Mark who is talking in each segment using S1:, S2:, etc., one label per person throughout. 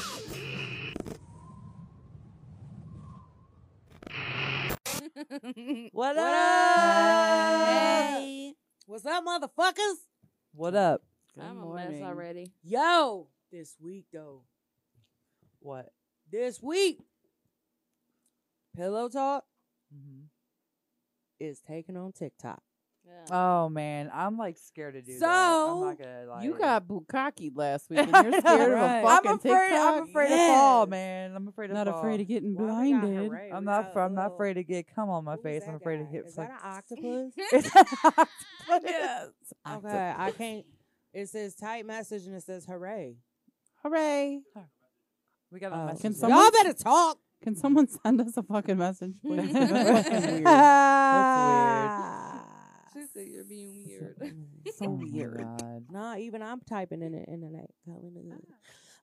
S1: What, up?
S2: Hey.
S3: What's up, motherfuckers?
S1: What up? Good
S2: I'm a mess
S1: morning.
S2: already.
S3: Yo, this week though,
S1: What?
S3: this week, Pillow Talk
S1: Mm-hmm.
S3: is taking on TikTok.
S2: Yeah.
S1: Oh man, I'm like scared to do that. I'm
S3: So,
S1: not gonna lie.
S4: You
S1: to
S4: got bukkake last week,
S1: I
S4: and you're scared
S1: know,
S4: of a
S1: right?
S4: fucking
S1: I'm afraid.
S4: TikTok.
S1: I'm afraid
S3: Yeah.
S1: of fall, man. I'm afraid of
S4: Not
S1: fall.
S4: afraid of getting
S3: Why we got
S4: blinded.
S3: hooray?
S1: I'm
S3: We
S1: not.
S3: got
S1: fr- I'm not
S3: little-
S1: afraid to get cum on my
S3: who's
S1: face. I'm
S3: that
S1: afraid of
S3: guy?
S1: hit.
S3: Is that an octopus?
S1: octopus?
S4: Yes.
S3: okay, I can't. It says type message and it says hooray.
S4: Hooray!
S1: We got
S3: Oh.
S1: a message.
S4: Can
S1: there.
S4: someone-
S3: Y'all better talk.
S4: Can someone send us a fucking message, please? That's fucking weird.
S2: She said you're being weird.
S4: So
S1: Oh my
S4: weird.
S1: God.
S3: Nah, even I'm typing in the internet. Calling it good.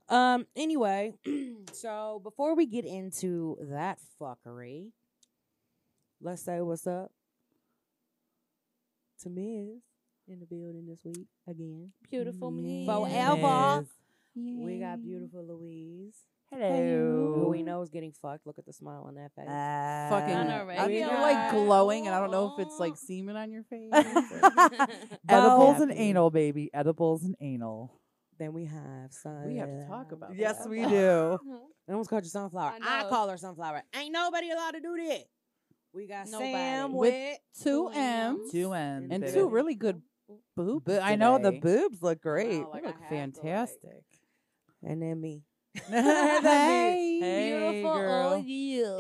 S2: Ah.
S3: Um. Anyway, so before we get into that fuckery, let's say what's up to Miz in the building this week again.
S2: Beautiful me.
S3: Forever. We got
S4: Yay.
S3: beautiful Louise, who
S1: Hello.
S3: we know is getting fucked. Look at the smile on that face.
S4: Ah. Fucking,
S2: On
S1: Fucking.
S2: a
S4: I feel like
S2: regular.
S4: glowing, and I don't know if it's like semen on your face. or-
S1: Edibles and
S3: Happy.
S1: anal, baby. Edibles and anal.
S3: then we have sun.
S4: we have to talk about.
S1: Yes,
S4: that.
S1: we do.
S2: Mm-hmm.
S3: I almost called you sunflower.
S2: I
S3: I,
S2: know.
S3: call her sunflower. Ain't nobody allowed to do that. We got Sam
S2: Nobody.
S3: with,
S4: With
S2: Two
S4: two M's
S1: Two M's.
S3: And
S4: and
S3: baby.
S4: two really good boobs.
S1: But I know the
S4: today.
S1: boobs look great.
S2: Wow, like,
S4: They
S2: I have
S4: look
S2: to, like-
S4: fantastic.
S3: and then me.
S1: That's me.
S4: Hey,
S2: Beautiful
S1: girl.
S2: old you.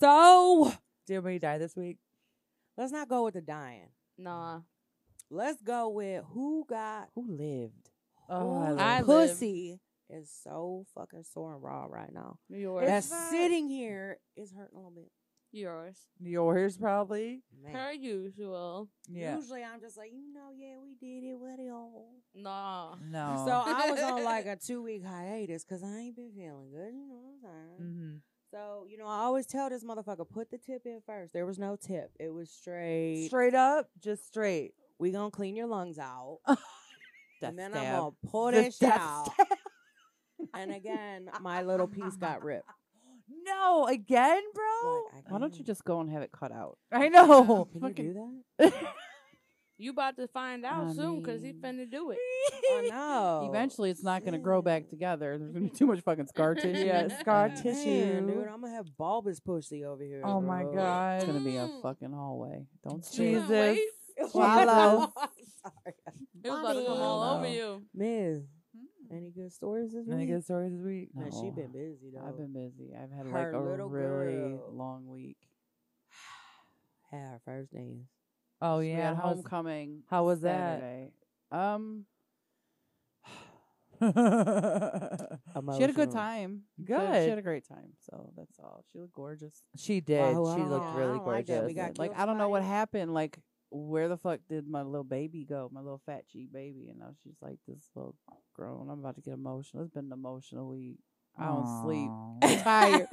S3: So
S1: Did anybody die this week?
S3: let's not go with the dying.
S2: Nah.
S3: Let's go with who got
S4: Who lived?
S1: Oh, I
S3: whose
S1: love
S2: I lived.
S3: pussy is so fucking sore and raw right now.
S2: New York.
S3: That
S1: It's not-
S3: sitting here is hurting a little bit.
S2: Yours.
S1: yours probably.
S3: Man.
S2: Per usual.
S1: Yeah.
S3: Usually I'm just like, you know, yeah, we did it. What y'all?
S2: Nah.
S1: No.
S4: Um,
S3: So I was on like a two week hiatus because I ain't been feeling good. You know what I'm
S4: Mm.
S3: saying?
S1: Mhm.
S3: So, you know, I always tell this motherfucker, put the tip in first. There was no tip. It was straight.
S1: straight up, just straight.
S3: We gonna clean your lungs out.
S4: Death
S3: and then I'm
S4: stab.
S3: gonna pull
S1: The
S3: this shit
S1: death
S3: out.
S1: stab.
S3: And again, my little piece got ripped.
S1: No, again, bro.
S3: Like, I
S4: Oh. Why don't you
S3: can't.
S4: just go and have it cut out?
S1: I know.
S3: Can
S4: Mm. fucking-
S3: you do that?
S2: You about to find out
S4: I
S2: soon because he
S4: mean-
S2: finna do it.
S3: Oh no.
S4: Eventually, it's not going to grow back
S3: shit.
S4: together. There's going to be too much fucking scar tissue.
S1: yeah, scar
S4: Man,
S1: tissue.
S3: Man, dude, I'm gonna have bulbous pussy over here.
S1: oh my
S3: bro.
S4: It's
S1: god.
S4: going to be a
S3: Hmm.
S2: Mm.
S4: fucking hallway. Don't say
S2: Jesus.
S4: it.
S1: Jesus.
S2: Wait.
S1: Swallow.
S3: I'm sorry.
S2: It was about to come
S3: Mommy.
S2: all over
S4: No.
S2: you.
S3: Miz, any good stories this
S1: Any
S3: week?
S1: good stories this week?
S4: No.
S3: Man, she been busy though.
S4: I've been busy. I've had
S3: Her
S4: like a
S3: little
S4: really
S3: girl.
S4: long week.
S3: had her first names.
S1: Oh
S4: We
S1: yeah.
S4: had
S1: how's-
S4: homecoming.
S1: How was that?
S4: Saturday. Um, she had a good time. She had- She,
S1: Good.
S4: had a great time. So that's all. She looked gorgeous.
S1: She did.
S3: Wow, I
S1: she
S3: don't
S1: looked
S3: like- I
S1: really
S3: don't like that.
S1: gorgeous.
S3: We got
S4: like
S3: killed
S4: I don't know what
S3: somebody?
S4: happened. Like where the fuck did my little baby go? My little fat cheek baby, and now she's like this little grown. I'm about to get emotional. It's been an emotional week. I don't sleep. I'm tired.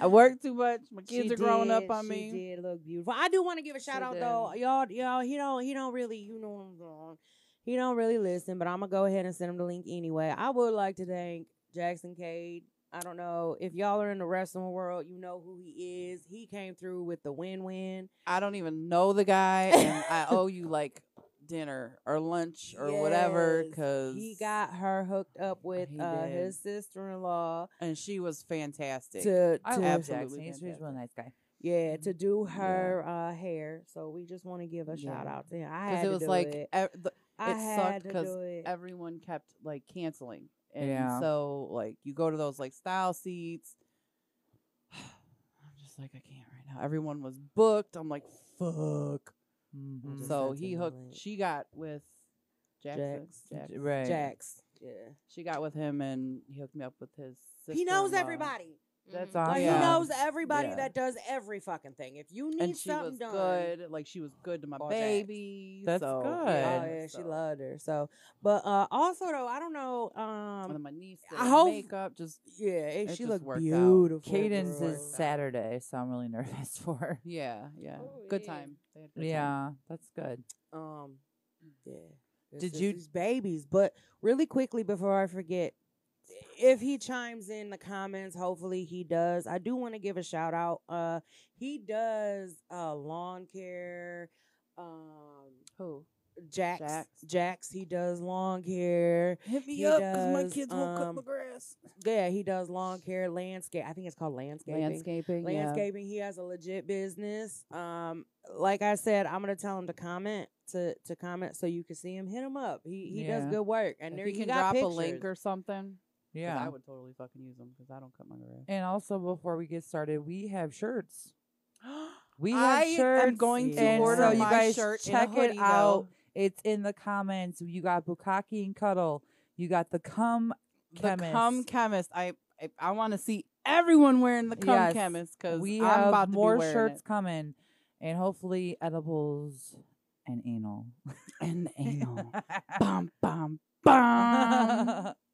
S4: I work too much. My kids
S3: She
S4: are growing up
S3: did-
S4: on
S3: she
S4: me.
S3: did look beautiful. I do want to give a shout
S2: She
S3: out
S2: did.
S3: though, y'all. Y'all, he don't, he don't really, you know, what I'm saying. he don't really listen. But I'm gonna go ahead and send him the link anyway. I would like to thank Jackson Cade. I don't know if y'all are in the wrestling world, you know who he is. He came through with the win-win.
S4: I don't even know the guy, and I owe you like dinner or lunch or whatever.
S3: Yes.
S4: Cause
S3: he got her hooked up with
S4: He
S3: uh,
S4: did.
S3: his sister-in-law
S4: and she was fantastic.
S3: to,
S1: I
S3: to-
S4: love
S1: love
S4: Jackson.
S1: Jackson.
S4: He's-
S1: He's,
S4: he's a
S1: a
S4: really
S1: nice guy.
S3: yeah to do
S4: Yeah.
S3: her uh, hair. So we just want to give a shout
S4: Yeah.
S3: out to him. I
S4: Because
S3: had
S4: it
S3: to
S4: was
S3: do
S4: like
S3: it.
S4: ev- the,
S3: I
S4: it
S3: had
S4: sucked
S3: to
S4: 'cause
S3: do it.
S4: everyone kept like canceling, and
S1: Yeah.
S4: so like you go to those like style seats. I'm just like I can't right now. Everyone was booked. I'm like fuck.
S1: Mm.
S3: Just
S4: So
S3: sent
S4: he
S3: him the
S4: hooked.
S3: link.
S4: She got with Jackson.
S3: Jax.
S4: Jax.
S1: Right.
S3: Jax. Yeah.
S4: She got with him, and he hooked me up with his.
S3: he knows
S4: sister-in-law.
S3: everybody.
S1: That's
S2: Mhm.
S1: awesome.
S3: Like,
S4: Oh, yeah.
S3: He knows everybody
S4: Yeah.
S3: that does every fucking thing. If you need
S4: and she
S3: something
S4: was
S3: done, oh,
S4: good. Like she was good to my
S3: Ball Jackson.
S4: baby.
S1: That's
S4: so,
S1: good.
S3: Oh
S1: Yeah,
S3: yeah, she
S4: so-
S3: loved her. So, but uh also though, I don't know.
S4: And then
S3: Um,
S4: my niece.
S3: I
S4: did her
S3: hope-
S4: makeup just
S3: yeah, it-
S4: it
S3: she
S4: just
S3: looked
S4: worked out.
S3: beautiful.
S1: Cadence
S3: girl.
S1: is Saturday, so I'm really nervous for her.
S4: yeah yeah
S2: Oh,
S4: good
S2: yeah.
S4: time. They had a good time.
S1: Yeah, that's good.
S3: Um, yeah. It's
S1: Did
S3: just
S1: you-
S3: these babies? But really quickly before I forget, if he chimes in the comments, hopefully he does. I do want to give a shout out. Uh, he does uh lawn care. Um,
S1: Who?
S3: Jax, Jax,
S4: Jax.
S3: he does lawn care.
S4: Hit me
S3: He
S4: up 'cause my
S3: does,
S4: kids won't cut my
S3: um,
S4: grass.
S3: Yeah, he does lawn care, landscape. I think it's called landscaping.
S4: Landscaping.
S3: Landscaping. He has a legit business. Um, like I said, I'm gonna tell him to comment to to comment so you can see him. Hit him up. He he
S1: Yeah.
S3: does good work,
S4: And
S3: and
S4: if
S3: there
S4: you
S3: you
S4: can
S3: got
S4: drop
S3: pictures.
S4: a link or something. 'cause
S1: Yeah.
S4: I would totally fucking use them because I don't cut my grass.
S1: And also, before we get started, we have shirts. We have
S4: I
S1: shirts.
S4: am going to
S1: and
S4: order
S1: so you
S4: my
S1: guys
S4: shirt
S1: Check
S4: and a hoodie,
S1: it out.
S4: though.
S1: It's in the comments. You got Bukaki and Cuddle. You got the cum.
S4: The cum
S1: Chemist.
S4: chemist. I I, I want to see everyone wearing the cum
S1: Yes.
S4: chemist because
S1: We
S4: I'm
S1: have
S4: about to
S1: more
S4: be wearing
S1: shirts
S4: it.
S1: coming, and hopefully edibles and anal.
S4: and anal. bum bum bum.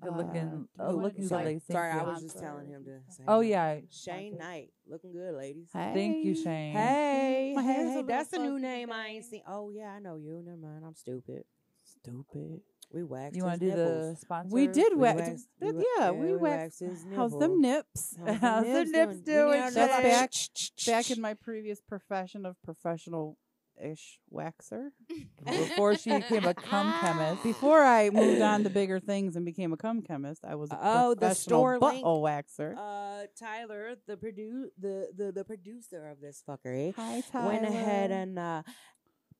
S1: Good looking-
S4: Uh,
S1: uh,
S4: who-
S1: looking good
S4: sorry.
S1: ladies. Thank
S3: Sorry, I
S1: you.
S3: was
S4: I'm
S3: just telling him to. say
S1: oh
S3: hi.
S1: yeah,
S3: Shane Knight, looking good, ladies.
S1: thank you, Shane.
S3: Hey,
S4: My hair's
S3: hey,
S4: a
S3: hey,
S4: little
S3: that's a new
S4: fuzzy
S3: name I
S4: today.
S3: ain't seen. Oh yeah, I know you. Never mind, I'm stupid.
S4: Stupid.
S3: We waxed.
S1: You
S3: want to
S1: do the sponsor?
S4: We did
S3: wax-
S4: wax.
S3: waxed- we wa-
S4: yeah, we waxed.
S3: his
S4: How's
S3: nipple.
S4: them nips?
S3: How's the
S1: How's the nips
S3: doing? You
S1: doing,
S3: know,
S4: That's
S1: Shane?
S4: back back in my previous profession of professional ish waxer.
S1: before she became a cum chemist.
S4: Before I moved on to bigger things and became a cum chemist, I was a
S3: Oh, the
S4: professional
S3: store link.
S4: butthole waxer.
S3: Uh, Tyler, the produ- the, the the producer of this eh? fuckery,
S4: Hi,
S3: went ahead and uh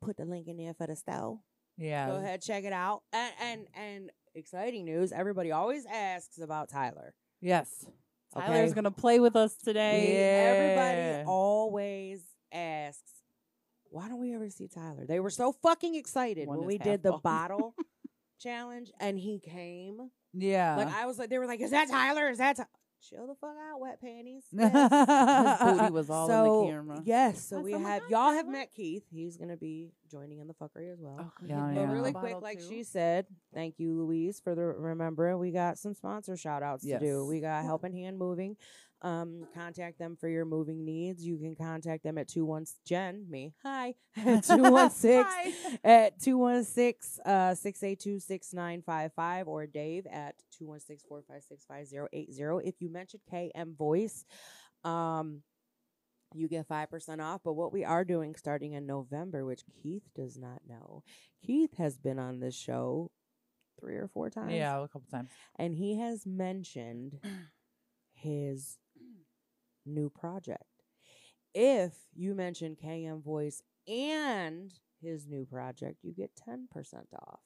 S3: put the link in there for the stove.
S1: yeah,
S4: um,
S3: Go ahead, check it out. And and and exciting news! Everybody always asks about Tyler.
S1: yes,
S4: Tyler's
S3: okay?
S4: gonna play with us today.
S1: Yeah.
S3: Everybody always asks, why don't we ever see Tyler? They were so fucking excited
S4: One
S3: when we
S4: is half
S3: did the
S4: full.
S3: bottle challenge and he came.
S4: Uh.
S1: yeah.
S3: Like I was like, they were like, is that Tyler? Is that Ty-? chill the fuck out, wet panties? Yes.
S4: His booty
S1: Yes.
S4: was all
S3: so
S4: in the camera.
S3: yes, so
S2: That's-
S3: we
S2: oh my
S3: have
S2: God,
S3: y'all have
S2: Tyler.
S3: met Keith. He's gonna be joining in the fuckery as well.
S1: Oh, Yeah,
S3: But
S1: yeah.
S3: really quick, like she said, thank you, Louise, for the remembering. We got some sponsor shout outs to do.
S1: Yes.
S3: We got Helping Hand Moving. Um, contact them for your moving needs. You can contact them at 216 Jen, me. Hi. At 216 at 216 uh 682 6955 or Dave at 216 456 5080. If you mention KM Voice, um, you get 5% off. But what we are doing starting in November, which Keith does not know, Keith has been on this show three or four times.
S1: yeah, a couple times.
S3: And he has mentioned his new project. If you mention KM Voice and his new project, you get 10% off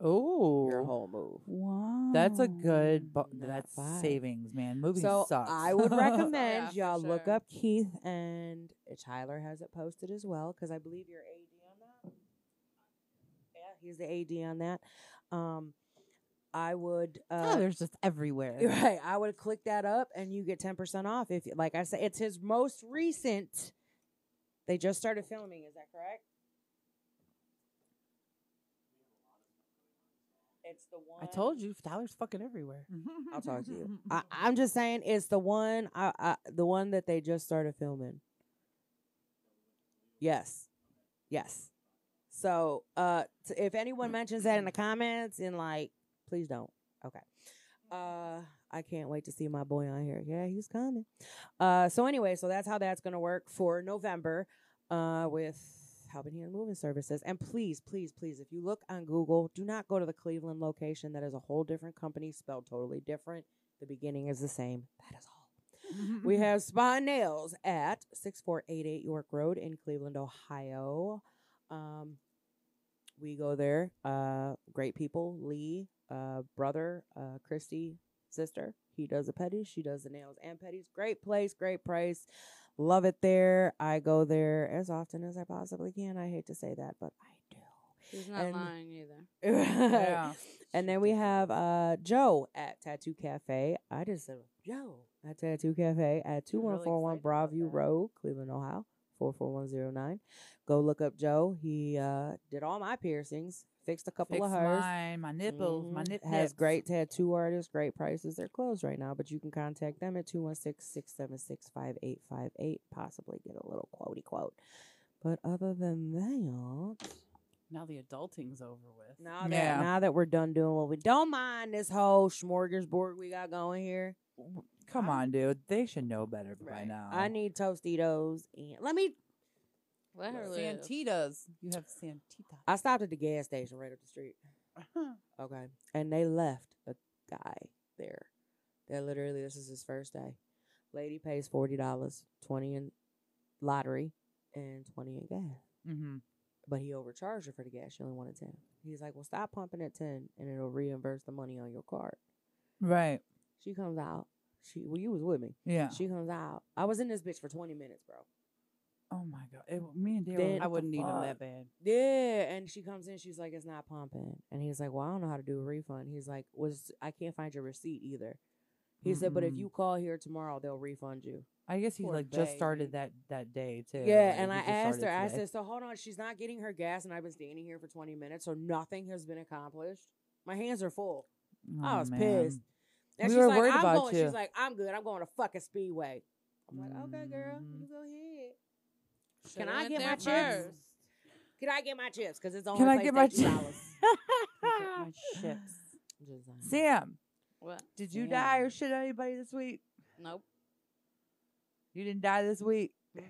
S3: your
S1: Oh,
S3: whole move.
S4: Wow.
S1: that's a good. Bu-
S3: Not
S1: that's
S3: five.
S1: savings, man. Movie
S3: so
S1: sucks.
S3: I would recommend
S2: for
S3: y'all look
S2: sure.
S3: up Keith and eh, Tyler has it posted as well because I believe you're AD on that. Yeah, he's the AD on that. Um, I would. Uh,
S4: Tyler's just everywhere.
S3: You're Right. I would click that up and you get 10% off if like I said it's his most recent. They just started filming, is that correct? It's the one
S4: I told you, Tyler's fucking everywhere.
S3: I'll talk to you. I, I'm just saying it's the one I, I the one that they just started filming. Yes. Yes. So uh t- if anyone mentions that in the comments and like please don't. Okay. Uh I can't wait to see my boy on here. Yeah, he's coming. Uh so anyway, so that's how that's gonna work for November uh with Helping Hand Moving Services. And please, please, please, if you look on Google, do not go to the Cleveland location. That is a whole different company spelled totally different. The beginning is the same. That is all. We have Spa Nails at 6488 York Road in Cleveland, Ohio. Um, we go there. Uh, great people. Lee, uh, brother, uh, Christy, sister. He does the petties. She does the nails and petties. Great place. Great price. Love it there. I go there as often as I possibly can. I hate to say that, but I do.
S2: She's not
S3: and-
S2: lying either.
S1: Yeah.
S3: And then we have uh, Joe at Tattoo Cafe. I just said Joe at Tattoo Cafe at
S4: really
S3: 2141
S4: excited about
S3: Broadview
S4: that.
S3: Road, Cleveland, Ohio, 44109. Go look up Joe. He uh, did all my piercings, fixed a couple
S1: Fix
S3: of hers.
S1: mine, my nipples, my
S3: Mhm.
S1: nip
S3: Has
S1: nips.
S3: great tattoo artists, great prices. They're closed right now, but you can contact them at 216-676-5858. Possibly get a little quotey quote. But other than that,
S4: Now the adulting's over with.
S3: Now that
S1: Yeah.
S3: now that we're done doing what we don't mind this whole smorgasbord we got going here.
S1: W- Come on, dude. They should know better by now.
S3: I need Tostitos and let me
S2: Let her live.
S4: Santitas. You have Santita.
S3: I stopped at the gas station right up the street. Okay. And they left a guy there. That literally this is his first day. Lady pays forty dollars, twenty in lottery and twenty in gas.
S1: hmm
S3: But he overcharged her for the gas. She only wanted ten. He's like, Well stop pumping at ten and it'll reimburse the money on your card.
S1: Right.
S3: She comes out. She well, you was with me.
S1: Yeah.
S3: She comes out. I was in this bitch for twenty minutes, bro.
S1: Oh my god. It, me and Daryl.
S3: Then-
S1: what
S4: I
S1: the
S4: wouldn't need them
S1: fuck?
S4: that bad.
S3: Yeah, and she comes in. She's like, "It's not pumping," and he's like, "Well, I don't know how to do a refund." He's like, "Was I can't find your receipt either." He said, "But if
S1: Mm-mm.
S3: you call here tomorrow, they'll refund you."
S1: I guess he
S4: Poor
S1: like just
S4: baby.
S1: started that that day too.
S3: yeah,
S1: Like,
S3: and
S1: he
S3: I
S1: just
S3: asked her.
S1: started
S3: I
S1: today.
S3: said, "So hold on, she's not getting her gas, and I've been standing here for twenty minutes, so nothing has been accomplished. My hands are full. I
S1: Oh,
S3: was
S1: man.
S3: pissed." And
S1: We
S3: she's
S1: were
S3: like,
S1: worried
S3: "I'm
S1: about
S3: going."
S1: you.
S3: She's like, "I'm good. I'm going to fucking Speedway." I'm like, "Okay, girl,
S1: Mhm.
S3: you go ahead."
S2: Shoulda
S3: I
S2: went
S3: get
S2: there
S3: my chips?
S2: first.
S3: Can I get my chips? Because it's the only
S1: Can I
S3: place
S1: get my
S3: that you
S1: chips?
S3: dollars.
S4: Look at my chips.
S3: Just saying.
S1: Sam,
S2: What?
S1: did you die
S3: Sam.
S1: or shit anybody this week?
S2: Nope.
S1: You didn't die this week.
S2: Mm-mm.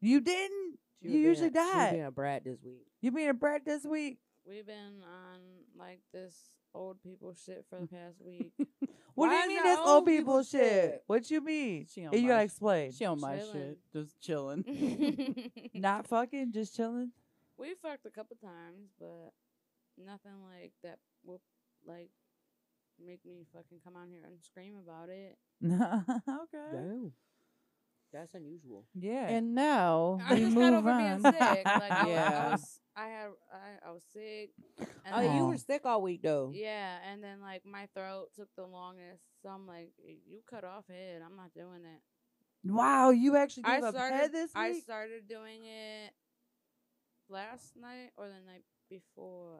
S1: You didn't.
S3: She
S1: You
S3: was being
S1: usually
S3: a- she was
S1: die.
S3: being a brat this week.
S1: You being a brat this week?
S2: We've been on like this old people shit for the past week.
S1: What
S3: Why is
S1: do you mean
S3: that
S1: that's
S3: old
S1: old
S3: people
S1: people shit?
S3: shit?
S1: What you mean?
S4: She on
S1: And you
S4: my
S1: gotta
S4: sh-
S1: explain.
S4: She on my
S2: Chilling.
S4: shit, just chilling.
S1: Not fucking, just chilling.
S2: we fucked a couple times, but nothing like that will like make me fucking come on here and scream about it.
S1: okay.
S3: Damn. That's unusual.
S1: Yeah.
S4: And now
S2: I
S4: we
S2: just got
S4: move
S2: over
S4: on.
S2: being sick. Like, I, yeah. I,
S4: Yeah.
S2: was, I had I, I was sick. And
S3: Oh,
S2: then-
S3: you
S1: Aw.
S3: were sick all week though.
S2: Yeah, and then like my throat took the longest, so I'm like, "Y- you cut off head. I'm not doing it.
S1: wow, you actually
S2: I
S1: gave up
S2: started.
S1: head this
S2: I
S1: week.
S2: started doing it last night or the night before.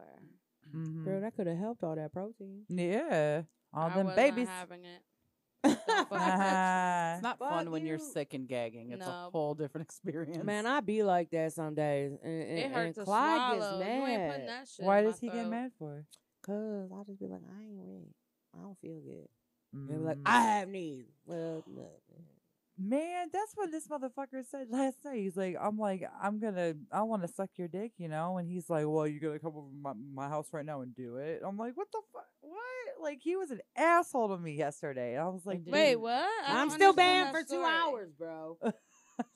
S1: Mhm.
S3: Girl, that could have helped all that protein.
S1: Yeah, all
S2: I
S1: them
S2: wasn't
S1: babies.
S2: having it.
S4: It's not
S3: Fuck
S4: fun when you're
S3: you.
S4: sick and gagging. It's
S2: No.
S4: a whole different experience.
S3: Man, I be like that some days. And, and,
S2: It hurts
S3: and
S2: to
S3: Clyde
S2: swallow.
S3: gets mad.
S2: You ain't putting that shit.
S1: Why
S2: in my
S1: does he get
S2: throat.
S1: mad for?
S3: Cause I just be like, I ain't ready. I don't feel good.
S1: Mm.
S3: They be like, I have needs. Well, no.
S1: Man, that's what this motherfucker said last night. He's like, I'm like, I'm gonna, I want to suck your dick, you know? And he's like, Well, you're gonna come over to my, my house right now and do it. I'm like, What the fuck? What? Like, he was an asshole to me yesterday. I was like,
S4: And did
S2: Wait,
S4: Dude.
S2: what? I
S3: I'm
S2: don't
S3: still
S2: understand
S3: banned
S2: that
S3: for two
S2: story.
S3: hours, bro.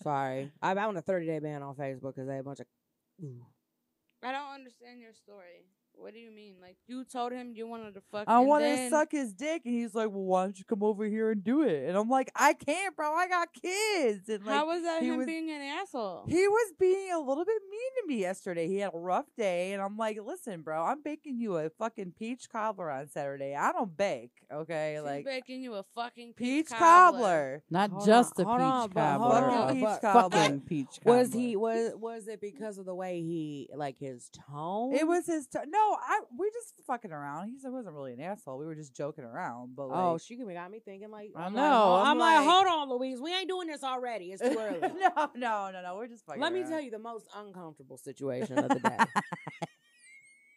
S3: Sorry, I'm on a 30 day ban on Facebook because they had a bunch of.
S2: I don't understand your story. What do you mean? Like you told him you wanted to fuck.
S1: I
S2: and
S1: want to
S2: then-
S1: suck his dick, and he's like, "Well, why don't you come over here and do it?" And I'm like, "I can't, bro. I got kids." And
S2: How
S1: like,
S2: was that
S1: he
S2: him
S1: was-
S2: being an asshole?
S1: he was being a little bit mean to me yesterday. He had a rough day, and I'm like, "Listen, bro, I'm baking you a fucking peach cobbler on Saturday. I don't bake, okay?
S2: She's
S1: like
S2: making you a fucking
S1: peach
S2: cobbler.
S1: cobbler,
S4: not
S3: Hold
S4: just
S3: on,
S4: a
S3: hold
S4: peach
S3: on, but hold
S4: cobbler.
S1: fucking
S3: on,
S1: peach
S3: but-
S1: cobbler."
S4: fucking peach cobbler.
S3: Was he was was it because of the way he like his tone?
S1: It was his. T- no, I we just fucking around. He said- wasn't really an asshole. We were just joking around, but like,
S3: Oh, she could- got me thinking like
S4: I
S3: I'm
S4: know,
S3: Like, "Ho-
S4: I'm
S3: I'm, like,
S4: like-
S3: hold on, Louise, we ain't doing this already. It's too early.
S1: no, no, no, no. We're just fucking.
S3: Let me
S1: around.
S3: tell you the most uncomfortable situation of the day.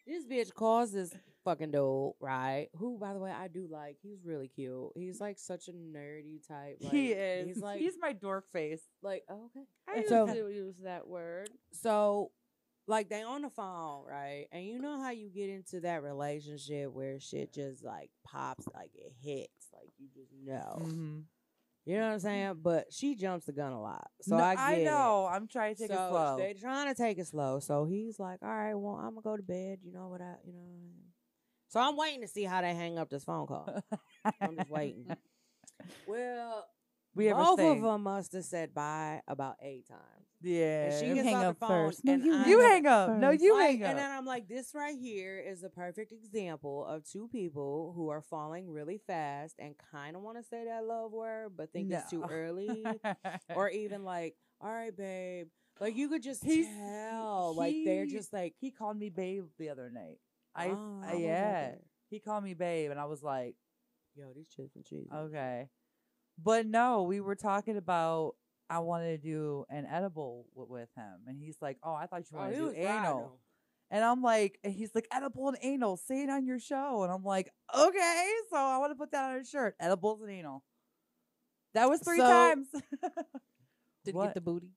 S3: this bitch calls this fucking dude, right? Who, by the way, I do like. He's really cute. He's like such a nerdy type. Like,
S1: he is.
S3: He's like
S1: he's my dork face.
S3: like oh, okay.
S2: I
S3: And
S2: used
S3: so-
S2: to use that word.
S3: So, like, they on the phone, right? And you know how you get into that relationship where shit just like pops, like it hits, like you just know.
S1: Mhm.
S3: You know what I'm saying? But she jumps the gun a lot, so
S1: No,
S3: I get it.
S1: know. I'm trying to take
S3: so
S1: it slow.
S3: They're trying to take it slow. So he's like, "All right, well, I'm gonna go to bed. You know what I, you know." what I mean? So I'm waiting to see how they hang up this phone call. I'm just waiting. Well,
S1: we have
S3: both
S1: a thing.
S3: of them must have said bye about eight times.
S1: Yeah.
S3: And she
S4: you
S3: gets
S4: hang
S3: off
S4: up
S3: the phone,
S4: first. No,
S3: and
S4: you
S3: I-
S1: you hang up. No,
S4: first.
S1: you
S3: Like,
S1: hang
S3: And
S1: up.
S3: then I'm like, this right here is the perfect example of two people who are falling really fast and kind of want to say that love word, but think it's too
S1: No.
S3: early, or even like, all right, babe. Like you could just
S1: He's-
S3: tell, like they're
S1: he-
S3: just like,
S1: he called me babe the other night. I,
S3: "Oh,
S1: I-
S3: I wasn't
S1: yeah.
S3: there."
S1: He called me babe, and I was like,
S3: Yo, these chips and cheese.
S1: okay. But no, we were talking about I
S3: "Oh,
S1: wanted to do an edible w- with him, and he's like, oh, I thought you wanted to do anal. And I'm like, and he's like, edible and anal, say it on your show. And I'm like, okay, so I want to put that on a shirt. Edibles and anal. That was three
S4: So-
S1: times.
S4: Didn't
S1: What?
S4: get the booty.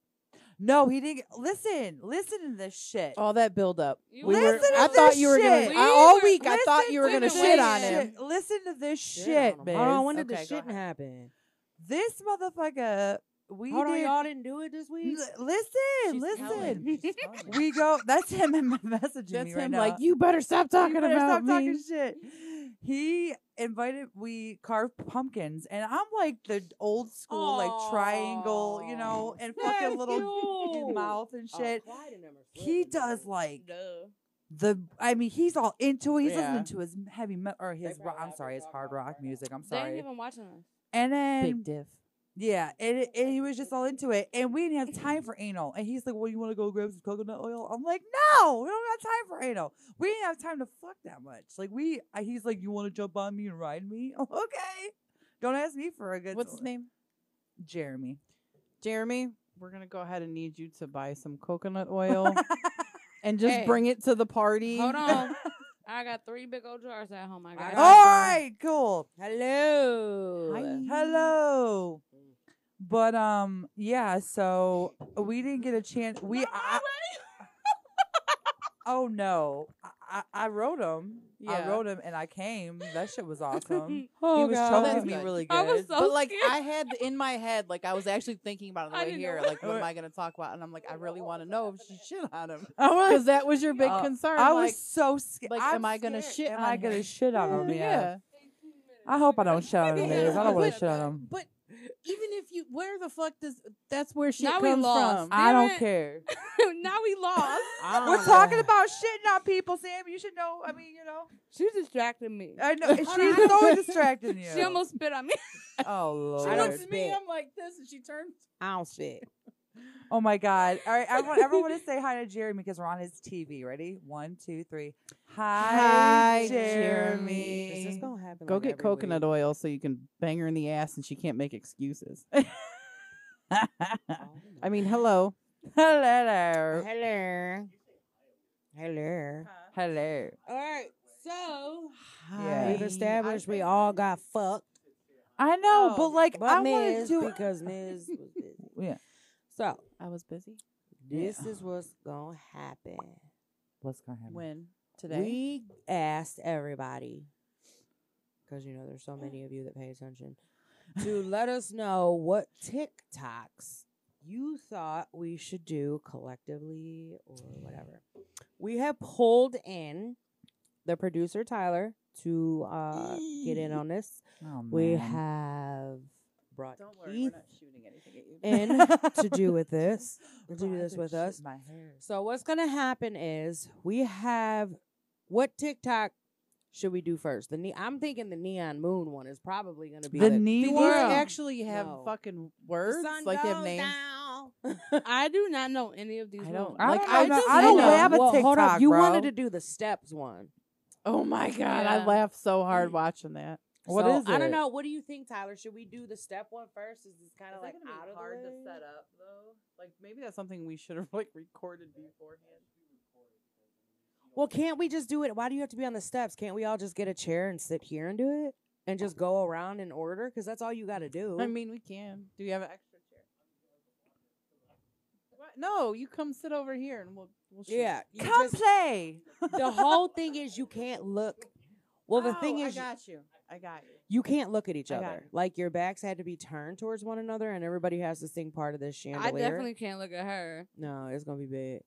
S1: no, he didn't. get- Listen, listen to this shit.
S4: All that build up.
S2: You
S4: we were,
S1: Listen to
S4: I thought
S1: this
S4: you were gonna.
S1: shit.
S4: I, all
S2: We were-
S4: week I
S1: Listen
S4: thought you were
S1: to
S4: gonna
S1: this
S4: shit on
S2: shit.
S4: him.
S1: Listen to this
S3: Shit
S1: shit,
S3: on
S1: man.
S3: him. Hold on, when did
S4: Okay,
S3: the
S4: go
S3: shitting
S4: ahead.
S3: happen?
S1: This motherfucker, we
S3: Hold on,
S1: did.
S3: y'all didn't do it this week.
S1: L- listen,
S4: She's
S1: listen.
S4: telling. She's telling.
S1: We go. That's him and messaging
S4: That's
S1: me right
S4: him.
S1: now.
S4: Like you better stop talking
S1: you better
S4: about
S1: stop
S4: me.
S1: talking shit. He invited we carved pumpkins, and I'm like the old school, like triangle, you know,
S3: Aw,
S1: and fucking
S3: that's
S1: little
S3: cute.
S1: mouth and
S3: Oh,
S1: shit.
S3: Clyde and them are
S1: he
S3: slipping,
S1: does
S3: man.
S1: like
S2: Duh.
S1: the. I mean, he's all into it. He's
S4: Yeah.
S1: listening to his heavy metal or his.
S3: probably
S1: Rock, I'm
S3: have
S1: sorry,
S3: their
S1: his
S3: dog
S1: hard
S3: on right
S1: rock
S3: now.
S1: music. I'm
S2: They ain't
S1: sorry.
S2: even watching us.
S1: And then
S4: Big diff.
S1: yeah, and, it- and he was just all into it, and we didn't have time for anal. And he's like, "Well, you want to go grab some coconut oil?" I'm like, "No, we don't have time for anal. We didn't have time to fuck that much. Like we." I- He's like, "You want to jump on me and ride me?" okay, don't ask me for a good.
S4: What's his name?
S1: Jeremy.
S4: Jeremy. We're gonna go ahead and need you to buy some coconut oil and just
S2: Hey.
S4: bring it to the party.
S2: Hold on. I got three big old jars at home. I
S3: I
S2: got.
S3: got
S1: All right, cool.
S3: Hello.
S4: Hi.
S1: Hello. But um, yeah. So uh, we didn't get a chance. We. I, oh no, I, I, I wrote him. I
S4: Yeah.
S1: wrote him, and I came. That shit was awesome.
S4: Oh,
S1: he was
S4: God. That's
S1: choking me
S4: good.
S1: really good.
S2: I was so
S4: but like
S2: scared.
S4: I had in my head, like I was actually thinking about it
S2: I
S4: on the way
S2: didn't
S4: here,
S2: know.
S4: like what am I going to talk about? And I'm like, I really want to know if she shit on him
S1: I was,
S4: because that was your big
S1: Uh,
S4: concern.
S1: I
S4: like,
S1: was so scared.
S4: like,
S1: I'm
S4: am I gonna
S1: scared.
S4: shit
S1: Am
S4: on
S1: I gonna
S4: him?
S1: shit on him? Yeah.
S4: yeah.
S1: I hope I don't shit on him.
S4: Yeah.
S1: It is. I don't want to
S4: But-
S1: shit on him.
S4: But even if you, where the fuck does that's where shit
S2: Now we
S4: comes
S2: lost.
S4: from?
S2: I-
S1: I
S2: Damn
S1: don't
S2: it.
S1: care.
S2: now we lost.
S4: I
S1: We're
S4: don't
S1: talking
S4: know.
S1: about shitting on people, Sam. You should know. I mean, you know.
S2: She distracted me.
S1: I know.
S4: Hold
S1: She's
S4: on.
S1: so distracting you.
S2: Uh, She almost spit on me.
S1: Oh
S4: She
S1: lord.
S3: I don't
S4: looks at me.
S3: spit.
S4: I'm like this, and she turns.
S3: I don't spit.
S1: Oh my god. All right, everyone. Everyone, to say hi to Jeremy because we're on his TV. Ready? One, two, three. Hi,
S4: Hi,
S1: Jeremy.
S4: Jeremy.
S3: Is this gonna happen?
S4: Go
S3: like
S4: get
S3: every
S4: coconut
S3: week?
S4: oil so you can bang her in the ass, and she can't make excuses.
S3: Oh,
S4: I mean, hello.
S1: Hello.
S3: Hello. Hello.
S1: Hello.
S3: All right. So
S1: Yeah.
S3: we've established we all got fucked,
S1: I know,
S4: Oh,
S1: but like
S3: but
S1: I want to
S3: Miz
S1: do.
S3: because Miz was busy.
S1: Yeah.
S3: So
S4: I was busy.
S3: this is what's gonna happen.
S1: What's gonna happen?
S4: When today?
S3: We asked everybody because you know there's so many of you that pay attention to let us know what TikToks you thought we should do collectively or whatever. We have pulled in the producer Tyler to uh, get in on this.
S1: Oh,
S3: We
S1: man.
S3: have brought
S4: we're
S3: Keith
S4: not shooting anything at you.
S3: in to do with this. To
S1: Bro,
S3: do
S1: I
S3: this
S1: could
S3: with
S1: shit
S3: us.
S1: My hair.
S3: So what's gonna happen is we have what TikTok should we do first? The ne- I'm thinking the neon moon one is probably gonna be
S1: The
S3: the,
S1: knee
S4: Did these
S1: world.
S4: actually have
S3: No.
S4: fucking
S3: The
S4: words?
S3: sun
S4: like they have
S3: goes
S4: names?
S3: down.
S2: I do not know any of these.
S4: I don't-
S2: moves.
S1: I
S4: Like,
S1: don't,
S4: I
S1: know-
S4: just
S1: I don't
S4: know-
S1: have a
S3: well,
S1: TikTok,
S3: Hold up, you
S1: bro.
S3: wanted to do the steps one.
S4: Oh my god,
S2: Yeah.
S4: I laughed so hard watching that.
S1: What
S3: So,
S1: is
S3: I don't
S1: it?
S3: know. What do you think, Tyler? Should we do the step one first? Is this kind of like out of the way?
S4: up though. Like maybe that's something we should have like recorded beforehand.
S3: Well, can't we just do it? Why do you have to be on the steps? Can't we all just get a chair and sit here and do it and just go around in order? Because that's all you got to do.
S4: I mean, we can. Do you have an extra chair? What? No, you come sit over here and we'll we'll shoot.
S3: yeah, you
S1: Come
S3: just-
S1: play.
S3: the whole thing is you can't look. Well, the
S4: Oh,
S3: thing
S4: I
S3: is,
S4: got you. I got you.
S3: you can't look at each
S4: I got
S3: other.
S4: it.
S3: Like your backs had to be turned towards one another, and everybody has to sing part of this
S2: I
S3: chandelier.
S2: definitely can't look at her.
S3: no, it's gonna be bad.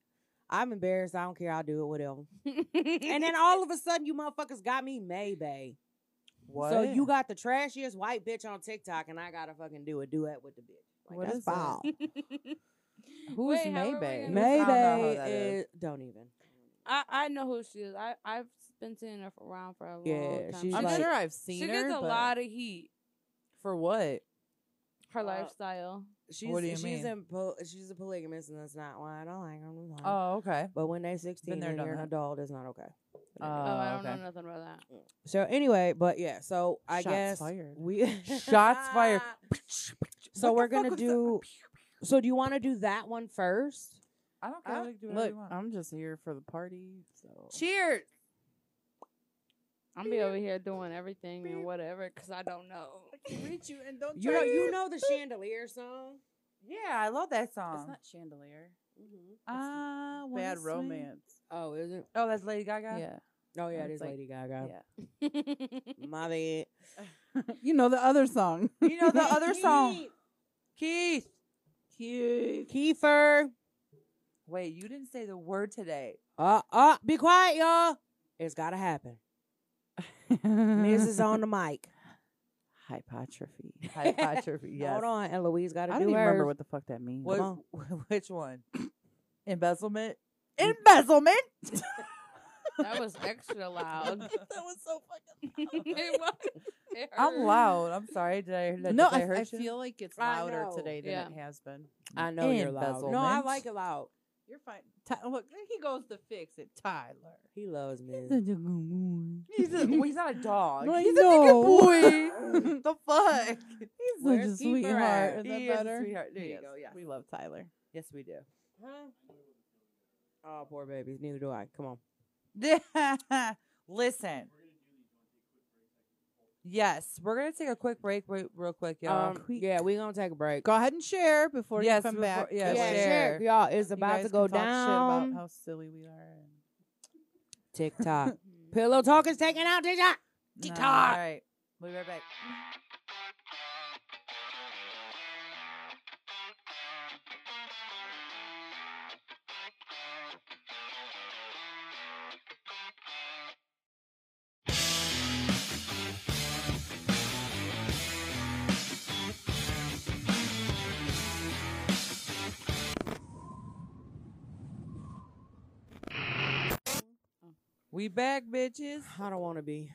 S3: I'm embarrassed. I don't care. I'll do it. Whatever. and
S2: and
S3: then all of a sudden, you motherfuckers got me Maybay. So you got the trashiest white bitch on TikTok, and I gotta fucking do a duet with the bitch. Like,
S4: What
S3: that's
S4: is that?
S3: foul.
S4: Who's
S2: Wait, how are we
S4: Maybay?
S2: gonna-
S1: know who
S3: Maybay
S1: that
S3: is
S1: is.
S3: don't even.
S2: I I know who she is. I I've been seeing her for- around for a long
S3: Yeah,
S2: time.
S3: she's
S2: she
S4: I'm
S3: like-
S4: sure I've
S2: she
S4: seen her.
S2: gets a
S4: but-
S2: lot of heat.
S1: for what?
S2: Her
S3: Uh,
S2: lifestyle.
S3: She's
S1: do you
S3: she's
S1: mean?
S3: in po- she's a polygamist, and that's not why I don't like her. I'm like,
S1: Oh, okay.
S3: But when they're 16
S1: there,
S3: and
S1: done
S3: you're an
S1: that.
S3: adult, it's not okay.
S1: Oh,
S2: Oh, I don't
S1: okay.
S2: know nothing about that.
S3: So anyway, but yeah, so I
S4: Shots
S3: guess
S4: fired.
S3: we
S1: Shots fired.
S3: so
S1: What the
S3: we're
S1: fuck
S3: gonna
S1: was that?
S3: do. So do you want to do that one first?
S1: I don't care.
S4: I,
S1: I, can do whatever
S4: look,
S1: you want.
S4: I'm just here for the party. So
S2: Cheers. I'm be over here doing everything and whatever because I don't know.
S1: reach you and don't.
S3: You know, you know the chandelier song.
S1: Yeah, I love that song.
S4: it's not chandelier.
S2: Mm-hmm.
S1: I wanna
S4: Bad
S1: swing.
S4: romance.
S3: Oh, is it?
S1: Oh, that's Lady Gaga.
S4: Yeah,
S3: Oh yeah,
S4: yeah,
S3: it
S4: it
S3: is
S4: is
S3: Lady Gaga. My
S4: you know the other song.
S1: You know the other song, Keith.
S4: Cute.
S3: Kiefer.
S1: Wait, you didn't say the word today.
S3: Uh, uh, be quiet, y'all. It's gotta happen. Miz
S4: Mrs.
S3: is on the mic.
S4: Hypotrophy.
S1: Hypertrophy. yes.
S3: Hold on, and Louise gotta
S4: I
S3: do
S4: don't even
S3: hers.
S4: remember what the fuck that means.
S1: What,
S3: Come
S1: which one? Embezzlement. Embezzlement.
S2: that was extra loud.
S1: that was so fucking.
S2: it was. It
S1: I'm
S2: hurt.
S1: loud. I'm sorry. Did I? Did,
S4: no,
S1: did I,
S4: I,
S1: hurt
S4: I
S1: you?
S4: feel like it's
S3: I
S4: louder
S3: know.
S4: today than
S2: Yeah.
S4: it has been.
S3: I know you're loud. No, I
S1: embezzlement.
S3: like it loud.
S4: You're fine. Ty- look, he goes to fix it, Tyler.
S3: He loves Miz.
S1: He's, a, well, he's not a dog.
S4: No, I
S1: he's a
S4: know.
S1: nigga boy. the fuck.
S4: He's
S3: Where's
S4: such a
S3: Keeper
S4: sweetheart.
S3: at?
S4: Is
S1: He
S4: that
S1: is a
S4: better?
S1: sweetheart. There you
S4: Yes,
S1: go, yes.
S4: We love Tyler.
S1: Yes, we do.
S3: Huh? Oh, poor babies. Neither do I. Come on.
S1: Listen. Yes, we're gonna take a quick break, wait, real quick, y'all.
S3: Um, yeah, we're gonna take a break.
S4: Go ahead and share before
S1: Yes,
S4: you come
S1: before-
S4: back.
S3: Yeah,
S1: yeah,
S4: That way
S1: share.
S3: sure. Y'all, it's
S4: you
S3: about
S4: guys
S3: to
S4: can
S3: go
S4: talk Shit
S3: down.
S1: um,
S4: about how silly we are. and-
S3: TikTok. Pillow talk is taken out. TikTok.
S1: No,
S3: TikTok.
S1: all right, we'll be right back. We back, bitches.
S3: I don't want to be.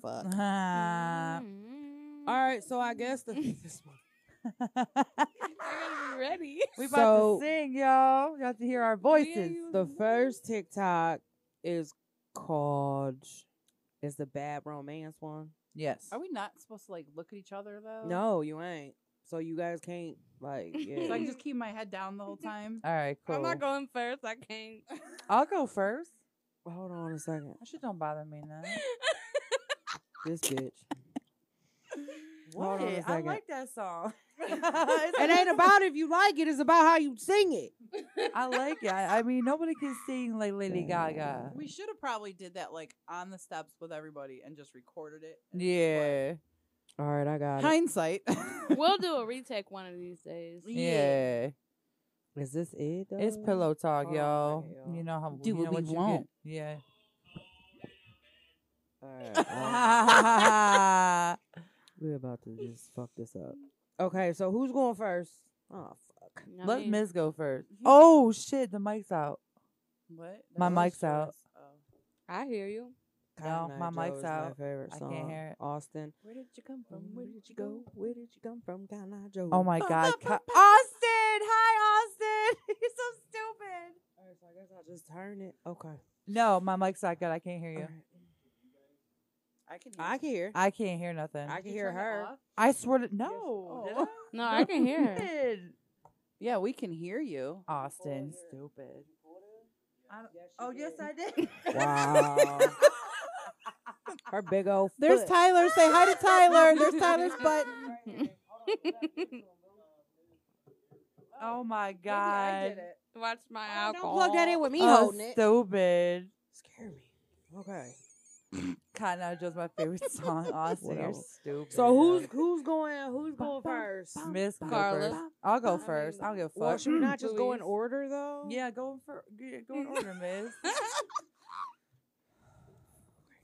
S3: Fuck.
S1: Ah.
S3: Uh,
S2: Mm-hmm.
S3: All right, so I guess the.
S2: I'm ready.
S1: we about
S3: So-
S1: to sing, y'all. You have to hear our voices.
S3: The first TikTok is called. It's the bad romance one.
S1: Yes.
S4: Are we not supposed to like look at each other though?
S3: No, you ain't. So you guys can't like. Yeah.
S4: So I can just keep my head down the whole time.
S1: All right, cool.
S2: I'm not going first. I can't.
S1: I'll go first.
S3: Hold on a second.
S1: That shit don't bother me now.
S3: This bitch.
S1: What?
S3: Hold on a
S1: I
S3: second.
S1: like that song.
S3: it ain't about if you like it. It's about how you sing it.
S1: I like it. I I mean, nobody can sing like Lady Gaga.
S4: We should have probably did that like on the steps with everybody and just recorded it. and
S1: Yeah.
S3: All right, I got it.
S4: Hindsight.
S2: we'll do a retake one of these days.
S1: Yeah.
S3: Is this it? Though?
S1: It's pillow talk,
S3: Hold
S1: y'all.
S3: on a minute,
S1: You know how
S4: Do
S1: you
S4: what
S1: know you
S4: we
S1: get.
S4: want.
S1: Yeah.
S3: All right, well,
S1: Wait,
S3: we're about to just fuck this up. Okay, so who's going first? Oh fuck.
S2: Not
S1: Let
S2: me.
S1: Miss go first. Oh shit, the mic's out.
S4: what?
S1: My
S4: That was
S1: mic's out.
S4: yours. Oh.
S2: I hear you.
S1: No,
S3: Cotton Eye
S1: my
S3: Joe
S1: mic's
S3: is
S1: out.
S3: My favorite
S1: I
S3: song.
S1: can't hear it.
S3: Austin.
S4: Where did you come
S3: From where did you go? Where did you come from, Cotton Eye Joe?
S1: Oh my
S3: Bum,
S1: god.
S3: bum,
S1: Ka-
S3: bum,
S1: Austin!
S3: bum.
S1: Hi, Austin! You're so stupid.
S3: All right, so I guess I'll just turn it. Okay.
S1: No, my mic's not good. I can't hear
S3: All
S1: you.
S3: right.
S4: I can.
S3: I can hear.
S1: I can't hear nothing.
S3: I
S1: I,
S3: can hear her.
S1: swear to no.
S4: Yes.
S1: did
S4: Oh.
S2: No, I can hear
S1: I?
S2: her.
S1: Did.
S4: Yeah, we can hear you.
S3: Oh,
S1: Austin, stupid. Oh yes, I did.
S3: Wow. her big old.
S4: There's
S3: foot.
S4: Tyler. Say hi to Tyler. There's Tyler's button.
S1: Oh my
S4: Maybe I
S1: god.
S4: did it.
S2: Watch my
S3: Oh,
S2: alcohol.
S3: Don't plug that in with me
S1: Oh,
S3: holding it.
S1: stupid.
S3: Scare me. Okay.
S1: Cotton Eye Joe's my favorite song. Austin, you're
S3: Whatever.
S1: stupid.
S3: So who's who's going? Who's
S1: Bum,
S3: going
S1: bum,
S3: first?
S1: Miss go
S2: Carla.
S1: first. I'll
S2: I
S1: go
S2: mean,
S1: first. I don't give a
S3: Well,
S1: fuck.
S3: should we not just go in
S2: Louise.
S3: order though?
S1: yeah, go for yeah, go in order, Miss.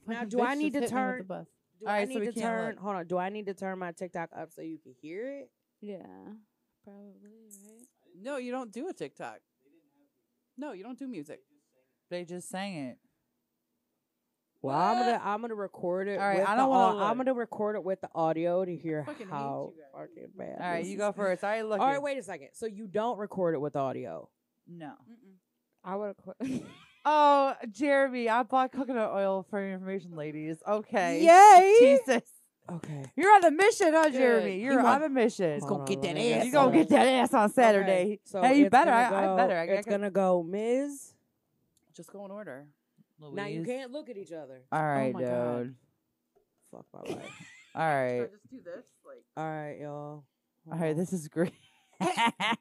S3: Now,
S4: Fucking
S3: do I
S4: bitch
S3: need
S4: just
S3: to
S4: hit me with
S3: turn-
S4: the bus.
S3: Do
S1: All
S3: I
S1: right, so
S3: need
S1: we
S3: to
S1: can't
S3: turn?
S1: look.
S3: Hold on. Do I need to turn my TikTok up so you can hear it?
S2: Yeah, probably right.
S4: No, you don't do a TikTok. No, you don't do music.
S1: They just sang it.
S3: Well, I'm gonna I'm gonna record it.
S1: All right,
S3: with
S1: I
S3: the
S1: don't wanna
S3: au- I'm
S1: look.
S3: gonna record it with the audio to hear
S4: fucking hate
S3: how
S4: you guys.
S3: fucking bad.
S1: All right,
S3: this
S1: you
S3: is.
S1: go first. All right, look.
S3: All right, wait a second. So you don't record it with audio?
S1: No.
S2: I would have quit.
S1: Oh, Jeremy, I bought coconut oil for your information, ladies. Okay.
S4: Yay!
S1: Jesus.
S3: Okay.
S1: You're on a mission, huh,
S2: Good.
S1: Jeremy?
S2: He
S1: You're
S3: want-
S1: on a mission.
S3: He's gonna
S4: Hold
S3: get
S4: on,
S3: that
S4: let me
S3: ass.
S1: You're gonna
S3: on.
S1: get that ass on Saturday.
S3: Okay, so
S1: hey, you
S3: it's
S1: better.
S3: gonna
S1: I,
S3: go-
S1: I better. I,
S3: It's
S1: I,
S3: gonna go, Ms.
S4: Just go in order.
S3: Now you
S4: Louise.
S3: can't look at each other.
S1: All right,
S4: my
S1: dude.
S4: God.
S3: Fuck my life.
S1: All right.
S4: just do this? Like,
S3: All right, y'all.
S1: All right. This is great.
S3: Pillow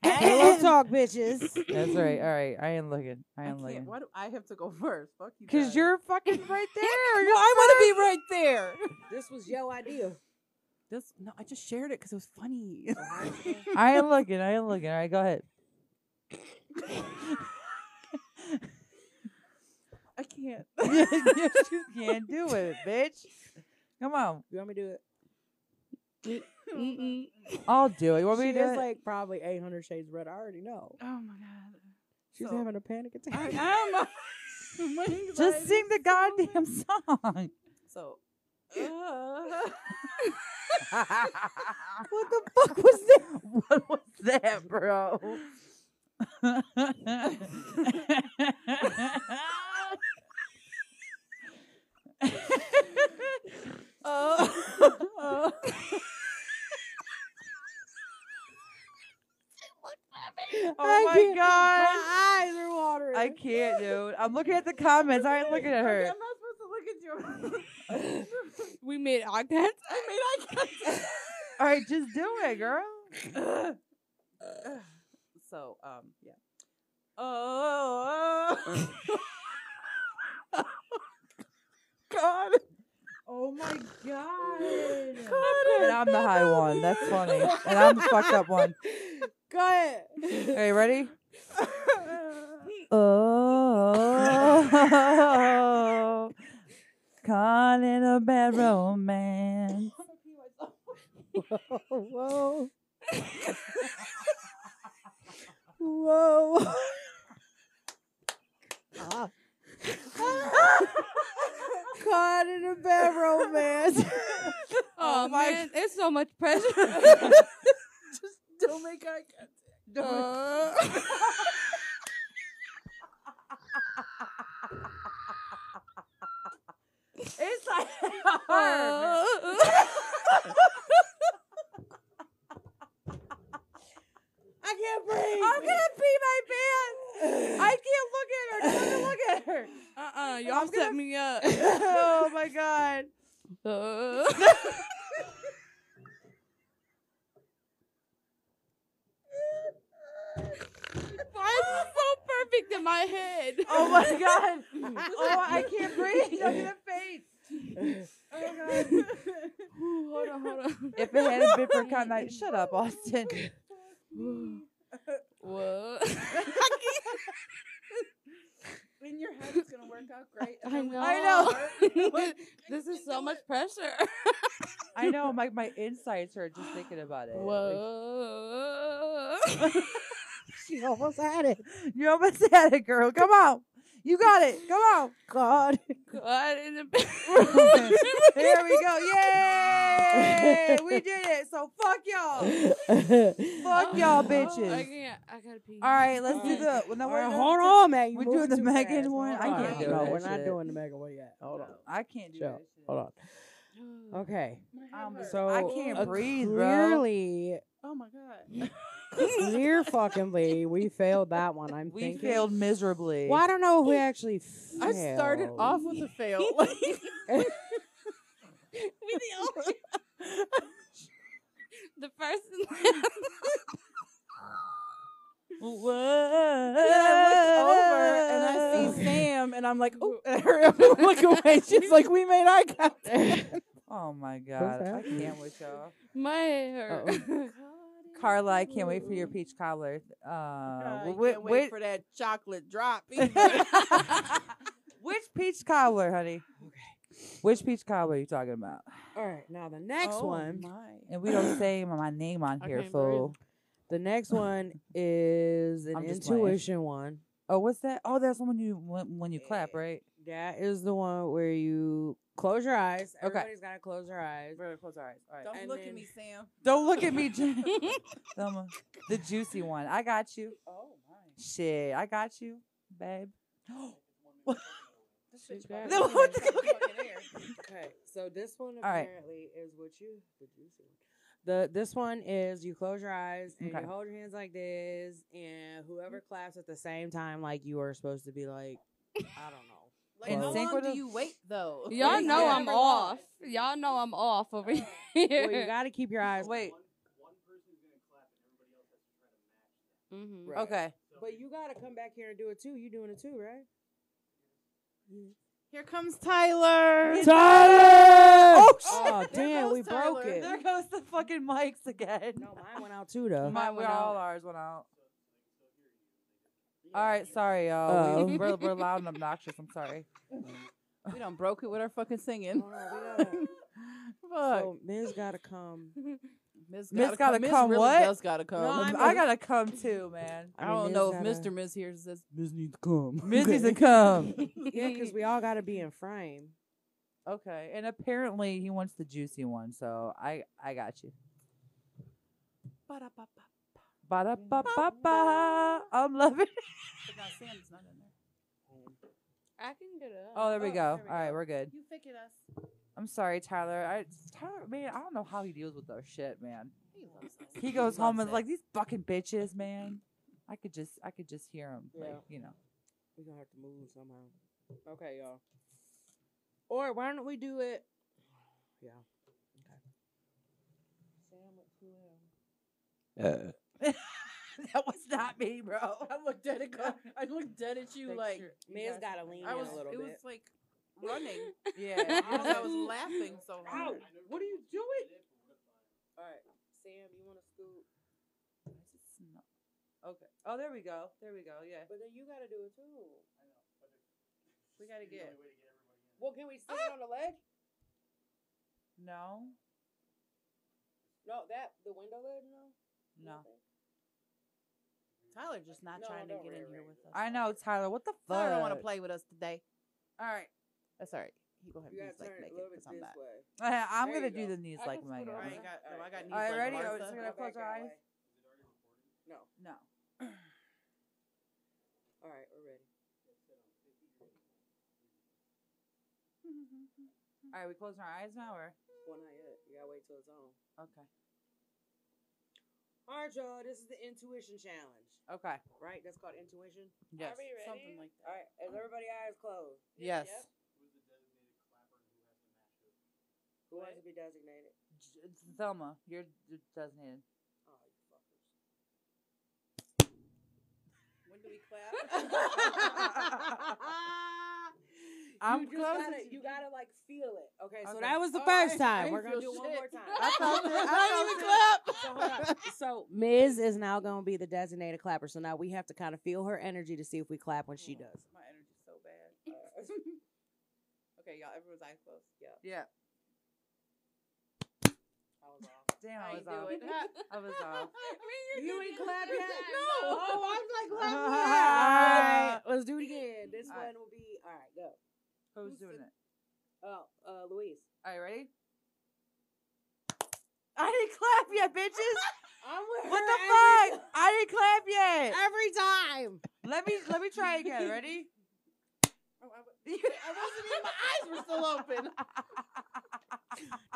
S1: That's
S3: talk, bitches.
S1: right. All right. I ain't looking. I ain't looking.
S4: do I have to go first? Fuck you.
S1: Cause you're fucking right there. You're
S4: I want to be right there.
S3: This was your idea.
S4: This no, I just shared it because it was funny.
S1: I ain't looking. I ain't looking. All right, go ahead.
S4: I can't.
S1: yes, you can't do it, bitch. Come on.
S3: You want me to do it?
S2: Mm-mm.
S1: I'll do it. You want
S3: she
S1: me to do
S3: is
S1: it?
S3: like probably 800 shades red. I already know.
S4: Oh my god.
S3: She's
S4: So-
S3: having a panic attack.
S4: I am.
S1: Just sing the goddamn song.
S4: So.
S1: what the fuck was that? What was that, bro? Oh.
S4: Uh,
S1: oh
S3: I
S1: my
S3: can't-
S1: god.
S3: My eyes are watering.
S1: I can't, dude. I'm looking at the comments. I ain't looking at her.
S4: I'm not supposed to look at you.
S2: We made eye contact.
S4: I mean, I can't.
S1: All right, just do it, girl.
S4: so um yeah. Oh God!
S1: Oh my
S4: God,
S1: god. And
S4: I
S1: I'm the high one. That's funny. And I'm the fucked up one.
S3: Go ahead.
S1: Okay, ready? Oh, caught in a bad romance.
S3: Whoa. Whoa. Ah. Caught in a bad romance.
S2: Oh,
S1: my-
S2: man, it's so much pressure.
S4: just don't make eye contact. Don't
S2: Uh,
S1: It's like
S2: uh,
S3: I can't breathe.
S1: I'm gonna pee my pants. I can't look at her. Don't look at her.
S2: uh-uh, y'all
S1: I'm
S2: set
S1: gonna-
S2: me up.
S1: Oh my god.
S2: Uh, Why is it so perfect in my head?
S1: Oh my god. Oh, I can't breathe. I'm gonna faint. Oh god.
S2: Ooh, hold on, hold on.
S1: If it hadn't been for Cotton Eye, shut up, Austin.
S2: Whoa.
S4: In your head, it's gonna work out great.
S3: Oh,
S2: I know. this is so much pressure.
S1: I know my my insides are just thinking about it. Like,
S2: Whoa.
S3: She almost had it.
S1: you almost had it, girl. Come on. You got it. Come
S4: Oh,
S1: on.
S3: God.
S2: God in the
S1: There we go. Yay! We did it. So fuck y'all.
S3: Oh.
S1: Fuck y'all
S2: Oh, I
S1: bitches.
S2: can't. I gotta pee.
S1: All right, let's do
S3: Alright.
S1: the. Well, no,
S3: All
S1: we're
S3: right,
S1: not-
S3: hold on, man.
S1: we're doing the Megan one? I
S4: can't do
S3: No,
S4: that
S3: we're not
S1: shit.
S3: doing the Megan one yet. Hold on.
S1: I can't do
S3: Chill.
S1: this. shit.
S3: Hold on. Okay.
S1: I'm
S4: so.
S1: I
S3: So,
S1: can't
S3: uh,
S1: breathe, bro.
S3: Clearly,
S4: Oh my god.
S3: clear fucking we failed that one. I'm
S1: We
S3: thinking.
S1: failed miserably.
S3: Well, I don't know if we actually failed.
S4: I started off with a fail. Like,
S2: We the only. the first and last.
S1: Whoa.
S4: And I looked over and I see Sam, and I'm like, oh, and I hurry up and look away. She's like, we made eye contact.
S1: Oh my god, I
S3: happening?
S1: can't with y'all.
S2: My hair.
S1: Carla, I can't wait for your peach cobbler. Uh,
S4: I
S1: whi-
S4: can't
S1: whi-
S4: wait for that chocolate drop.
S1: which peach cobbler, honey? Which peach cobbler are you talking about?
S3: All right, now the next
S4: Oh,
S3: one.
S4: my.
S1: And we don't say my name on
S2: I
S1: here,
S2: can't breathe.
S1: fool.
S3: The next one is an
S1: I'm just playing.
S3: intuition one.
S1: Oh, what's that? Oh, that's the one you when, when you clap,
S3: Yeah.
S1: right?
S3: That is the one where you close your eyes.
S1: Okay.
S3: Everybody's gotta close their eyes.
S1: close our eyes. All
S4: Don't
S3: And
S4: look
S3: then-
S4: at me, Sam.
S1: Don't look at me, Jen. Thelma. the juicy one. I got you.
S4: Oh my.
S1: Shit, I got you, babe.
S4: This
S2: bitch got
S1: it.
S4: what the-
S3: Okay. right. So this one
S1: All right.
S3: apparently is what you the juicy one. The this one is you close your eyes and
S1: Okay.
S3: you hold your hands like this, and whoever claps at the same time, like you are supposed to be like, I don't know.
S4: Like,
S1: In
S4: how
S1: sync
S4: long
S1: with
S4: do
S1: us?
S4: you wait though?
S2: Y'all
S3: Like,
S2: know
S3: yeah.
S2: I'm off. Y'all know I'm off over here.
S3: Well, you got to keep your eyes.
S4: Wait.
S2: mm-hmm.
S3: Right.
S4: Okay.
S3: But you got to come back here and do it too. You doing it too, right?
S4: Here comes Tyler.
S1: Tyler! Oh, shit.
S3: Oh
S4: There
S3: damn,
S4: goes
S3: we broke
S4: Tyler.
S3: it.
S1: there goes the fucking mics again.
S3: No, mine went out too though.
S1: My,
S2: Mine
S1: we
S2: went
S1: all
S2: out.
S1: ours went out. All right, sorry, y'all. We,
S2: Oh.
S1: we're, we're loud and obnoxious. I'm sorry.
S4: We done broke it with our fucking singing.
S3: Hold on, we gotta-
S4: Fuck.
S3: so Miz got to come.
S4: Miss
S1: Miss gotta come
S4: really
S1: what?
S4: does gotta come.
S3: I
S1: I,
S3: mean-
S1: gotta come too, man.
S4: I
S3: mean,
S4: don't
S3: Miz
S4: know if
S3: gotta-
S4: Mr. Miss here says Miss needs to come.
S1: Miz needs to come.
S3: Yeah, because we all got to be in frame.
S1: Okay, and apparently he wants the juicy one, so I I got you. Ba da ba ba ba. I'm loving. It.
S2: I can get up.
S1: Oh, there we
S4: Oh,
S1: go. All
S4: there we
S1: right,
S4: go.
S1: we're good.
S4: You figured us.
S1: I'm sorry, Tyler. I Tyler, man, I don't know how he deals with our shit, man.
S4: He loves us.
S1: He goes home and
S4: loves
S1: is
S4: it.
S1: like these fucking bitches, man. I could just I could just hear him, like
S3: Yeah.
S1: you know.
S3: We're gonna have to move somehow. Okay, y'all. Or why don't we do it? Yeah. Okay. Sam with two M.
S1: that was not me, bro.
S4: I looked dead at God. I looked dead at you like
S3: Man's gotta lean
S4: I
S3: in
S4: was.
S3: a little
S4: It was
S3: bit.
S4: like running
S1: Yeah,
S4: because I was laughing so hard.
S3: What are you doing? All right, Sam, you want to scoot?
S1: Okay. Oh, there we go. There we go. Yeah.
S3: But then you gotta do it too.
S1: We gotta get.
S3: Well, can we stand on the ledge?
S1: No.
S3: No, that the window ledge. No.
S1: No.
S4: Tyler just not
S3: No,
S4: trying to
S3: don't
S4: get in
S3: worry,
S4: here
S3: worry.
S4: with us.
S1: I know, Tyler. What the fuck?
S4: Tyler don't want to play with us today.
S1: All right.
S4: That's all right. He gonna have
S3: You gotta
S4: knees like
S3: turn it a
S4: naked
S3: little bit
S4: because I'm
S3: this
S4: not.
S3: way.
S1: I, I'm
S3: There
S1: gonna
S3: you
S1: do
S3: go.
S1: the knees
S2: I
S1: like
S2: can scoot
S1: Megan.
S2: around.
S4: I ain't got. No, I got knees
S1: All right,
S4: like
S1: ready?
S4: Martha.
S1: Oh, just gonna
S3: Go back
S1: close our
S3: that
S1: eyes.
S3: way. No.
S1: No.
S3: All right, we're ready.
S1: All right, we closing our eyes now, or
S3: Well, not yet. You gotta wait till it's on.
S1: okay?
S3: All right, y'all. This is the intuition challenge,
S1: Okay.
S3: right? That's called intuition.
S1: Yes.
S2: we ready?
S4: Something like that.
S3: All right, is everybody eyes closed?
S4: Yes.
S2: Yep.
S3: Who wants to be designated?
S1: J- Thelma, you're d- designated.
S3: Oh, you fuckers.
S4: When do we clap?
S1: I'm
S3: you just
S1: close.
S3: Gotta, you gotta like feel it. Okay, so
S1: Okay.
S3: that was the
S4: All
S3: first
S4: right, I
S3: time.
S4: ain't
S3: We're gonna do
S4: feel
S3: one more
S4: shit.
S3: time.
S4: I felt it. I didn't even
S3: So, hold on.
S4: clap.
S3: So Miz is now gonna be the designated clapper. So now we have to kind of feel her energy to see if we clap when
S1: Mm. Hmm.
S3: she does.
S4: My energy's so bad.
S1: Uh,
S4: okay, y'all. Everyone's eyes closed. Yeah.
S1: Yeah. Damn, I was off. I was off.
S2: I mean,
S3: You
S2: good
S3: ain't
S2: at
S3: clap
S2: it.
S3: yet?
S2: No.
S3: Oh, I'm like
S1: laughing.
S3: laughing.
S1: Ah.
S3: All right, let's do it again. This
S1: All
S3: one
S1: right.
S3: will be all right. Go.
S1: Who's
S3: Who's
S1: doing
S3: the-
S1: it?
S3: Oh, uh, Louise.
S1: All right, ready? I didn't clap yet, bitches.
S3: I'm with
S1: What
S3: her
S1: the
S3: every
S1: fuck? I didn't clap yet.
S3: ti- Every time.
S1: Let me let me try again. Ready? Oh,
S4: I wasn't even. My eyes were still open.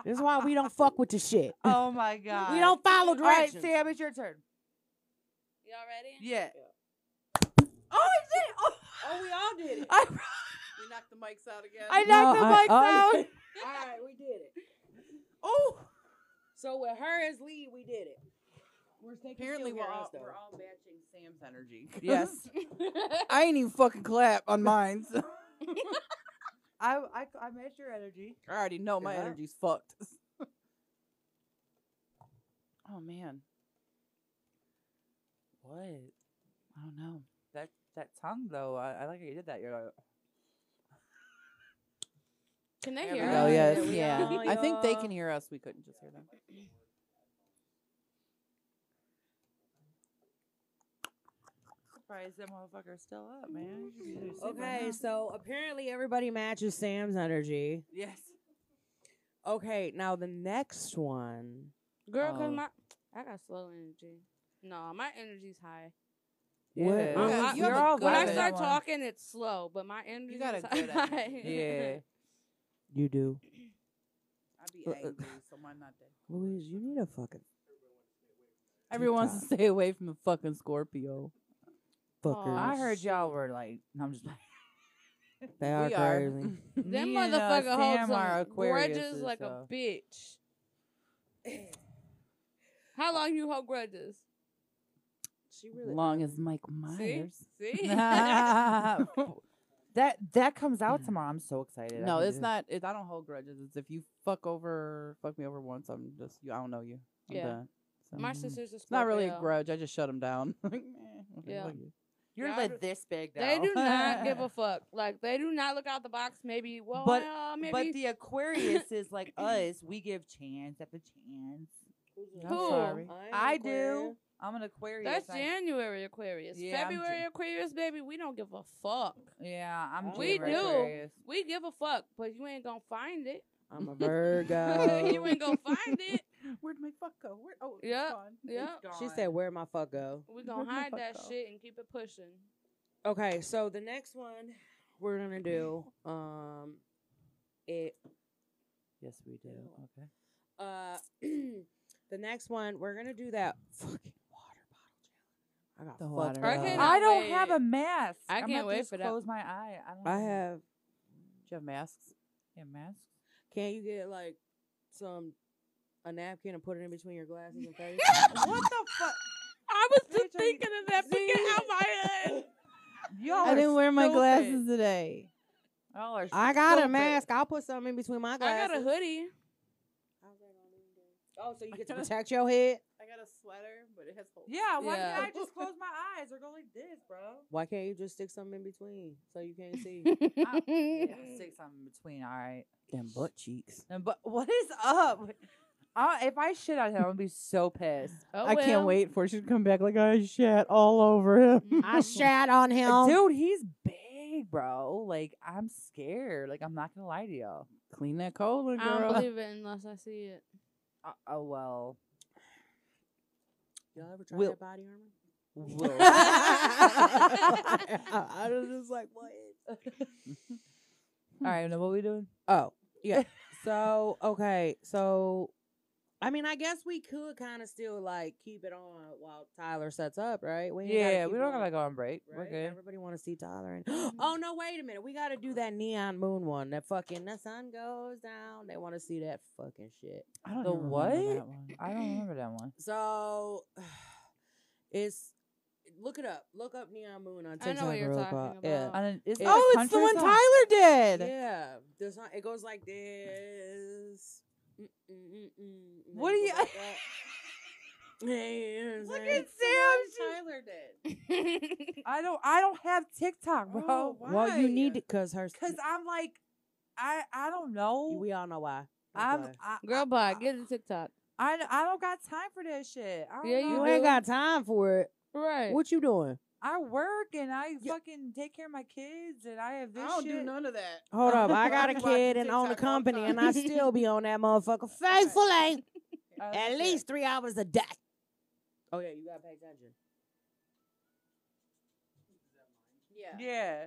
S3: This is why we don't fuck with the shit.
S1: oh my god.
S3: We don't follow
S1: All right,
S3: directions.
S1: Sam, it's your turn.
S2: Y'all ready?
S1: Yeah.
S3: Yeah.
S1: Oh, I did. it. Oh,
S3: oh, we all did it.
S1: I,
S4: We knocked the mics out again.
S1: I
S3: No,
S1: knocked the
S3: I-
S1: mic
S3: I-
S1: out.
S3: All right, we did it.
S1: Oh,
S3: So with her as lead, we did it. We're taking
S4: Apparently,
S3: still
S4: we're
S3: hearing
S4: all,
S3: us, though.
S4: we're all matching Sam's energy.
S1: yes.
S4: I ain't even fucking clap on mine. so-
S1: I I I matched your energy.
S4: I already know my
S1: Yeah.
S4: energy's fucked. oh man. What? I don't know.
S1: That that tongue though, I, I like how you did that. You're like, "Oh."
S2: Can they
S4: There we
S2: hear
S4: go,
S2: us?
S4: Oh, yes,
S3: There we
S4: yeah.
S3: go,
S4: I think they
S3: y'all.
S4: can hear us. We couldn't just hear them.
S1: surprised that motherfucker's still up, man. You should just sit right
S3: Okay,
S1: now.
S3: so apparently everybody matches Sam's energy.
S1: Yes.
S3: Okay, now the next one.
S2: Girl,
S4: Oh.
S2: cause my I got slow energy. No, my energy's high.
S1: Yeah.
S3: What? Uh,
S1: Um,
S4: Yeah,
S2: I-
S4: you have
S1: you're
S4: a
S1: all
S4: good
S2: When I
S1: Got it.
S2: start
S1: That one.
S2: talking, it's slow, but my energy
S4: got
S2: is
S4: a good
S2: high.
S4: energy.
S1: Yeah.
S3: You do.
S4: I be
S3: Uh, uh,
S4: angry, so why not that?
S3: Louise, you need a fucking
S4: Everyone wants to stay away from the fucking Scorpio.
S3: fucker.
S1: I heard y'all were like, I'm just.
S3: They are
S4: we are.
S3: crazy.
S2: Them
S1: Me and, uh,
S2: motherfucker
S1: Sam
S2: holds
S1: are
S2: some grudges
S1: Aquariuses,
S2: like
S1: so-
S2: a bitch. How long you hold grudges?
S3: She
S4: Long as Mike
S2: See,
S4: Myers.
S2: see.
S1: that that comes out tomorrow. I'm so excited. I
S4: No,
S1: can
S4: it's
S1: do-
S4: not. It, I don't hold grudges. It's if you fuck over, fuck me over once, I'm just you. I don't know you. I'm
S2: Yeah.
S4: done. So,
S2: My
S1: Mm-hmm.
S4: mm.
S2: sister's a
S4: It's not
S2: Scorpio.
S4: really a grudge. I just shut them down. Like, eh, okay,
S2: Yeah.
S4: fuck you.
S1: You're
S2: Yeah, I
S1: like
S2: don't-
S1: this big.
S2: They
S1: now.
S2: do not give a fuck. Like they do not look out the box. Maybe well,
S1: But-
S2: uh,
S1: But
S2: maybe
S1: the Aquarius is like us. We give chance after chance.
S2: Who?
S1: I'm sorry. I do. I'm an Aquarius.
S2: that's
S1: I-
S2: January Aquarius.
S1: Yeah, I'm Jan-
S2: February Aquarius, baby. We don't give a fuck.
S1: Yeah, I'm.
S3: We
S1: January
S2: do.
S1: Aquarius.
S2: We give a fuck, but you ain't gonna find it.
S3: I'm a
S4: Oh.
S3: Virgo.
S2: you ain't gonna find it.
S4: Where'd my fuck go? Where? Oh, it's
S2: Yeah,
S4: gone. It's
S2: yeah.
S4: gone.
S3: she said, "Where my fuck go?"
S2: We gonna
S4: Where'd my
S2: hide
S4: fuck
S2: that
S4: go?
S2: shit and keep it pushing.
S3: Okay, so the next one we're gonna do, um, it
S1: Yes, we do.
S3: Ew.
S1: Okay.
S3: uh, the next one we're gonna do that fucking water bottle challenge. I got
S4: The
S3: fucked
S4: water
S3: up.
S4: bottle. I
S1: I
S2: cannot
S1: don't have
S2: wait.
S1: a mask.
S2: I
S1: I'm
S2: can't
S1: gonna
S2: wait
S1: just
S2: for that.
S1: Close my eye. I don't.
S3: I have.
S4: Do you have masks?
S1: a mask.
S3: Can you get like some a napkin and put it in between your glasses and face?
S1: What the fuck?
S2: I was
S1: just Bitch, are you- thinking
S2: of
S1: that, but get out
S2: my uh, head.
S1: Y'all
S4: I
S1: are
S4: didn't wear my
S1: stupid.
S4: glasses today.
S1: Y'all are
S3: I got a
S1: stupid.
S3: mask. I'll put something in between my
S2: I
S3: glasses.
S2: got a hoodie.
S3: Oh, so you get to
S4: gotta-
S3: protect your head?
S4: I got a sweater, but it has holes.
S1: Yeah, why
S2: Yeah.
S1: can't I just close my eyes or go like this, bro?
S3: Why can't you just stick something in between so you can't see?
S1: Yeah, stick something in between. All right. Them butt cheeks. And but what is up? I, if I shit on him, I'm gonna be so pissed.
S2: Oh,
S4: I can't
S2: well. Mm-hmm.
S4: wait for she to come back like I shat all over him.
S3: I shat on him.
S1: Dude, he's big, bro. Like I'm scared. Like I'm not gonna lie to y'all.
S4: Clean that colon,
S2: I don't
S4: girl.
S2: believe it unless I see it.
S1: Uh, oh well.
S3: Y'all ever try
S1: Will-
S3: that body armor?
S1: Will.
S3: I was just like, what?
S1: All right. Now what we doing?
S3: Oh, yeah. So, okay. So, I mean, I guess we could kind of still like keep it on while Tyler sets up, right? We ain't gotta
S1: Yeah,
S3: keep
S1: we don't
S3: on,
S1: gotta go on break. We're
S3: right?
S1: good.
S3: Everybody want to see Tyler. And oh no, wait a minute. We got to do that neon moon one. That fucking the sun goes down. They want to see that fucking shit.
S4: I don't
S1: The
S4: even remember
S1: what?
S4: that one.
S1: I don't remember that one.
S3: So it's look it up. Look up Neon Moon on TikTok.
S2: I know what you're
S3: real
S2: talking
S3: quick. Yeah.
S2: about.
S1: And it- it's
S3: Yeah.
S1: not a
S4: Oh, it's the
S1: country
S4: one
S1: song?
S4: Tyler did.
S3: Yeah. There's not, it goes like this. Mm, mm, mm, mm, and then
S1: What
S3: it
S1: do
S3: goes
S1: you-
S3: like that. Yeah, you know what
S1: Look
S3: I'm saying?
S1: at Sam.
S4: Tyler did.
S1: she- I don't. I don't have TikTok, bro.
S4: Oh, wow.
S3: Well, you need
S4: Why?
S3: it because her.
S1: Cause I'm like, I I don't know.
S3: we all know why.
S1: I'm
S3: Okay.
S1: I,
S2: Girl, bye. Get a TikTok.
S1: I, I don't got time for that shit. I don't
S2: Yeah,
S1: know.
S3: You
S2: do.
S3: ain't got time for it.
S2: Right.
S3: What you doing?
S1: I work and I
S3: Yeah.
S1: fucking take care of my kids and I have
S4: I
S1: this
S4: don't
S1: shit.
S4: do none of that.
S3: Hold up, I
S4: I
S3: got a
S4: be watching
S3: kid and own a
S4: TikTok all the
S3: company, and I
S2: time.
S3: still be on that motherfucker faithfully
S1: Uh,
S3: at
S1: shit.
S3: least three hours a day. Oh yeah, you gotta pay attention.
S1: Yeah.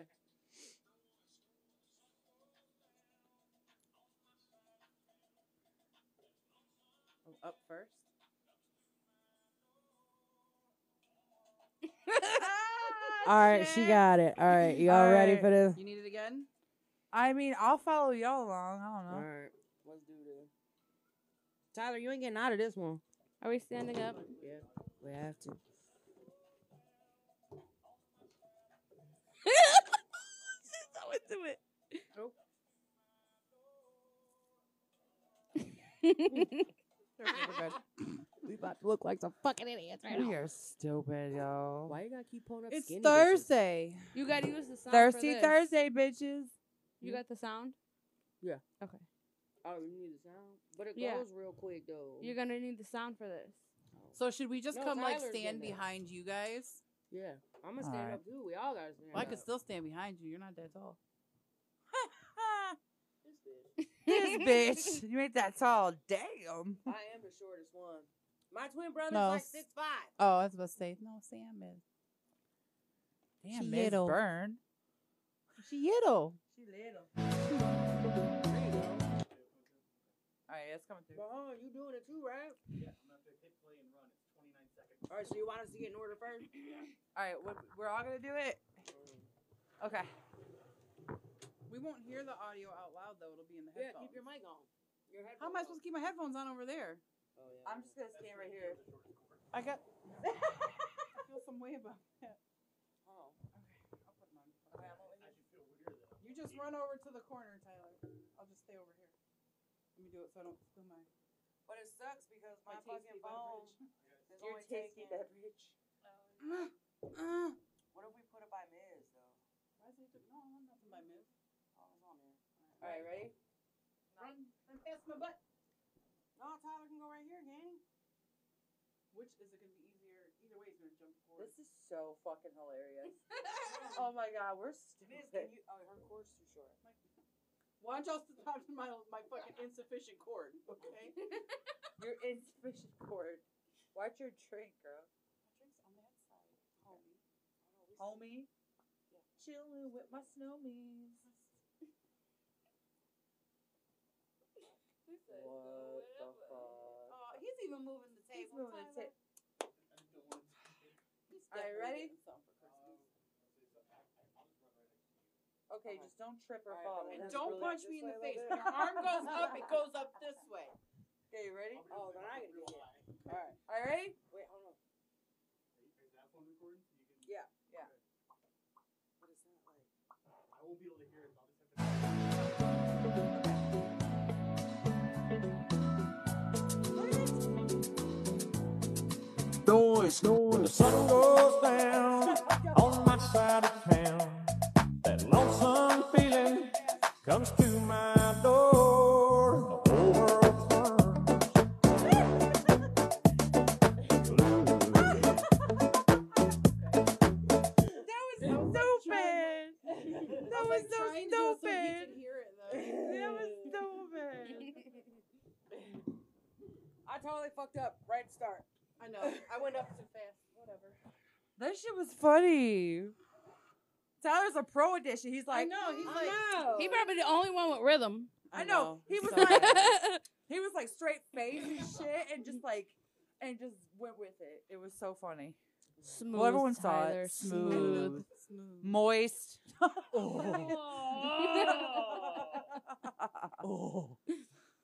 S4: Oh, up first. Ah,
S3: All right, she got it. All right, y'all all
S1: All
S3: ready
S1: right.
S3: for this?
S4: You need it again?
S1: I mean, I'll follow y'all along. I don't know.
S3: right, let's do this. Tyler, you ain't getting out of this one.
S2: Are we standing up?
S3: Yeah, we have to.
S2: She's so into it.
S3: We about to look like some fucking idiots right
S1: We
S3: now.
S1: are stupid, y'all.
S3: Why you gotta keep pulling up?
S4: It's
S3: skinny bitches?
S4: Thursday.
S2: you gotta use the sound. for
S1: Thirsty
S2: this.
S1: Thursday, bitches.
S2: You got the sound?
S3: Oh, you need the sound, but it
S2: Yeah.
S3: goes real quick though.
S2: You're gonna need the sound for this.
S4: So should we just
S3: No,
S4: come like
S3: Tyler's
S4: stand
S3: in it.
S4: behind you guys?
S3: Yeah, I'm gonna
S1: All
S3: stand
S1: right.
S3: up too. We all gotta stand
S4: Well, I
S3: up.
S4: could still stand behind you. You're not that tall.
S1: this bitch, you ain't that tall. Damn.
S3: I am the shortest one. My twin brother's
S4: No,
S3: like
S4: s-
S3: six five.
S4: Oh, I was about to say no. Sam is
S1: Damn, Miss
S4: little.
S1: Byrne.
S4: she little.
S1: She little. All right, it's coming through.
S3: Bahon, you doing it too, right?
S5: Yeah, I'm gonna have to hit play and run. It's 29 seconds.
S3: All right, so you want us to get in order first?
S1: All right, we're, we're all gonna do it. Okay. We won't hear the audio out loud though. It'll be in the
S3: Yeah,
S1: headphones.
S3: keep your mic on. Your headphones
S4: How am I supposed to keep my headphones on over
S3: on.
S4: there?
S3: Oh, yeah.
S1: I'm just gonna stand right here.
S4: I got. I feel some way about that.
S1: Oh.
S4: Okay, I'll put them on.
S1: Okay, I'm over
S5: I
S1: here.
S5: should feel weird though.
S4: You just run over to the corner, Tyler. I'll just stay over here. Let me do it so I don't spill my.
S3: But it sucks because my,
S4: my tasty
S3: fucking phone
S4: beverage.
S3: is
S1: You're
S3: only taking.
S1: tasty beverage.
S4: Uh,
S3: What if we put it by Miz though?
S4: Why is it? No, I want nothing by Miz.
S3: Oh, it's on there.
S1: All right, ready?
S4: Run, run past my butt.
S3: No, Tyler can go right here, gang.
S4: Which is it gonna be easier? Either way, it's gonna jump forward.
S1: This is so fucking hilarious. oh my god, we're
S3: Miz,
S1: stupid.
S3: can you? Oh, her cord's too short.
S4: Watch y'all stop my my fucking insufficient cord, okay?
S1: Your insufficient cord. Watch your drink, girl.
S4: Patrick's on that side, homie.
S1: Homie. Chilling with my snowmies.
S2: He said, "So
S1: What the
S2: whatever."
S1: fuck?
S4: Oh, he's even moving the
S1: He's
S4: table.
S1: moving the
S4: Tyler.
S1: ta-
S5: I just don't want it to be.
S4: He's
S1: All right,
S4: definitely
S1: ready?
S4: getting something for Christmas.
S5: Um,
S3: Okay.
S1: Okay, just don't trip or
S3: All right,
S1: fall.
S3: but
S4: And
S3: That's
S4: don't
S3: really
S4: punch
S3: this
S4: me in
S3: way
S4: the
S3: a
S4: face.
S3: little
S4: When
S3: bit.
S4: your arm goes up, it goes up this way.
S1: Okay, you ready?
S3: Oh, then I gotta get it.
S1: All right. All right.
S3: Wait, hold on.
S5: Is that phone recording? You can-
S1: Yeah, yeah.
S5: Okay.
S3: What is that like?
S5: I won't be able to hear it. so I'll just have to.
S6: noise when the sun goes down on my side of town. That lonesome feeling comes to my door. The whole world turns. Blue.
S1: That was stupid. That was so
S4: trying to do it so he
S1: stupid.
S4: can hear it though.
S1: That was stupid.
S3: I totally fucked up right at the start.
S4: I know. I went up too fast. Whatever.
S1: That shit was funny. Tyler's a pro edition. He's
S4: I
S1: like,
S4: know. He's
S1: I
S4: like.
S3: know.
S2: He probably the only one with rhythm.
S1: I know. He was
S4: So
S1: like,
S4: bad.
S1: he was like straight face and shit, and just like, and just went with it. It was so funny.
S2: Smooth.
S1: everyone saw it.
S2: Tyler,
S1: Smooth.
S4: Smooth.
S1: Moist.
S4: Oh.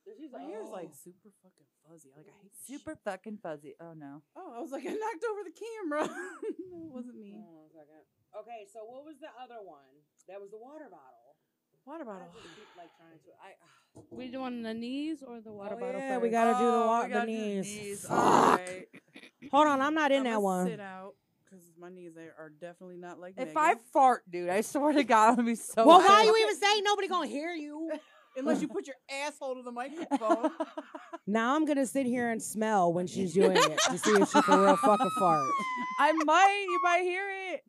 S3: She's
S4: My
S3: like,
S4: hair's like
S3: oh.
S4: super fucking fuzzy. Like I hate super.
S1: Super fucking fuzzy. Oh no.
S4: Oh, I was like I knocked over the camera. it wasn't me.
S3: Hold on a second. Okay, so what was the other one? That was the water bottle.
S4: Water
S3: I
S4: bottle.
S3: just keep like trying to. I.
S2: We doing the knees or the water bottle
S3: yeah,
S2: first?
S3: we got- Gotta do the
S1: Oh, we
S3: wa- the
S1: gotta do
S3: knees.
S1: All right.
S3: Hold on, I'm not in
S4: I'ma
S3: that one.
S4: Sit out because my knees there are definitely not like.
S1: If
S4: Megan's.
S1: I fart, dude, I swear to God, I'm gonna be so.
S3: Well, why
S1: mad.
S3: you even say nobody gonna hear you?
S4: unless you put your asshole to the microphone.
S3: Now I'm gonna sit here and smell when she's doing it to see if she can real fuck a fart.
S1: I might. You might hear it.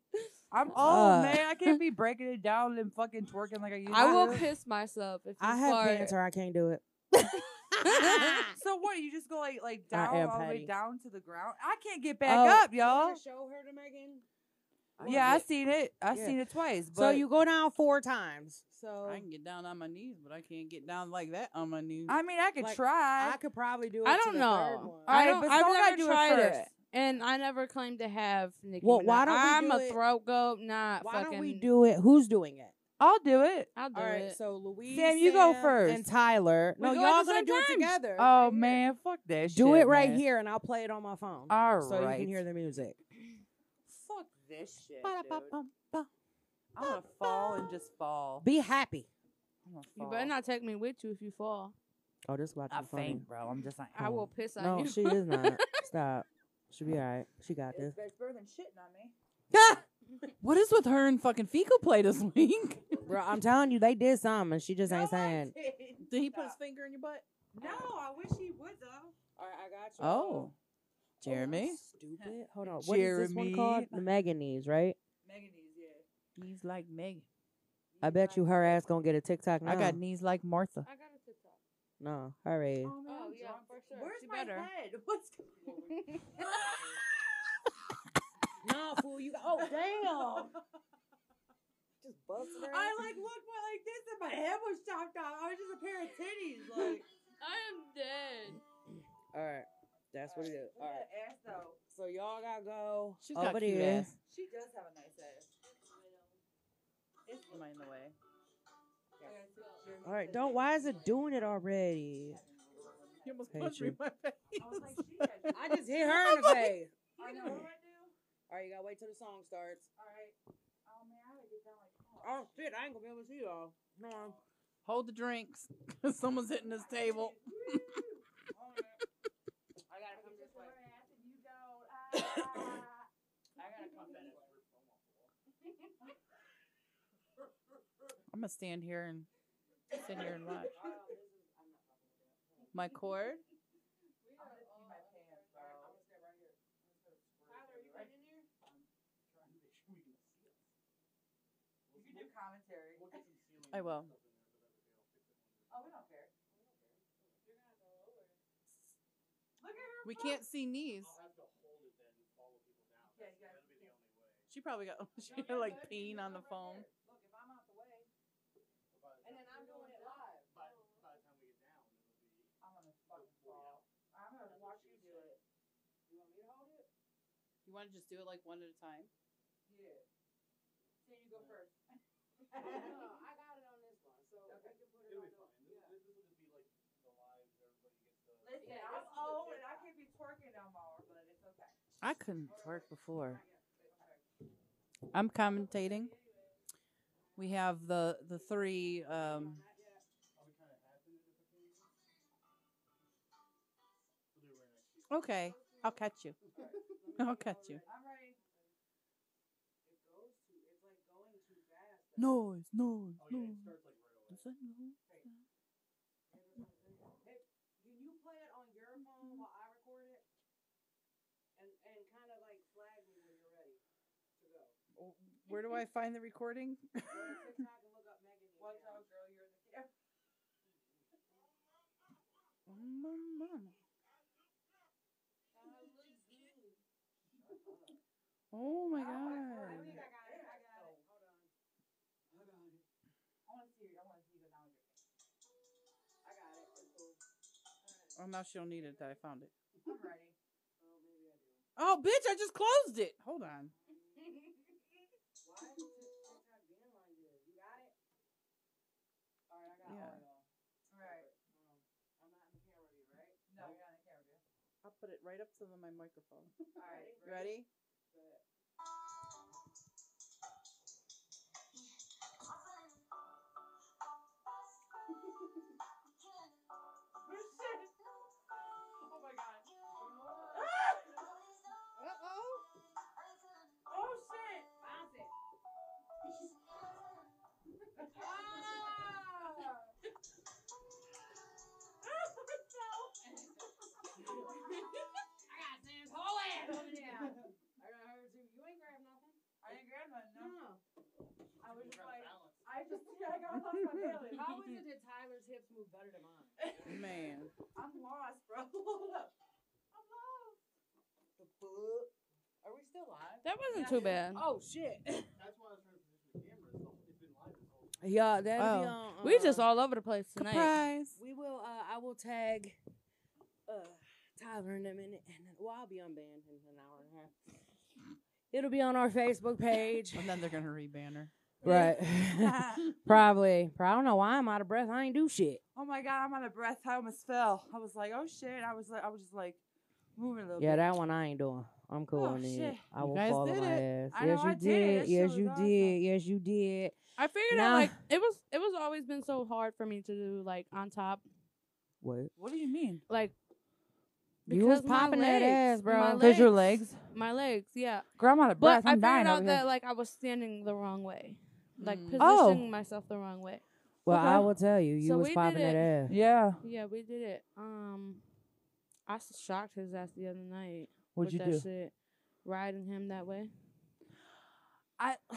S1: I'm old,
S3: Uh.
S1: man. I can't be breaking it down and fucking twerking like I used
S2: I
S1: to.
S2: will piss myself if you
S3: I have
S2: fart.
S3: cancer. I can't do it.
S1: so what? You just go like like
S3: I
S1: down
S3: am
S1: all the way
S3: petty.
S1: down to the ground. I can't get back
S3: Oh.
S1: up, y'all.
S3: Show her to Megan.
S1: Yeah, I seen it. I
S3: Yeah.
S1: seen it twice. But
S3: So you go down four times. So
S4: I can get down on my knees, but I can't get down like that on my knees.
S1: I mean, I could
S3: like,
S1: try.
S3: I could probably do it.
S2: I
S3: to
S2: don't
S3: the third
S2: know.
S3: one.
S1: Alright,
S2: I don't,
S1: but
S2: I've
S1: someone gotta
S2: never
S1: do it
S2: tried it,
S1: first.
S2: and I never claimed to have Nicki
S3: Well, why
S2: Minaj.
S3: don't we
S2: I'm
S3: do
S2: a
S3: it-
S2: throat goat, not
S3: Why
S2: fucking.
S3: don't we do it? Who's doing it?
S1: I'll do it.
S2: I'll do
S3: All right,
S2: it.
S3: so Louise,
S1: Sam, you go
S3: Sam,
S1: first.
S3: and Tyler.
S2: We
S3: no,
S2: go
S3: y'all
S2: at
S3: gonna
S2: the same
S3: do it
S2: time.
S3: together.
S1: Oh
S3: right here.
S1: man, fuck that. shit,
S3: do it right
S1: man.
S3: here, and I'll play it on my phone.
S1: All right.
S3: so you can hear the music.
S1: Fuck this shit, dude.
S3: Ba-da-ba-bum-ba.
S1: I'm gonna fall and just fall.
S3: Be happy.
S1: I'm gonna
S2: you
S1: fall.
S2: better not take me with you if you fall.
S3: Oh, this is about to
S1: I
S3: be funny.
S1: faint, bro. I'm just like.
S2: I will piss on
S3: Oh. No,
S2: you.
S3: she is not. Stop. She'll be all right. She got this.
S1: There's birthing shitting on me.
S4: What is with her and fucking fecal play this week?
S3: Bro, I'm telling you, they did something. and She just ain't
S1: No, I
S3: saying.
S1: didn't.
S4: Did he put his
S1: Stop.
S4: finger in your butt?
S1: No, I wish he would though.
S3: All right, I got you.
S4: Oh, Jeremy.
S3: stupid. Hold on. What is this one called? The
S1: Jeremy.
S3: Megan knees, right?
S1: Megan needs, yeah.
S4: Knees like Meg.
S3: I bet you her ass gonna get a TikTok now.
S4: I got knees like Martha.
S2: I got a TikTok.
S3: no. Hurry.
S2: Oh, yeah, for sure.
S1: Where's
S2: She
S1: my
S2: better.
S1: head? What's going on?
S3: no, fool. You. Oh, damn. just busted her.
S1: I like looked went like this and my head was chopped off. I was just a pair of titties. Like
S2: I am
S3: That's what it is. Oh, All right.
S1: Ass though.
S3: So y'all gotta go
S4: She's got
S3: over
S4: cute
S3: there.
S4: ass.
S1: She does have a nice ass.
S4: Am I in the way?
S3: All right. Don't. Why is it doing it already?
S4: You almost
S3: Hate
S4: punched me
S3: you.
S4: in my face.
S1: I was
S3: I
S1: like, she has.
S3: just hit her in the face.
S1: I know what I do.
S3: All right. You gotta wait till the song starts.
S1: All right. Oh man, I had to get down like.
S3: Oh shit! I ain't gonna be able to see y'all. No.
S4: Hold the drinks. Someone's hitting this table.
S3: I gotta come this way.
S1: ah.
S4: I'm gonna stand here and sit here and watch. My cord. I will.
S1: Oh,
S4: We can't see knees. She probably got she like peeing on the phone. You want to just do it like one at a time?
S1: Oh,
S4: I couldn't twerk before. I'm commentating. We have the the three. Um, okay, I'll catch you. I'll catch you. Noise, noise, noise. Does that noise?
S3: Can you play it on your phone while I record it? And and kind of like flag me when you're ready to go.
S4: Where do I find the recording?
S3: Go to TikTok and look up Megan. Thee
S1: What's
S3: Stallion.
S1: up, girl? You're in the camera.
S4: Oh
S3: I
S4: my
S3: think
S4: god.
S3: I got it. I got it. Hold on.
S1: I want to see her. I want to see her down here.
S3: I got it. It's cool.
S4: Oh, now she don't need it that I found it.
S1: I'm ready.
S3: Oh, maybe I do.
S4: Oh, bitch, I just closed it. Hold on.
S3: Why is Tik- TikTok being like this? You got it? All right, I got
S4: Yeah.
S3: all y'all.
S1: Right.
S3: Hold on. I'm not in the camera view, right?
S1: No, you're not in the camera. dude.
S4: I'll put it right up to the, my microphone.
S1: All right.
S4: You ready?
S3: But
S1: Oh my god.
S4: Uh-oh.
S1: Oh shit.
S2: I got Sam's whole ass over there.
S3: I got her too. You ain't grabbed nothing.
S1: I didn't grab one. No.
S3: No.
S1: I was just like, I just, I got lost my balance.
S3: How is it that Tyler's hips move better than mine?
S4: Man.
S1: I'm lost, bro. Hold up. I'm lost.
S3: The fuck? Are we still live?
S2: That wasn't too bad.
S3: Oh shit.
S5: That's why I was trying to position the camera. It's all- it's been live this whole time.
S3: Yeah, that
S4: Oh.
S2: We just all over the place tonight.
S4: Surprise.
S3: We will. Uh, I will tag uh, Tyler in a minute, and then, well, I'll be unbanned in an hour and a half. It'll be on our Facebook page.
S4: And then they're going to reban her.
S3: Right. Probably. But I don't know why I'm out of breath. I ain't do shit.
S1: oh my god, I'm out of breath. I almost fell. I was like, oh shit. I was like, I was just like moving a little
S3: Yeah,
S1: bit.
S3: that one I ain't doing. I'm cool
S1: Oh,
S3: on it.
S1: shit.
S3: I
S4: You
S3: will
S4: guys
S3: fall on
S4: did
S3: my ass.
S1: I
S3: yes,
S1: know
S3: you
S1: I did. That
S3: did.
S1: shit
S3: Yes,
S1: was
S3: you
S1: awesome.
S3: did. Yes, you did.
S2: I figured
S3: Nah.
S2: out like it was it was always been so hard for me to do like on top
S3: What?
S1: What do you mean?
S2: like
S3: You was
S2: because my
S3: popping that ass,
S2: legs-
S3: bro.
S2: my
S1: Because your
S2: legs.
S1: legs.
S2: my legs yeah
S1: Girl, I'm out of breath.
S2: but I
S1: I'm dying
S2: figured out
S1: over
S2: that
S1: here.
S2: like I was standing the wrong way like
S4: Mm.
S2: positioning
S1: Oh.
S2: myself the wrong way
S3: Well, I
S1: Okay.
S3: will tell you, you
S2: So we
S3: was
S2: did
S3: popping that ass.
S1: Yeah.
S2: yeah we did it um I s- shocked his ass the other night with
S1: What'd you
S2: that
S1: do?
S2: shit riding him that way
S1: I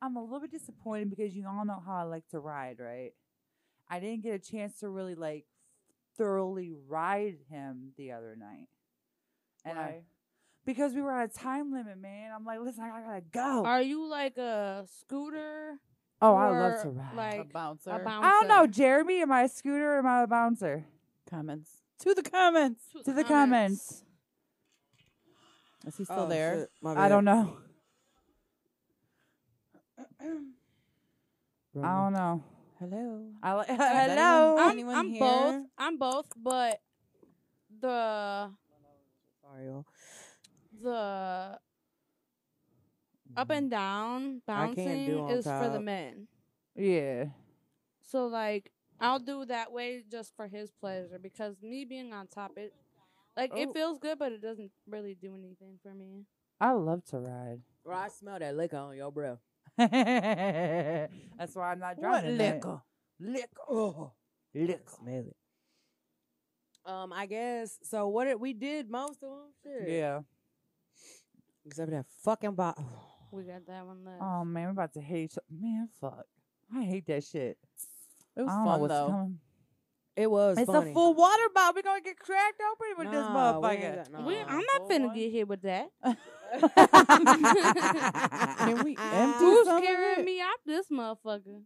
S1: I'm a little bit disappointed because you all know how I like to ride, right? I didn't get a chance to really like thoroughly ride him the other night. And I, because we were on a time limit, man. I'm like, listen, I gotta go.
S4: Oh.
S2: are you like a scooter
S1: oh, I love
S2: or,
S1: to ride.
S2: like
S4: a bouncer.
S2: a bouncer
S1: I don't know, Jeremy. Am I a scooter or am I a bouncer?
S4: Comments. To the comments.
S1: To the comments.
S4: Is he still there?
S1: I don't know. I don't know.
S4: Hello.
S1: I like
S4: anyone-
S1: hello.
S4: Is
S2: I'm,
S4: anyone
S2: I'm
S4: here?
S2: both. I'm both, but the
S3: Sorry, y'all.
S2: the up and down
S3: I can't
S2: bouncing
S3: do on
S2: is for the
S3: top.
S2: men.
S1: Yeah.
S2: So like I'll do that way just for his pleasure because me being on top it like
S3: Oh.
S2: it feels good but it doesn't really do anything for me.
S1: I love to ride.
S3: Bro, I smell that liquor on your breath.
S1: That's why I'm not driving. it.
S3: Liquor. Oh,
S1: Liquor.
S3: smell it. Um, I guess so. What did we did most of them? Shit.
S1: Yeah.
S3: Except for that fucking bottle.
S2: We got that one left.
S1: Oh man, I'm about to hate. each- Man, fuck. I hate that shit.
S4: It was
S1: I don't know
S4: fun
S1: what's
S4: though.
S1: coming.
S3: It was.
S1: It's
S3: funny.
S1: a full water bottle. We're gonna get cracked open with this
S3: Nah, we ain't
S1: motherfucker.
S3: got-
S2: we,
S3: nah.
S2: I'm not finna get hit with that.
S4: Can we empty
S2: Who's
S4: some of
S2: carrying
S4: it?
S2: me out this motherfucker?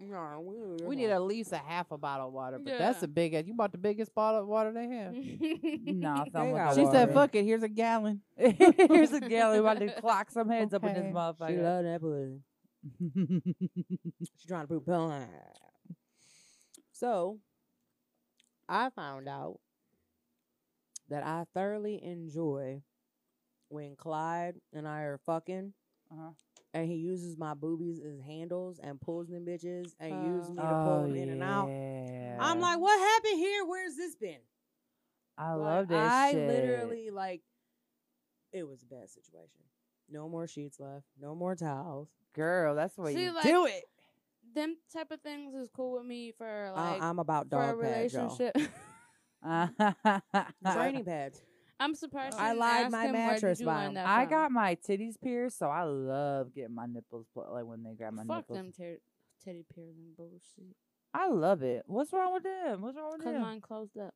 S3: Nah, we,
S4: We need at least a half a bottle of water, but that's
S2: Yeah.
S4: a big. You bought the biggest bottle of water they
S1: Mm.
S4: have.
S1: Nah,
S3: They
S1: someone.
S3: got
S4: She said,
S3: water.
S4: "Fuck it. Here's a gallon."
S1: Here's a galley while they clock some heads up in
S4: Okay.
S1: this
S4: She
S3: She
S1: motherfucker.
S3: love that pussy. She trying to prove blind. So, I found out that I thoroughly enjoy when Clyde and I are fucking,
S1: Uh-huh.
S3: and he uses my boobies as handles and pulls them bitches and
S2: Oh.
S3: uses me to pull them in and out. I'm like, what happened here? Where's this been?
S1: I
S3: Like,
S1: love this
S3: I
S1: shit.
S3: literally like. It was a bad situation. No more sheets left. No more towels.
S1: girl. That's what
S2: See,
S1: you
S2: like,
S1: do it.
S2: Them type of things is cool with me for
S3: I-
S2: like
S3: Uh, I'm about
S2: for
S3: dog
S2: a
S3: pads, y'all.
S2: relationship.
S3: Training pads.
S2: I'm surprised.
S3: I
S2: I
S3: lied
S2: lied
S3: my mattress
S2: mattress
S3: by him.
S1: I got my titties pierced, so I love getting my nipples pl- like when they grab my
S2: Fuck
S1: nipples.
S2: them ter- teddy bears and bullshit.
S1: I love it. What's wrong with them? What's
S3: Oh,
S1: wrong with
S2: Cause
S1: them?
S2: mine closed up.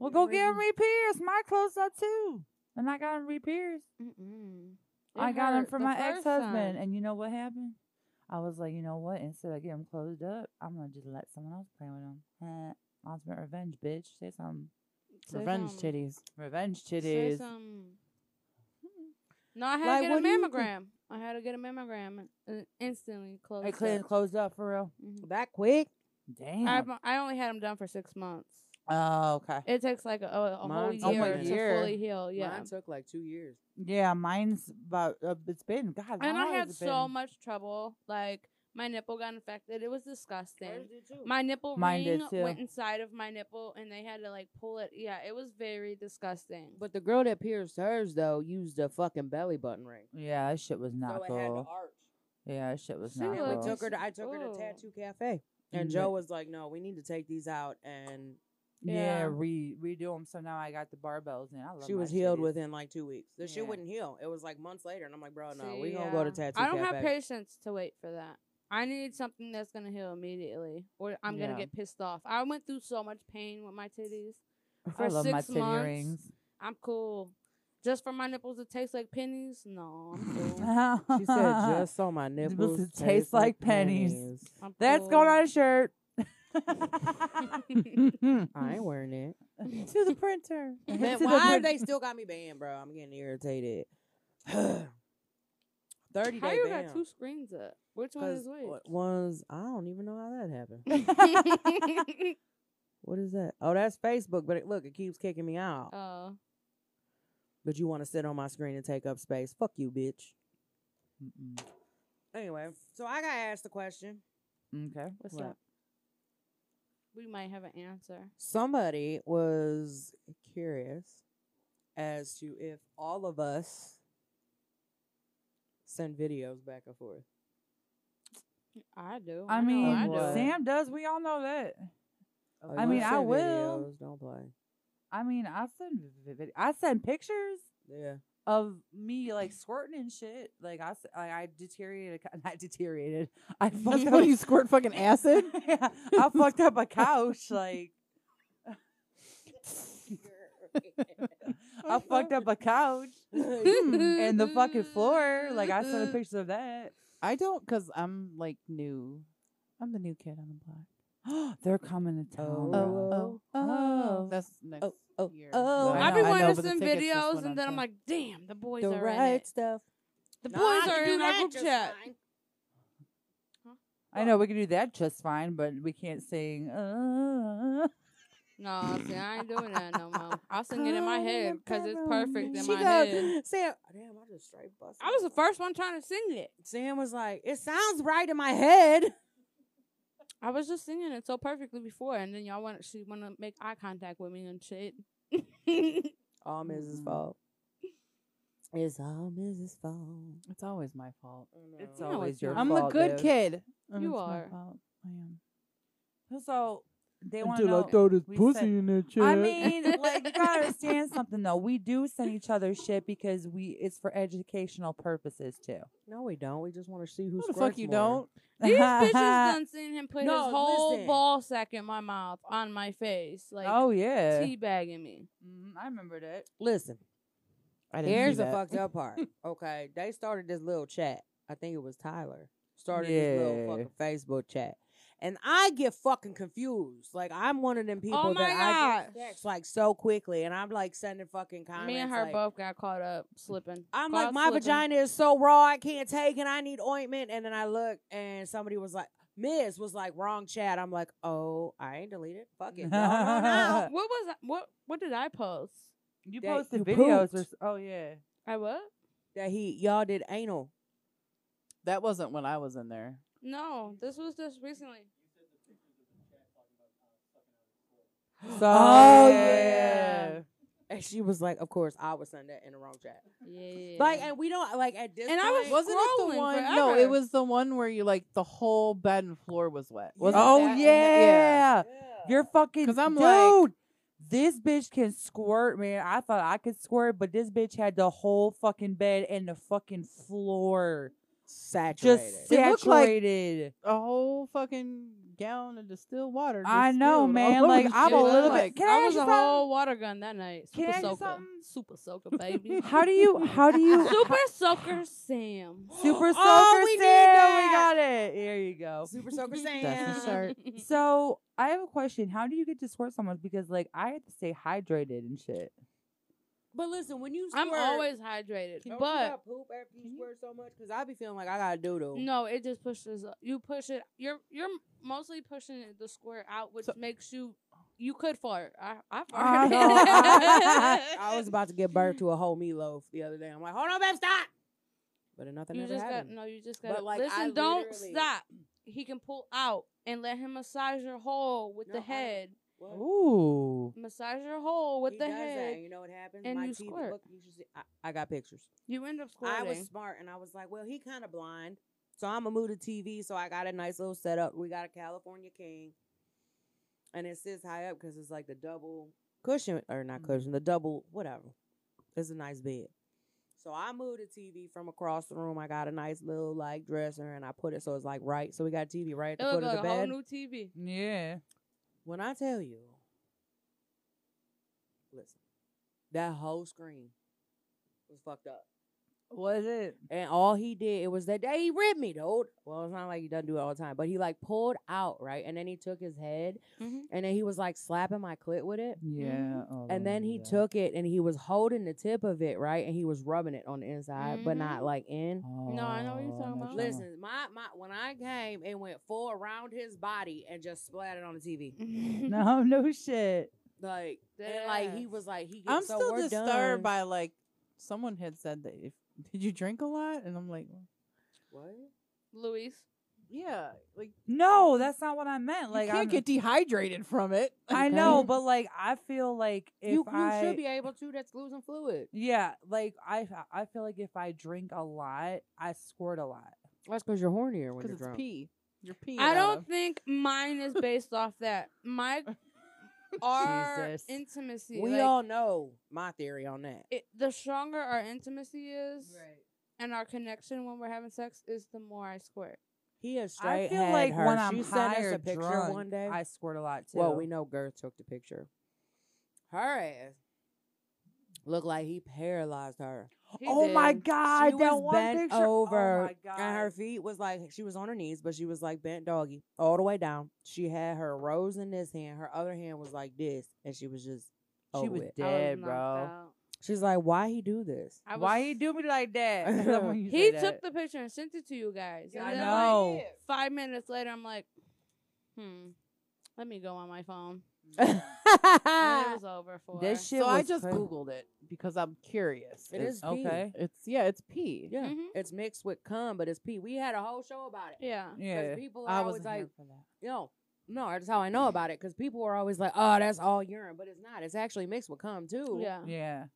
S1: well, go get them re-pierced. My clothes up too, and I got them re-pierced.
S2: Mm-mm.
S1: I
S2: It
S1: got them
S2: hurt
S1: from
S2: the
S1: my
S2: first
S1: ex-husband,
S2: time.
S1: and you know what happened? I was like, you know what? Instead of getting them closed up, I'm gonna just let someone else play with Eh, them. Heh. ultimate revenge, bitch. Say something.
S2: Say
S4: Revenge
S2: something.
S4: titties.
S1: Revenge
S2: Say
S1: titties.
S2: something. No, I had to
S3: Like, what
S2: get a
S3: do you do?
S2: mammogram. I had to get a mammogram and- and instantly closed.
S1: It clean
S2: up.
S1: closed up for real.
S2: Mhm.
S3: That quick?
S1: Damn.
S2: I've, I only had them done for six months.
S1: oh, okay.
S2: It takes like a, a whole
S3: Mine took
S2: year
S3: a
S2: to
S1: year.
S2: fully heal. Yeah.
S3: Mine took like two years.
S1: Yeah, mine's about. Uh, it's been God. how
S2: and I
S1: long has
S2: had
S1: it
S2: so
S1: been?
S2: much trouble. Like my nipple got infected. It was disgusting. My nipple
S1: Mine did
S2: ring
S1: too.
S2: went inside of my nipple, and they had to like pull it. Yeah, it was very disgusting.
S3: but the girl that pierced hers though used a fucking belly button ring.
S1: Yeah, that shit was not cool.
S3: arch.
S1: Yeah, that shit was
S2: See,
S1: not
S2: like,
S3: And
S1: cool.
S3: we took her. To, I took her
S2: Ooh.
S3: to Tattoo Cafe, and
S1: Mhm.
S3: Joe was like, "No, we need to take these out." And
S1: yeah,
S2: Yeah.
S1: re redo them. So now I got the barbells in. I love.
S3: she
S1: my
S3: was healed
S1: titties.
S3: within like two weeks. The shit
S1: Yeah.
S3: wouldn't heal. It was like months later, and I'm like, "Bro, oh, no,
S2: See,
S3: we gonna go to
S2: yeah.
S3: Tattoo."
S2: I don't
S3: Cafe.
S2: have patience to wait for that. I need something that's gonna heal immediately, or I'm
S1: Yeah.
S2: gonna get pissed off. I went through so much pain with my titties.
S1: I
S2: for
S1: love my
S2: six
S1: titty
S2: months.
S1: rings.
S2: I'm cool. Just for my nipples to taste like pennies? No, I'm cool.
S1: she
S3: She said, "Just so my
S1: This
S3: nipples
S1: taste like pennies."
S2: I'm
S1: That's going
S2: cool.
S1: on a shirt.
S3: I ain't wearing it.
S1: to the printer.
S3: Man,
S1: To the
S3: why
S1: print-
S3: they still got me banned, bro? I'm getting irritated. Thirty
S2: How
S3: day
S2: you
S3: ban.
S2: got two screens up? Which one is
S3: What
S2: which?
S3: was I don't even know how that happened. What is that? Oh, that's Facebook. But it, look, it keeps kicking me out.
S2: oh,
S3: But you want to sit on my screen and take up space? Fuck you, bitch.
S1: Mm-mm.
S3: Anyway, so I got asked the question.
S1: Okay.
S2: what's
S1: what?
S2: up? We might have an answer.
S3: Somebody was curious as to if all of us send videos back and forth.
S2: I do.
S1: I
S2: know
S1: mean,
S2: I do.
S3: what?
S1: Sam does. We all know that.
S3: Oh,
S1: I
S3: you
S1: mean, I
S3: send
S1: will.
S3: Videos, don't play.
S1: I mean, I send vi- vid- I send pictures
S3: Yeah.
S1: of me like squirting and shit. Like I, s- I, I deteriorated. a cou- Not deteriorated. I fucked
S4: That's
S1: up.
S4: when you squirt fucking acid.
S1: yeah, I fucked up a couch. Like I fucked up a couch hmm, and the fucking floor. Like I sent a picture of that.
S4: I don't, cause I'm like new. I'm the new kid on the block.
S1: They're coming to town. bro.
S3: Oh, oh, oh.
S4: That's next
S3: Oh, oh,
S4: year.
S3: oh.
S1: I
S2: I've
S1: know,
S2: been
S1: I
S2: wanting
S1: know,
S2: to send videos, and then I'm like, damn, the boys
S3: the
S2: are in
S3: right
S2: it.
S3: stuff.
S2: The
S3: No, I
S2: boys
S3: can
S2: are
S3: do
S2: in our
S3: that
S2: group
S3: just
S2: chat.
S1: I know we can do that just fine, but we can't sing. Uh,
S2: No, see, I ain't doing that no more. I'll sing it in my head because it's perfect in
S3: she
S2: my
S3: goes,
S2: head.
S3: Sam. Damn, I just straight busted.
S2: I was the first one trying to sing it.
S3: Sam was like, it sounds right in my head.
S2: I was just singing it so perfectly before, and then y'all want she want to make eye contact with me and shit.
S3: All Mrs.
S1: Mm-mm.
S3: fault. Mm-hmm. It's all Mrs. fault.
S4: It's always my fault.
S1: it's
S2: No,
S1: always
S2: it's
S1: your
S2: not.
S4: I'm
S1: fault.
S4: a good
S1: dude.
S4: kid. Mm-hmm. and
S2: You
S4: it's my
S2: are.
S4: fault. I am.
S1: So they want to know.
S4: this
S1: we pussy said-
S4: in their chair.
S1: I mean, like you gotta understand something though. We do send each other shit because we it's for educational purposes too.
S3: No, we don't. We just want to see who
S4: who the
S3: squirts
S4: fuck you
S3: more.
S4: don't?
S2: These bitches done seen him put
S3: No,
S2: his whole
S3: listen.
S2: ball sack in my mouth, on my face, like
S1: oh yeah,
S2: teabagging me.
S1: Mhm, I remembered it.
S3: Listen,
S4: I didn't
S3: here's
S4: do
S3: the
S4: that.
S3: fucked up part. Okay, they started this little chat. I think it was Tyler started this
S1: Yeah.
S3: little fucking Facebook chat, and I get fucking confused. Like I'm one of them people
S2: Oh my
S3: that I get
S2: gosh.
S3: text, like so quickly, and I'm like sending fucking comments.
S2: me and her
S3: like,
S2: both got caught up slipping.
S3: I'm
S2: Caught
S3: like,
S2: up
S3: my
S2: slipping.
S3: vagina is so raw, I can't take it. I need ointment. And then I look, and somebody was like, Miss was like, wrong chat. I'm like, oh, I ain't deleted. Fuck it. Y'all know now.
S2: What was I, what? What did I post?
S1: You
S3: That
S1: posted
S3: you
S1: videos,
S3: pooped.
S1: or, s- oh yeah.
S2: I what?
S3: That he, y'all did anal.
S4: That wasn't when I was in there.
S2: No, this was just recently.
S1: So,
S3: Oh,
S1: yeah.
S3: yeah. And she was like, of course, I would send that in the wrong chat.
S2: Yeah.
S3: Like, and we don't, like, at this
S2: And I
S3: point,
S2: was
S4: Wasn't it
S2: Scrolling
S4: the one? No, it
S2: forever.
S4: was the one where you like the whole bed and floor was wet. Wasn't
S1: Oh
S4: that-
S1: yeah. you're fucking.
S4: 'Cause I'm
S1: dude,
S4: like-
S1: this bitch can squirt, man. I thought I could squirt, but this bitch had the whole fucking bed and the fucking floor
S3: saturated.
S1: just
S4: It looked like-
S1: saturated.
S4: a whole fucking gallon of distilled water.
S1: I
S4: just
S1: know,
S4: spilled
S1: man.
S4: all
S1: Like
S4: over
S1: I'm
S4: shit.
S1: a
S2: Yeah,
S1: little
S4: Like,
S1: bit. Can
S2: I was
S1: I,
S2: a
S1: ask you something?
S2: whole water gun that night.
S1: Can
S2: Super
S1: I ask you
S2: soaker.
S1: something?
S2: Super soaker, baby.
S1: How do you? How do you?
S2: Super soaker Sam.
S1: Super soaker
S3: Oh, we need
S1: Sam,
S3: that.
S1: We got it. There you go.
S3: Super Soaker Sam.
S4: That's for sure.
S1: So I have a question. How do you get to squirt someone? Because like I have to stay hydrated and shit.
S3: But listen, when you squirt,
S2: I'm always hydrated,
S3: don't you
S2: but
S3: gotta poop after you squirt so much? Because I be feeling like I got to doodle.
S2: no, it just pushes. uh, You push it. You're you're mostly pushing the square out, which
S4: So-
S2: makes you. You could fart. I, I
S1: I
S2: farted.
S1: know, I-
S3: I was about to give birth to a whole meatloaf the other day. I'm like, hold on, babe, stop. But then nothing
S2: You
S3: ever
S2: just got
S3: happened.
S2: no. You just
S3: But,
S2: got. to
S3: like,
S2: listen,
S3: I
S2: don't
S3: literally-
S2: stop. He can pull out and let him massage your hole with
S3: No,
S2: the
S3: I-
S2: head.
S3: What?
S1: Ooh.
S2: Massage your hole with
S3: He
S2: the
S3: does that,
S2: head.
S3: and you know what happens?
S2: and
S3: My
S2: you
S3: teeth
S2: squirt.
S3: look. You should see. I, I got pictures.
S2: You end up
S3: I
S2: squirting.
S3: was smart, and I was like, well, he kind of blind, so I'm gonna move the TV. So I got a nice little setup. We got a California King, and it sits high up because it's like the double cushion or not
S2: Mm-hmm.
S1: Mhm.
S3: cushion, the double whatever. It's a nice bed. So I moved the TV from across the room. I got a nice little like dresser, and I put it so it's like right. So we got TV right at
S2: It
S3: the
S2: was
S3: foot of
S2: like
S3: the
S2: a whole
S3: bed.
S2: new TV.
S1: Yeah.
S3: When I tell you, listen, that whole screen was fucked up.
S1: Was it?
S3: And all he did, it was that day he ripped me, dude. Well, it's not like he doesn't do it all the time, but he like pulled out, right? And then he took his head
S2: Mhm.
S3: and then he was like slapping my clit with it.
S1: Yeah. oh,
S3: And then he
S1: yeah.
S3: took it and he was holding the tip of it, right? And he was rubbing it on the inside, but not
S2: Mhm.
S3: like in.
S2: No, I know what you're
S1: Oh,
S2: talking
S1: no
S2: about.
S1: trauma.
S3: Listen, my my when I came, it went full around his body and just splattered on the TV.
S2: Mm.
S1: No, no shit.
S3: Like
S2: Dead
S3: and like he
S2: ass.
S3: was like he. Gets,
S4: I'm
S3: so
S4: still
S3: we're done.
S4: disturbed by like someone had said that if did you drink a lot? And I'm like,
S3: what?
S2: Luis.
S4: yeah, like
S1: No, that's not what I meant. Like
S4: you can't
S1: I'm-
S4: get dehydrated from it.
S1: I
S3: Okay.
S1: know, but like I feel like if
S3: You, you
S1: I
S3: should be able to. That's losing fluid.
S1: yeah, like I I feel like if I drink a lot, I squirt a lot.
S3: That's because you're hornier when
S4: because
S3: you're
S4: it's
S3: drunk.
S4: pee. You're peeing.
S2: I
S4: out
S2: don't
S4: of-
S2: think mine is based off that. My our
S1: Jesus.
S2: intimacy.
S3: We
S2: like,
S3: all know my theory on that.
S2: it, the stronger our intimacy is and our connection when we're having sex is the more I squirt.
S3: He is
S1: I
S3: straight.
S1: feel
S3: had
S1: like
S3: her.
S1: when
S3: she
S1: I'm
S3: sent
S1: high
S3: us
S1: or
S3: a picture
S1: drunk,
S3: one day.
S1: I squirt a lot too.
S3: well, we know Girth took the picture. Her ass Looked like he paralyzed her.
S2: He
S1: oh my
S2: did.
S1: god,
S3: she
S1: that
S3: was
S1: one
S3: bent
S1: picture.
S3: over,
S1: Oh my god.
S3: and her feet was like she was on her knees, but she was like bent doggy all the way down. She had her rose in this hand, her other hand was like this, and she was just.
S1: She
S3: over
S1: was
S3: it.
S2: I was
S1: dead,
S2: knocked
S1: bro.
S2: out.
S3: She's like, why he do this?
S2: I was,
S1: Why you do me like that? I love when you
S2: He
S1: say
S2: took
S1: that.
S2: the picture and sent it to you guys.
S1: I
S2: and then, like,
S1: know.
S2: five minutes later, I'm like, hmm, let me go on my phone. And
S1: Ah.
S2: it was over for.
S1: That shit
S4: so I
S1: was
S4: just
S1: crazy.
S4: googled it because I'm curious.
S3: It
S4: It's-
S3: is pee.
S1: okay.
S4: It's yeah, it's pee.
S3: Yeah,
S1: Mm-hmm.
S2: Mhm.
S3: it's mixed with cum, but it's pee. We had a whole show about it.
S2: Yeah.
S3: 'Cause
S1: Yeah.
S3: people are
S4: I
S3: always
S4: was
S3: like,
S4: like,
S3: no, no, that's how I know about it. Because people are always like, oh, that's all urine, but it's not. It's actually mixed with cum too.
S2: Yeah.
S1: Yeah.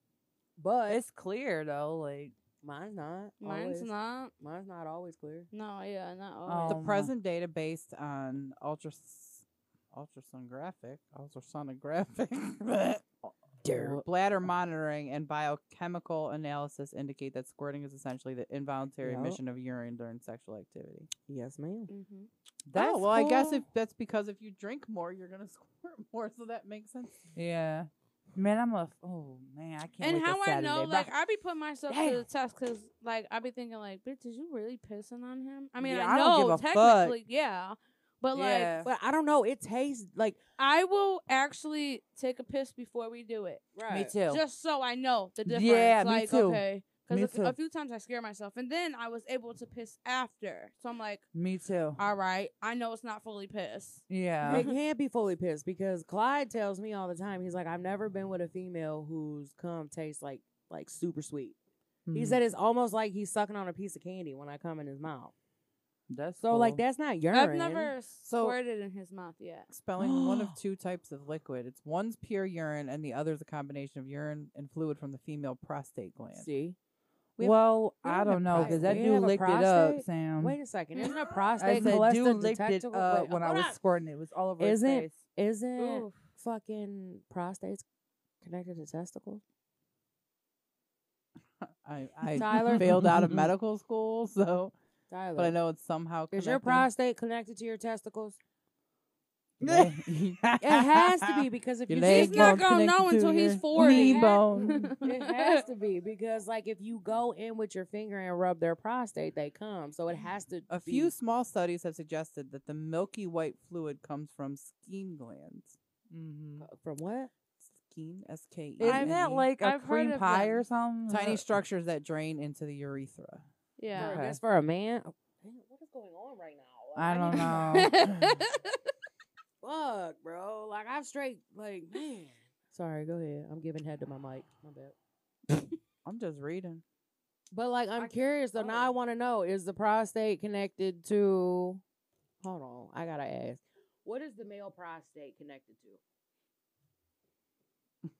S3: but
S1: It's clear though, like
S3: mine's not.
S2: Mine's
S3: always.
S2: not.
S3: Mine's not always clear.
S2: No, yeah, not
S1: Oh
S4: the
S2: always.
S1: my.
S4: present data based on ultras ultrasonographic ultrasonographic
S3: Dirt.
S4: bladder monitoring and biochemical analysis indicate that squirting is essentially the involuntary
S3: Yep.
S4: emission of urine during sexual activity.
S3: Yes, ma'am.
S2: Mhm.
S4: oh, well, I guess
S1: cool.
S4: if that's because if you drink more, you're gonna squirt more, so that makes sense.
S1: Yeah. Man, I'm a oh man, I can't.
S2: And
S1: wait till
S2: how I know,
S1: Saturday, but-
S2: like, I be putting myself to the
S1: Damn.
S2: test because, like, I be thinking, like, bitch, is you really pissing on him? I mean,
S1: Yeah,
S2: I
S1: I
S2: know
S1: don't give a fuck.
S2: technically, yeah, but like,
S1: Yeah.
S3: But I don't know. It tastes like
S2: I will actually take a piss before we do it,
S1: me too.
S2: just so I know the difference.
S1: Yeah, me
S2: like,
S1: too.
S2: Okay,
S1: Me
S2: because a,
S1: too.
S2: few times I scare myself, and then I was able to piss after, so I'm like,
S1: me too.
S2: all right, I know it's not fully piss.
S1: Yeah.
S3: It can't be fully pissed because Clyde tells me all the time. He's like, I've never been with a female whose cum tastes like like super sweet. He
S1: Mhm.
S3: said it's almost like he's sucking on a piece of candy when I come in his mouth.
S1: that's
S3: So like
S1: cool.
S3: that's not urine.
S2: I've never
S4: So-
S2: squirted in his mouth yet.
S4: Expelling one of two types of liquid. It's one's pure urine, and the other's a combination of urine and fluid from the female prostate gland.
S3: see. we have-
S1: Well,
S3: we
S1: I
S3: have a
S1: don't know
S3: pros-
S1: because that
S3: we have
S1: dude
S3: a
S1: licked it up,
S3: prostate?
S1: Sam.
S3: Wait a second. Isn't a
S1: Um, I
S3: prostate
S1: said
S3: cholesterol
S1: dude licked it
S3: detectable-
S1: up
S3: wait,
S1: when I
S3: hold
S1: was
S3: on.
S1: squirting. It was all over his
S3: Isn't-
S1: face.
S3: Isn't
S2: Oof.
S3: fucking prostate connected to testicles?
S4: I, I
S3: Tyler?
S4: failed out of medical school, so
S3: Tyler,
S4: but I know it's somehow.
S3: is your
S4: connected.
S3: prostate connected to your testicles?
S4: Leg-
S3: It has to be because if
S4: Your
S3: you
S4: leg
S2: He's
S3: just
S2: not
S4: bone
S2: gonna
S4: connected
S2: know
S4: to
S2: until he's
S4: your
S2: 40.
S4: knee
S2: It
S4: bone.
S3: It has to be because, like, if you go in with your finger and rub their prostate, they come. So it has to.
S4: A
S3: be-
S4: few small studies have suggested that the milky white fluid comes from skin glands.
S1: Mhm.
S3: uh, from what?
S4: Skin, S K E.
S1: Isn't
S4: N
S1: that
S4: E.
S1: like a
S2: I've heard
S1: cream
S2: of
S1: pie
S2: them.
S1: or something?
S4: tiny
S1: Uh,
S4: structures that drain into the urethra?
S2: Yeah.
S3: For,
S1: Okay.
S3: that's for a man. Oh, dang, what is going on right now?
S1: I don't
S3: need-
S1: know.
S3: Fuck, bro. Like I'm straight. Like man. Sorry. Go ahead. I'm giving head to my mic. My bad.
S4: I'm just reading.
S3: But like I'm
S1: I-
S3: curious though. Now I
S1: oh.
S3: want to know: is the prostate connected to? Hold on, I gotta ask. What is the male prostate connected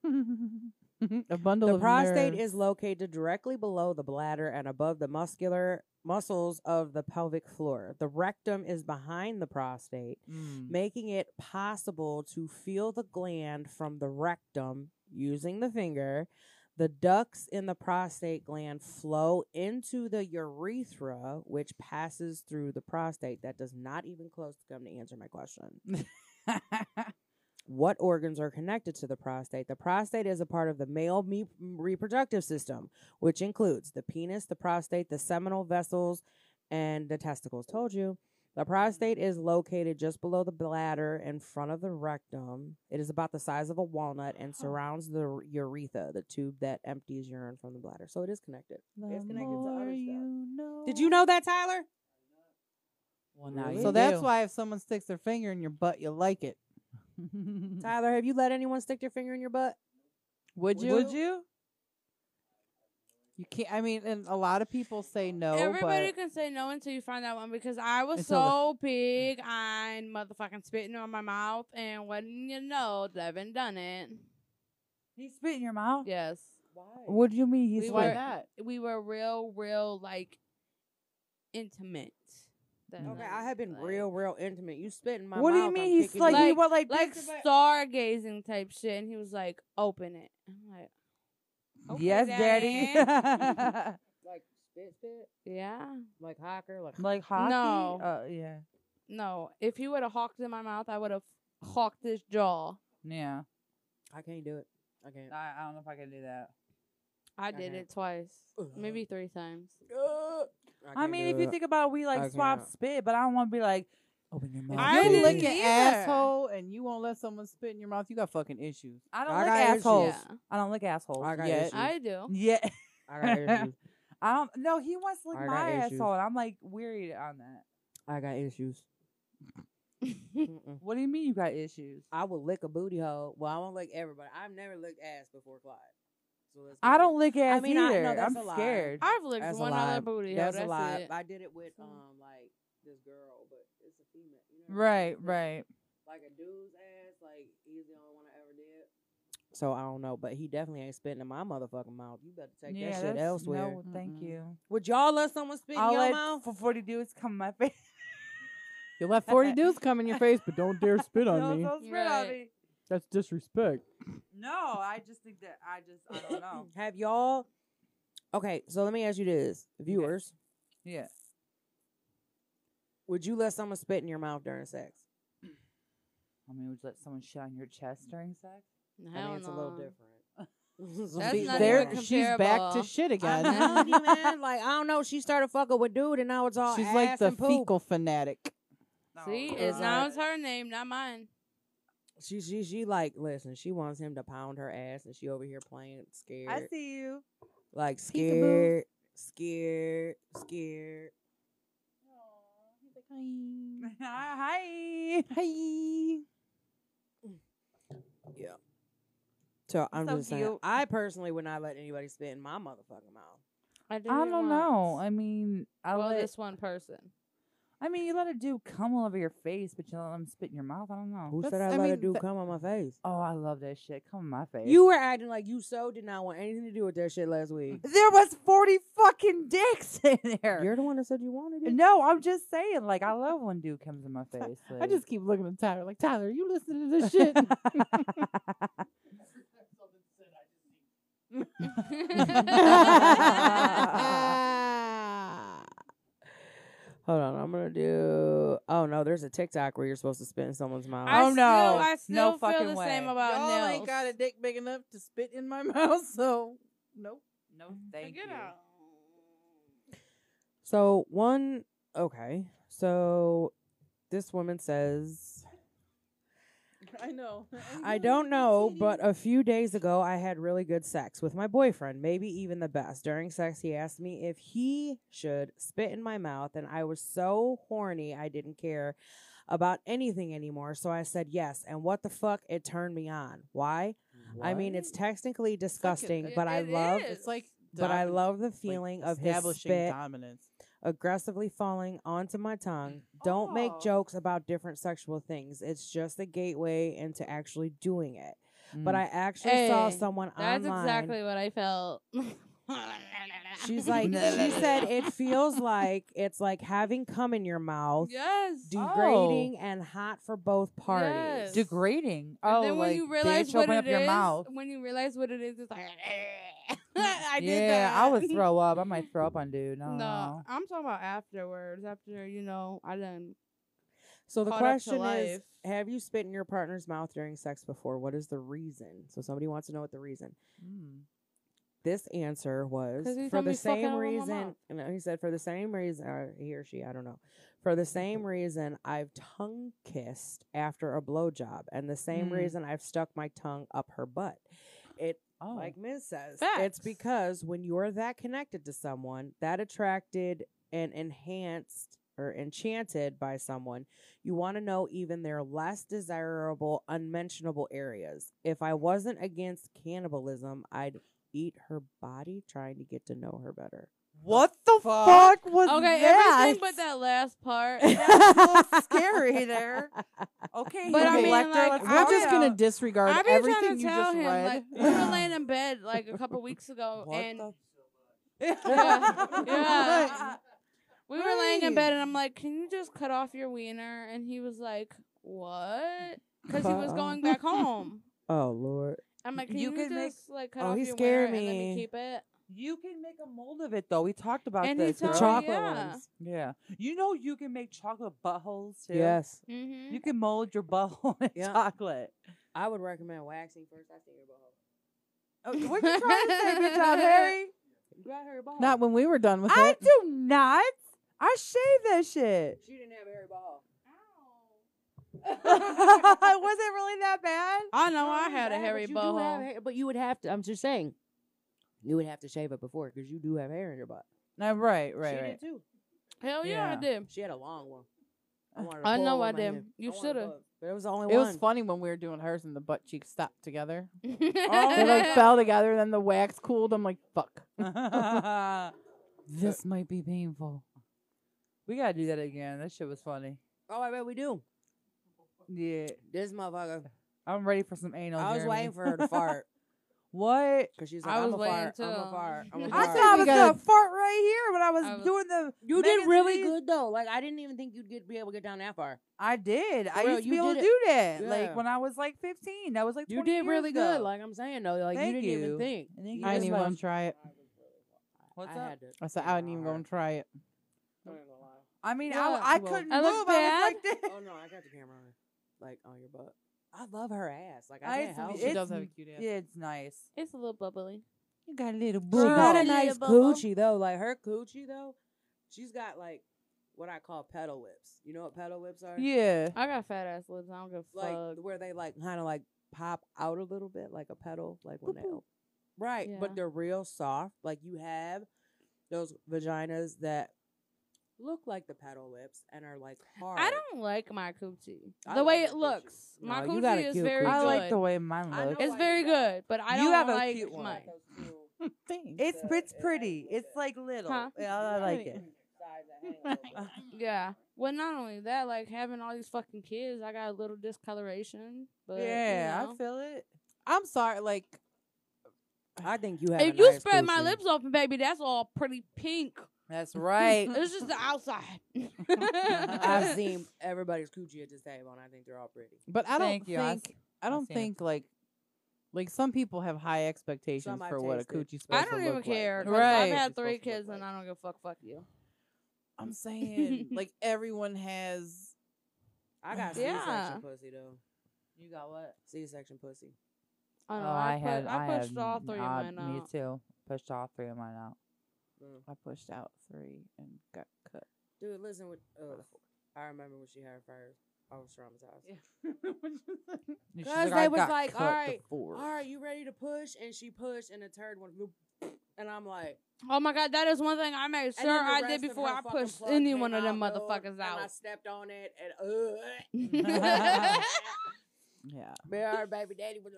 S3: to?
S4: a bundle
S3: The
S4: of
S3: prostate
S4: nerves.
S3: is located directly below the bladder and above the muscular muscles of the pelvic floor. The rectum is behind the prostate,
S1: Mm.
S3: making it possible to feel the gland from the rectum using the finger. The ducts in the prostate gland flow into the urethra, which passes through the prostate. That does not even close to come to answer my question what organs are connected to the prostate. The prostate is a part of the male me- reproductive system, which includes the penis, the prostate, the seminal vessels, and the testicles. Told you. The prostate is located just below the bladder in front of the rectum. It is about the size of a walnut and surrounds the r- urethra, the tube that empties urine from the bladder. So it is connected. It's
S4: The
S3: connected to other
S4: more
S3: stuff.
S4: you
S3: Did you know that, Tyler?
S1: Well, now
S3: Really?
S1: you
S4: So that's
S1: do.
S4: why if someone sticks their finger in your butt, you like it.
S3: Tyler, have you let anyone stick their finger in your butt?
S4: Would you?
S1: Mm. Would you?
S4: You can't. I mean, and a lot of people say no.
S2: Everybody
S4: but
S2: can say no until you find that one because I was
S4: Until
S2: so big on motherfucking spitting on my mouth, and when you know, Devin done it.
S1: He spit in your mouth.
S2: Yes,
S3: Why?
S1: What do you mean? He
S2: We
S1: spit?
S2: were-
S4: not?
S2: we were real, real like intimate. that
S3: Okay,
S2: night,
S3: I have been
S2: like-
S3: real, real intimate. You spit in my
S1: What do you
S3: mouth, I'm
S1: mean? He's
S3: kicking
S1: like,
S3: you.
S1: he
S2: Like-
S1: went like
S2: like
S1: this.
S2: stargazing type shit, and he was like, "Open it." I'm like, okay,
S1: yes,
S2: Daddy.
S1: daddy.
S3: like spit spit
S2: yeah,
S3: like hawker like
S1: like hockey.
S2: No.
S1: Uh, yeah.
S2: no. If he would have hawked in my mouth, I would have hawked his jaw.
S1: Yeah.
S3: i can't do it i can't
S1: I, I don't know if I can do that.
S2: I did it twice, maybe three times.
S1: I mean, if you think about it, we
S3: I
S1: like swap
S3: can't.
S1: spit, but I don't want to be like, open your mouth.
S2: I
S1: bitch."
S4: you
S2: didn't
S4: lick an
S2: either.
S4: asshole and you won't let someone spit in your mouth. You got fucking issues.
S1: I don't
S3: I
S1: lick
S3: got issues.
S1: assholes.
S2: Yeah,
S1: I don't lick assholes.
S3: I got
S1: yet.
S3: issues.
S2: I do.
S1: Yeah.
S3: I got issues.
S1: I don't. Um, No, he wants to lick
S3: I got
S1: my
S3: issues.
S1: asshole, and I'm like weary on that.
S3: I got issues. Mm-mm.
S1: What do you mean you got issues?
S3: I will lick a booty hole. Well, I won't lick everybody. I've never licked ass before Clyde. So let's get
S1: I
S3: that.
S1: don't lick ass
S3: mean, I- no,
S1: either.
S3: that's
S1: I'm
S3: a lie.
S1: scared.
S2: I've licked
S3: That's a
S2: one
S3: lie.
S2: other booty. hole,
S3: That's,
S2: That's
S3: a lie.
S2: It.
S3: I did it with
S2: So-
S3: um like this girl, but it's a female. You know what I
S1: Right,
S3: mean?
S1: right.
S3: Like a dude's ass, like he's the only one I ever did. So I don't know, but he definitely ain't spitting in my motherfucking mouth. You better take
S1: yeah,
S3: that shit
S1: that's-
S3: elsewhere.
S1: No, thank
S4: Mm-mm.
S1: you.
S3: Would y'all let someone spit in
S1: I'll
S3: your
S1: let
S3: mouth?
S1: for forty dudes come in my face.
S4: You let 40 dudes come in your face, but don't dare spit
S1: No,
S4: on me.
S1: don't spit on
S2: Right.
S1: me.
S4: That's disrespect.
S1: No, I just think that I just I don't know.
S3: Um, Have y'all? Okay, so let me ask you this, viewers:
S1: yeah.
S3: Would you let someone spit in your mouth during sex?
S1: I mean, would you let someone shit on your chest during sex?
S3: I
S2: Hell
S3: mean, it's a little
S2: no.
S3: different.
S2: That's
S4: See,
S2: not
S4: there-
S2: even
S4: she's back
S2: comparable.
S4: to shit again.
S2: I'm
S3: Melody, man. Like I don't know, she started fucking with dude, and now it's all
S4: She's
S3: ass
S4: like the
S3: and poop.
S4: fecal fanatic.
S2: See,
S1: Oh,
S2: it's
S1: God.
S2: now it's her name, not mine.
S3: She she she like listen. She wants him to pound her ass, and she over here playing scared,
S1: I see you.
S3: like scared, scared, scared.
S1: Hi.
S4: Hey.
S3: So I'm
S1: So
S3: just saying,
S1: cute.
S3: I personally would not let anybody spit in my motherfucking mouth.
S2: I, did
S1: I
S2: it
S1: don't know.
S2: once.
S1: I mean, I
S2: well,
S1: let.
S2: this one person.
S1: I mean, you let a dude come all over your face, but you let him spit in your mouth. I don't know.
S3: Who said I,
S4: That's- I
S3: let a
S4: mean,
S3: dude
S4: tha-
S3: come on my face?
S1: Oh, I love that shit. Come in my face.
S3: You were acting like you so did not want anything to do with that shit last week.
S1: There was forty fucking dicks in there.
S3: You're the one that said you wanted it.
S1: no, I'm just saying. Like, I love when dude comes in my face.
S4: I
S1: like-
S4: just keep looking at Tyler like, Tyler, you listen to this shit.
S3: Hold on, I'm gonna do. Oh no, there's a TikTok where you're supposed to spit in someone's mouth.
S2: I
S1: Oh,
S2: still,
S1: no.
S2: I still
S1: No
S2: feel
S1: fucking
S2: the
S1: way.
S2: same about
S4: Y'all
S2: nails.
S4: ain't got a dick big enough to spit in my mouth, so nope.
S1: no, thank
S2: Get
S1: you.
S2: out.
S3: So one okay. So this woman says
S4: I know.
S3: I don't know, but a few days ago I had really good sex with my boyfriend, maybe even the best. During sex he asked me if he should spit in my mouth and I was so horny I didn't care about anything anymore. So I said yes. And what the fuck? It turned me on. Why? I mean it's technically disgusting,
S4: it-
S3: but I
S2: it
S3: love
S2: is.
S4: it's like
S3: but I
S4: domin-
S3: love the
S4: like
S3: feeling of his
S4: establishing
S3: spit
S4: dominance.
S3: aggressively falling onto my tongue.
S2: Mm.
S3: Don't make
S1: Oh.
S3: jokes about different sexual things. It's just a gateway into actually doing it. But I actually saw
S2: Mm. Hey,
S3: someone
S2: That's
S3: online.
S2: exactly what I felt.
S3: She's
S4: Mm.
S3: like, she said, it feels like it's like having cum in your mouth,
S2: yes. Oh.
S3: degrading and hot for both parties.
S2: Yes. Deg-
S1: degrading.
S2: And
S1: Oh,
S2: then when
S1: like,
S2: you realize
S1: bitch,
S2: what
S1: open
S2: it
S1: up your
S2: is-
S1: mouth.
S2: when you realize what it is, it's like, I did
S1: yeah,
S2: that.
S1: I would throw up. I might throw up on dude. No,
S2: No, I'm talking about afterwards. After you know, I done.
S3: So the
S2: Caught up to
S3: question is,
S2: life.
S3: have you spit in your partner's mouth during sex before? What is the reason? So somebody wants to know what the reason.
S1: Mm.
S3: this answer was
S2: 'Cause he
S3: for
S2: told
S3: the
S2: me fuck
S3: same
S2: out with my
S3: reason.
S2: mouth.
S3: No, he said for the same reason, or he or she, I don't know. For the same reason I've tongue kissed after a blowjob, and the same
S2: Mm-hmm.
S1: Mm.
S3: reason I've stuck my tongue up her butt. It
S1: Oh,
S3: like Miz says,
S2: Facts.
S3: it's because when you're that connected to someone, that attracted and enhanced or enchanted by someone, you want to know even their less desirable, unmentionable areas. If I wasn't against cannibalism, I'd eat her body trying to get to know her better.
S1: what the
S4: fuck?
S1: fuck was
S2: Okay,
S1: that?
S2: everything but that last part.
S1: That's so scary there. Okay,
S2: But I
S1: Hugh
S2: mean,
S1: Lecter,
S2: like,
S1: let's
S4: We're
S2: I
S1: go.
S4: just
S2: will-
S4: gonna disregard
S2: I've been
S4: everything
S2: trying to
S4: you
S2: tell
S4: just
S2: him
S4: read.
S2: like we were laying in bed like a couple weeks ago,
S1: What
S2: and
S1: the-
S2: Yeah, yeah. we were laying in
S4: Right.
S2: bed, and I'm like, "Can you just cut off your wiener?" And he was like, "What?" Because he was
S3: Uh-oh.
S2: going back home.
S3: Oh Lord.
S2: I'm like, "Can
S1: You
S2: you,
S1: could make-
S2: just like cut
S3: Oh,
S2: off
S3: he
S2: your
S3: scared
S2: wiener and let
S3: me.
S2: me keep it?"
S1: You can make a mold of it though. We talked about
S2: And he
S1: this.
S3: The
S2: told- Oh,
S1: girl.
S3: chocolate
S2: yeah.
S3: ones.
S1: yeah, you know you can make chocolate buttholes too.
S3: Yes.
S2: Mm-hmm.
S1: you can mold your butthole in
S3: Yeah.
S1: chocolate.
S3: I would recommend waxing first. I think about
S1: Oh, what you trying to say, bitch? out Harry?
S3: got Harry Ball.
S4: Not when we were done with
S1: I
S4: it.
S1: do not. I shave that shit.
S3: she didn't have Harry Ball.
S1: Was it really that bad?
S2: I know I had a hairy
S3: But you, do have
S2: bow.
S3: hair- but you would have to. I'm just saying, you would have to shave it before because you do have hair in your butt.
S1: No, right, right,
S3: she did
S1: right.
S3: too.
S2: Hell yeah,
S1: Yeah.
S2: I did.
S3: She had a long one. I, wanted a
S2: I know
S3: full
S2: I
S3: one
S2: did.
S3: here.
S2: You
S3: I wanted a
S2: shoulda.
S3: full, But it was the only
S4: It
S3: one.
S4: was funny when we were doing hers and the butt cheeks stopped together. They like
S2: oh,
S4: fell together and then the wax cooled. I'm like, fuck. This might be painful.
S1: we gotta do that again. That shit was funny.
S3: Oh, I bet we do.
S1: Yeah,
S3: This motherfucker.
S1: I'm ready for some anal.
S3: I was
S1: Jeremy.
S3: waiting for her to fart
S1: What?
S3: because she's like,
S2: I
S3: I
S2: was
S3: am a
S2: waiting
S3: fart. I'm
S2: till-
S3: a fart. I'm a
S2: I
S1: I
S3: fart.
S1: thought
S4: think
S1: I
S4: we
S1: was
S4: gotta-
S1: gonna fart right here when I was,
S2: I was-
S1: doing the.
S3: you
S1: Megan's
S3: did really
S1: League.
S3: good though. Like I didn't even think you'd get be able to get down that far.
S1: I did. I
S3: For real,
S1: used to
S3: you
S1: be able to
S3: did it.
S1: do that.
S3: Yeah.
S1: Like when I was like 15. That was like
S3: You
S1: 20
S3: did
S1: years
S3: really
S1: ago.
S3: good. Like I'm saying though, like
S1: Thank
S3: you didn't
S1: you.
S3: even think.
S1: I think
S3: You
S1: you
S3: just
S4: I didn't
S1: just,
S4: even
S1: like-
S4: want to try it.
S1: What's
S3: I
S1: up?
S3: Had to,
S4: I said, I didn't even going to try it.
S5: I ain't gonna lie.
S1: I mean,
S3: Yeah,
S1: I, I
S3: well,
S1: couldn't
S2: I look
S1: move. I was
S2: bad.
S1: like this.
S3: Oh no, I got the camera on. Like on your butt. I love her ass. Like
S1: I
S3: I can't
S1: used to
S3: help
S1: be-
S3: it.
S4: She
S1: It's-
S4: does have a cute ass.
S1: Yeah, it's nice.
S2: it's a little bubbly.
S4: You got a little
S3: She
S4: boo
S3: got a
S2: Yeah,
S3: nice
S2: bubble.
S3: coochie though. Like her coochie though, she's got like what I call pedal lips. You know what pedal lips are?
S1: Yeah.
S2: I got fat ass lips. I don't give a
S3: Like
S2: fuck.
S3: where they like kind of like pop out a little bit, like a pedal, like when they.
S2: Boop,
S3: Right,
S2: Yeah.
S3: but they're real soft. Like you have those vaginas that look like the pedal lips and are like hard.
S2: I don't like my coochie.
S3: I
S2: the
S3: love
S2: way
S3: your
S2: it
S3: coochie.
S2: looks.
S3: No,
S2: my
S3: you got a
S2: coochie is
S3: cute
S2: very
S3: coochie.
S2: good.
S1: I like the way mine
S3: I know
S1: looks.
S3: why
S2: It's
S3: you
S2: very
S3: got it.
S2: good, but I
S1: You
S2: don't
S1: have a
S2: like
S1: cute one.
S2: mine.
S3: the-
S1: It's it's
S3: it
S1: pretty.
S3: hangs with
S1: It's
S3: it.
S1: like little.
S2: Huh?
S1: Yeah, I like it.
S2: Yeah. Well, not only that, like having all these fucking kids, I got a little discoloration. But
S1: yeah,
S2: you know.
S1: I feel it.
S4: I'm sorry. Like,
S3: I think you have.
S2: If
S3: a
S2: you
S3: nice
S2: spread my
S3: coochie.
S2: lips open, baby, that's all pretty pink.
S1: That's right.
S2: It's just the outside.
S3: I've seen everybody's coochie at this table, and I think they're all pretty.
S4: but I don't
S1: Thank you. I
S4: think
S1: s-
S4: I don't
S1: seen it.
S4: think like like some people have high expectations
S3: Some I've
S4: for what a
S3: tasted.
S4: coochie's supposed
S2: I
S4: to
S2: don't
S4: look
S2: even care.
S4: Like.
S2: 'cause
S1: Right.
S2: I've had
S3: It's supposed
S2: three
S3: to look
S2: kids and
S3: like-
S2: I don't give a fuck. Fuck you.
S4: I'm saying like everyone has.
S3: I got
S2: Yeah.
S3: C-section pussy though.
S1: You got what?
S3: C-section pussy.
S2: I
S1: Oh,
S2: know. I,
S1: I,
S2: put,
S1: had.
S2: I pushed
S1: had,
S2: all three
S1: uh,
S2: of mine
S1: Me
S2: out.
S1: too. Pushed all three of mine out.
S3: Mm.
S4: I pushed out three and got cut.
S3: Dude, listen. With uh, I remember when she had her first. I was traumatized.
S1: And she's
S3: 'Cause
S1: "I
S3: they was
S1: got
S3: like,
S1: cut
S3: "Alright,
S1: to four."
S3: All right, you ready to push? And she pushed, and the third one, bloop, and I'm like,
S2: Oh my god, that is one thing I made
S3: and
S2: sure
S3: then the
S2: I
S3: rest
S2: did
S3: of
S2: before
S3: her
S2: I
S3: fucking
S2: pushed
S3: plug
S2: any
S3: came
S2: one of them
S3: out, dude,
S2: motherfuckers
S3: And I
S2: out.
S3: stepped on it, and uh,
S4: Yeah,
S3: but her baby daddy was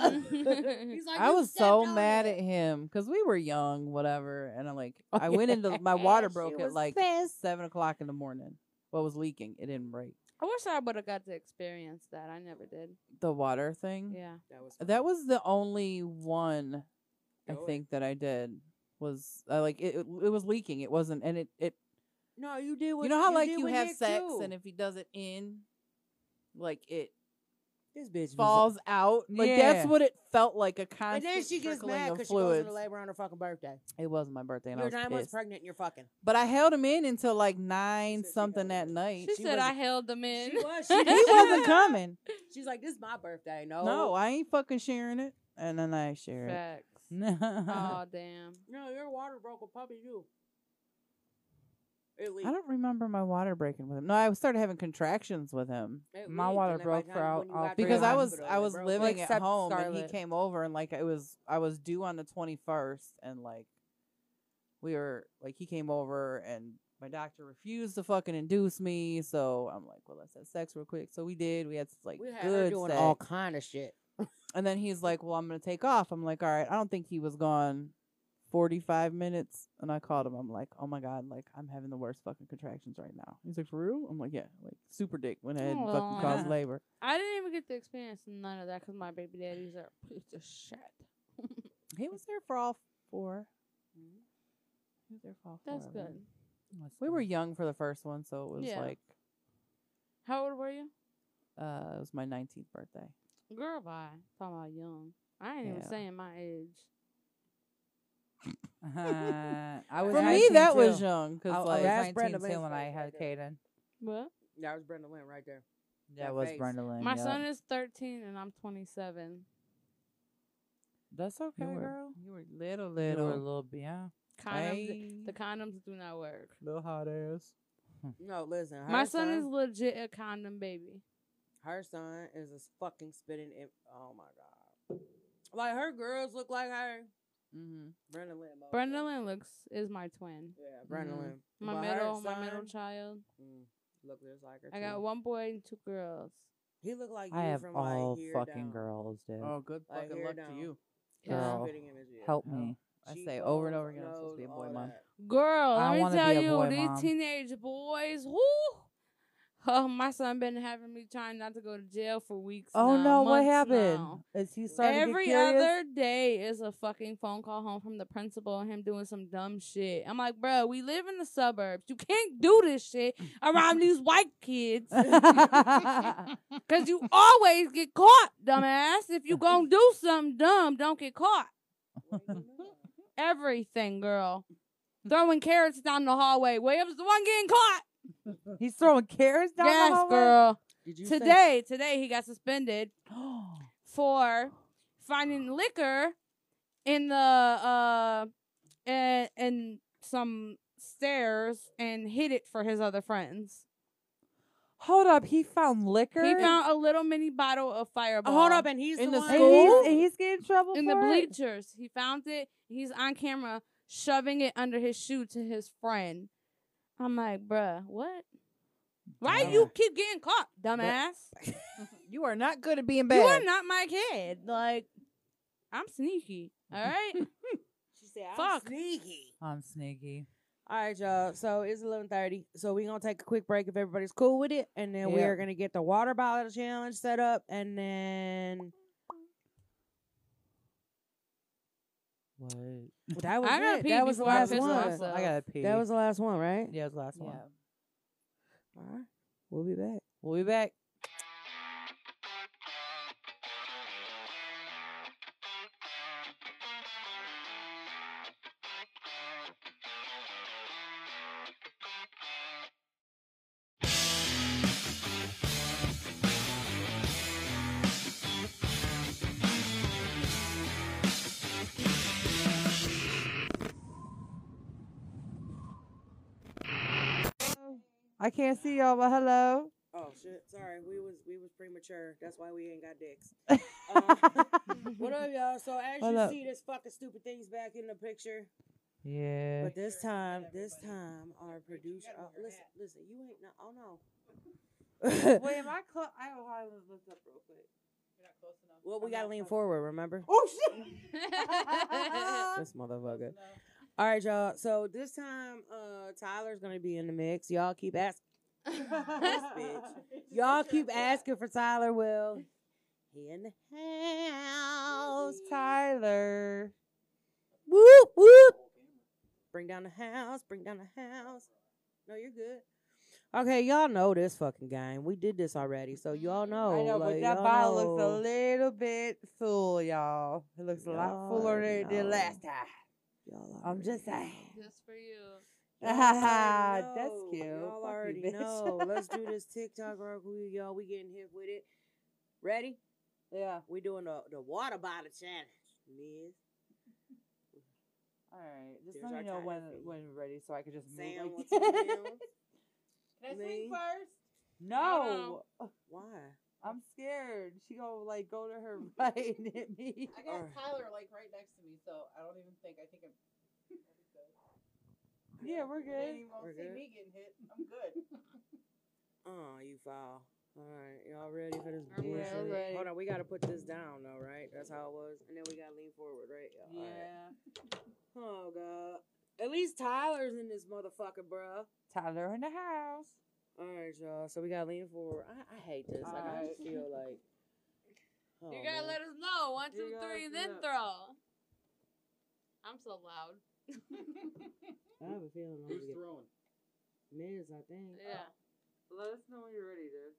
S3: like, "Ugh." He's like,
S4: I
S3: "You
S4: was
S3: stepped
S4: so
S3: on
S4: mad
S3: it."
S4: at him because we were young, whatever. And I'm like, I went into my water
S3: She
S4: broke
S3: was
S4: at like seven o'clock in the morning. What was leaking? It didn't break.
S2: I wish I would have got to experience that. I never did.
S4: The water thing.
S2: Yeah.
S3: That was
S4: That was the only one I
S3: Go ahead.
S4: think that I did was I like it, it. It was leaking. It wasn't, and it it.
S3: no, you did. What,
S4: You know how like
S3: did
S4: you
S3: with
S4: have
S3: Nick,
S4: sex,
S3: too.
S4: and if he does it in, like it
S3: this bitch was-
S4: falls out. Like
S1: Yeah.
S4: that's what it felt like a
S3: and
S4: constant
S3: then she gets
S4: trickling
S3: mad
S4: of
S3: because she goes
S4: fluids.
S3: into labor on her fucking birthday.
S4: it wasn't my birthday, and
S3: You're
S4: I was
S3: nine months
S4: pissed.
S3: pregnant, and you're fucking.
S4: But I held him in until like nine
S3: Said she held
S4: something that
S3: him.
S4: night.
S2: She, said I
S4: wasn't-
S2: held them in.
S3: She was.
S4: he
S3: She,
S4: wasn't coming.
S3: She's like, "This is my birthday." No,
S4: No, I ain't fucking sharing it. And then I share it.
S2: Facts. oh damn.
S3: no, your water broke a puppy too. It leaked.
S4: I don't remember my water breaking with him. No, I started having contractions with him.
S3: It
S1: My
S3: leaked,
S1: water
S3: and then by
S1: broke
S3: the
S1: for
S3: time
S1: out-
S3: when you
S1: out
S3: got to
S1: three
S4: because
S3: the
S4: I
S1: times.
S4: was
S3: hospital,
S4: I
S3: it
S4: was
S3: broke.
S4: living at
S1: Except
S4: home and
S1: Scarlett.
S4: he came over and like it was I was due on the twenty first and like we were like he came over and my doctor refused to fucking induce me so I'm like well let's have sex real quick so we did we had like
S3: we had her
S4: good
S3: doing
S4: sex
S3: all kind of shit.
S4: and then he's like well I'm gonna take off I'm like all right I don't think he was gone. 45 minutes and I called him. I'm like, oh my God, like I'm having the worst fucking contractions right now. He's like, for real? I'm like, yeah, like super dick went ahead and fucking caused
S2: Aw.
S4: labor.
S2: I didn't even get to experience none of that because my baby daddies are a piece of shit.
S4: He was there for all four. He was there for all
S2: That's
S4: four of 'em.
S2: good.
S4: We were young for the first one, so it was
S2: Yeah.
S4: like
S2: How old were you?
S4: uh it was my nineteenth birthday.
S2: Girl, bye. Talking about young. I ain't even
S4: Yeah.
S2: saying my age.
S1: I was
S4: For me,
S1: 19
S4: that was
S1: too.
S4: young
S1: I, I
S4: because
S1: was
S4: like
S3: That's Brenda
S1: 19 too
S3: Lynn's
S1: when I
S3: face
S1: had
S3: right there.
S1: Caden.
S2: What?
S3: That was Brenda Lynn right there.
S1: That
S3: That
S1: was
S3: face.
S1: Brenda Lynn.
S2: my
S1: yep.
S2: son is 13 and I'm 27.
S1: That's okay,
S4: You were-
S1: girl.
S4: You were little,
S1: You were a
S4: little.
S1: little, yeah,
S2: Condoms,
S4: Ayy.
S2: the condoms do not work.
S1: little hot ass.
S3: No, listen. Her
S2: My son is legit a condom baby.
S3: her son is a fucking spitting. Im- oh my god! Like her girls look like her.
S4: Mm-hmm.
S3: Brenda Lynn. Mosley.
S2: Brenda Lynn looks is my twin.
S3: Yeah, Brenda
S4: Mhm.
S3: Lynn.
S2: My
S3: But her
S2: middle, my middle
S3: son,
S2: child.
S3: mm, look just like her.
S2: I
S3: too.
S2: got one boy and two girls.
S3: He looked like you
S1: I have
S3: from
S1: all
S3: like here
S1: fucking
S3: down.
S1: girls, dude.
S4: Oh, good
S3: Like,
S4: fucking
S3: hair
S4: luck
S3: down.
S4: to you.
S2: Yeah.
S1: Girl.
S3: Spitting image, yeah.
S1: Help
S4: Oh.
S1: me.
S4: I say over and
S3: Cheekbones,
S4: over again, I'm supposed to be a
S3: nose,
S4: boy
S3: all
S4: mom.
S3: that.
S2: Girl,
S1: I
S2: let me
S1: wanna be
S2: tell
S1: a
S2: you,
S1: boy,
S2: these
S1: Mom.
S2: teenage boys, whoo. Oh, my son been having me trying not to go to jail for weeks.
S1: Oh
S2: now,
S1: no, what
S2: months
S1: happened?
S2: now.
S1: Is he starting to
S2: Every
S1: get curious?
S2: other day is a fucking phone call home from the principal and him doing some dumb shit. I'm like, bro, we live in the suburbs. You can't do this shit around these white kids because you always get caught, dumbass. If you gonna do something dumb, don't get caught. Everything, girl. Throwing carrots down the hallway. Williams the one getting caught.
S1: He's throwing carrots down the
S2: yes,
S1: hallway?
S2: girl.
S3: Did you say-
S2: Today, today he got suspended for finding liquor in the uh in, in some stairs and hid it for his other friends.
S1: Hold up, he found liquor.
S2: He found a little mini bottle of Fireball.
S3: Hold up, and he's
S4: In
S3: the,
S4: the
S3: one-
S1: and
S4: school?
S1: he's, and he's getting in trouble
S2: in the
S1: for it?
S2: bleachers. He found it. He's on camera shoving it under his shoe to his friend. I'm like, bruh, what? Why you keep getting caught, dumbass?
S4: You are not good at being
S2: You are
S4: bad.
S2: not my kid. Like, I'm sneaky. All right.
S3: She said, "I'm
S2: Fuck.
S3: sneaky."
S1: I'm sneaky.
S3: All right, y'all. So it's eleven thirty. So we're gonna take a quick break if everybody's cool with it, and then we
S4: Yeah.
S3: are gonna get the water bottle challenge set up, and then
S1: What?
S3: that was
S2: I gotta
S3: it.
S2: pee
S3: That was the
S2: before I
S3: last
S2: piss
S3: one.
S2: myself.
S1: I gotta pee.
S3: That was the last one, right?
S1: yeah, it was the last one.
S4: Yeah.
S3: All right. We'll be back.
S1: We'll be back. I can't see y'all, but hello.
S3: Oh shit! Sorry, we was we was premature. That's why we ain't got dicks. Um, what up, y'all? So as
S1: What
S3: you
S1: up?
S3: see, this fucking stupid thing's back in the picture.
S1: yeah.
S3: But this time, this time, our producer. Oh, listen, listen, you ain't. No, oh no.
S4: Wait, am I close? I have a looked up real quick. You're not close enough.
S3: well, we gotta lean forward. Remember?
S4: Oh shit!
S3: This motherfucker. All right, y'all. So this time, uh, Tyler's gonna be in the mix. Y'all keep asking. Y'all keep asking for Tyler. Will he in the house?
S1: Tyler.
S3: Whoop whoop. Bring down the house. Bring down the house. No, you're good. Okay, y'all know this fucking game. We did this already, so y'all know.
S1: I know,
S3: like,
S1: but that
S3: y'all
S1: bottle looks a
S3: know.
S1: little bit full, y'all. It looks a lot fuller than it did
S3: Y'all
S1: last time.
S3: Y'all
S1: I'm
S3: already
S1: just
S3: know.
S1: saying.
S2: Just for you.
S3: Y'all already
S1: That's
S3: know.
S1: cute. Fuck
S3: Y'all
S1: you,
S3: already
S1: bitch.
S3: know. Let's do this TikTok real quick, y'all. We getting hit with it. Ready? Yeah. We doing the the water bottle challenge, Miss.
S1: All right, just
S3: There's
S1: let
S3: our
S1: me know
S3: Tyler
S1: when
S3: for you.
S1: when we're ready, so I can just
S3: Sam
S1: move.
S3: wants to
S1: Like
S3: kneel.
S4: Can
S3: I speak
S4: first?
S1: no,
S3: Why?
S1: I'm scared. She gonna like go to her right and hit me.
S4: I
S3: got Alright.
S4: Tyler like right next to me, so I don't even think. I think I'm.
S1: Yeah, we're good.
S3: won't We're see good. me
S4: getting hit. I'm good.
S3: Oh, you foul. All right, y'all ready for this
S2: I'm
S3: bullshit?
S2: real ready.
S3: Hold on, we gotta put this down though, right? That's how it was, and then we gotta lean forward, right?
S4: Yeah.
S3: All right. Oh god. At least Tyler's in this motherfucker, bruh.
S1: Tyler in the house.
S3: All right, y'all. So we gotta lean forward. I, I hate this. Like I
S1: Alright.
S3: feel like.
S2: You
S3: Oh,
S2: gotta
S3: man.
S2: let us know. One, two,
S3: You gotta
S2: three,
S3: do
S2: then
S3: that.
S2: throw. I'm so loud.
S3: Oh, I have a feeling I'm
S5: Who's
S3: gonna get
S5: throwing?
S3: Miz, I think.
S2: Yeah.
S1: Let us know when you're ready, dude.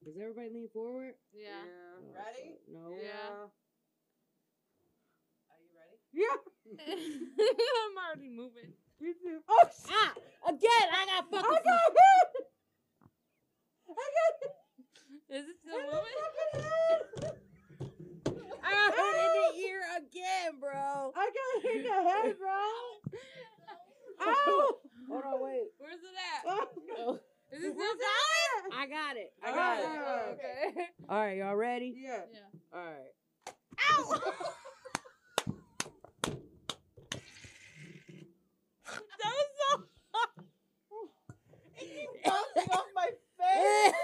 S3: Does everybody lean forward?
S2: Yeah.
S3: Oh,
S4: Ready?
S3: fuck, No.
S2: Yeah.
S4: Are you ready?
S2: I'm already moving.
S1: Me too. Oh, shit.
S3: Ah! Again, I got
S1: I
S3: fucking.
S1: got hit.
S2: Is it still moving?
S3: I got hurt in the ear again. Oh!
S2: Ah. out. that was so
S7: bouncing off my face.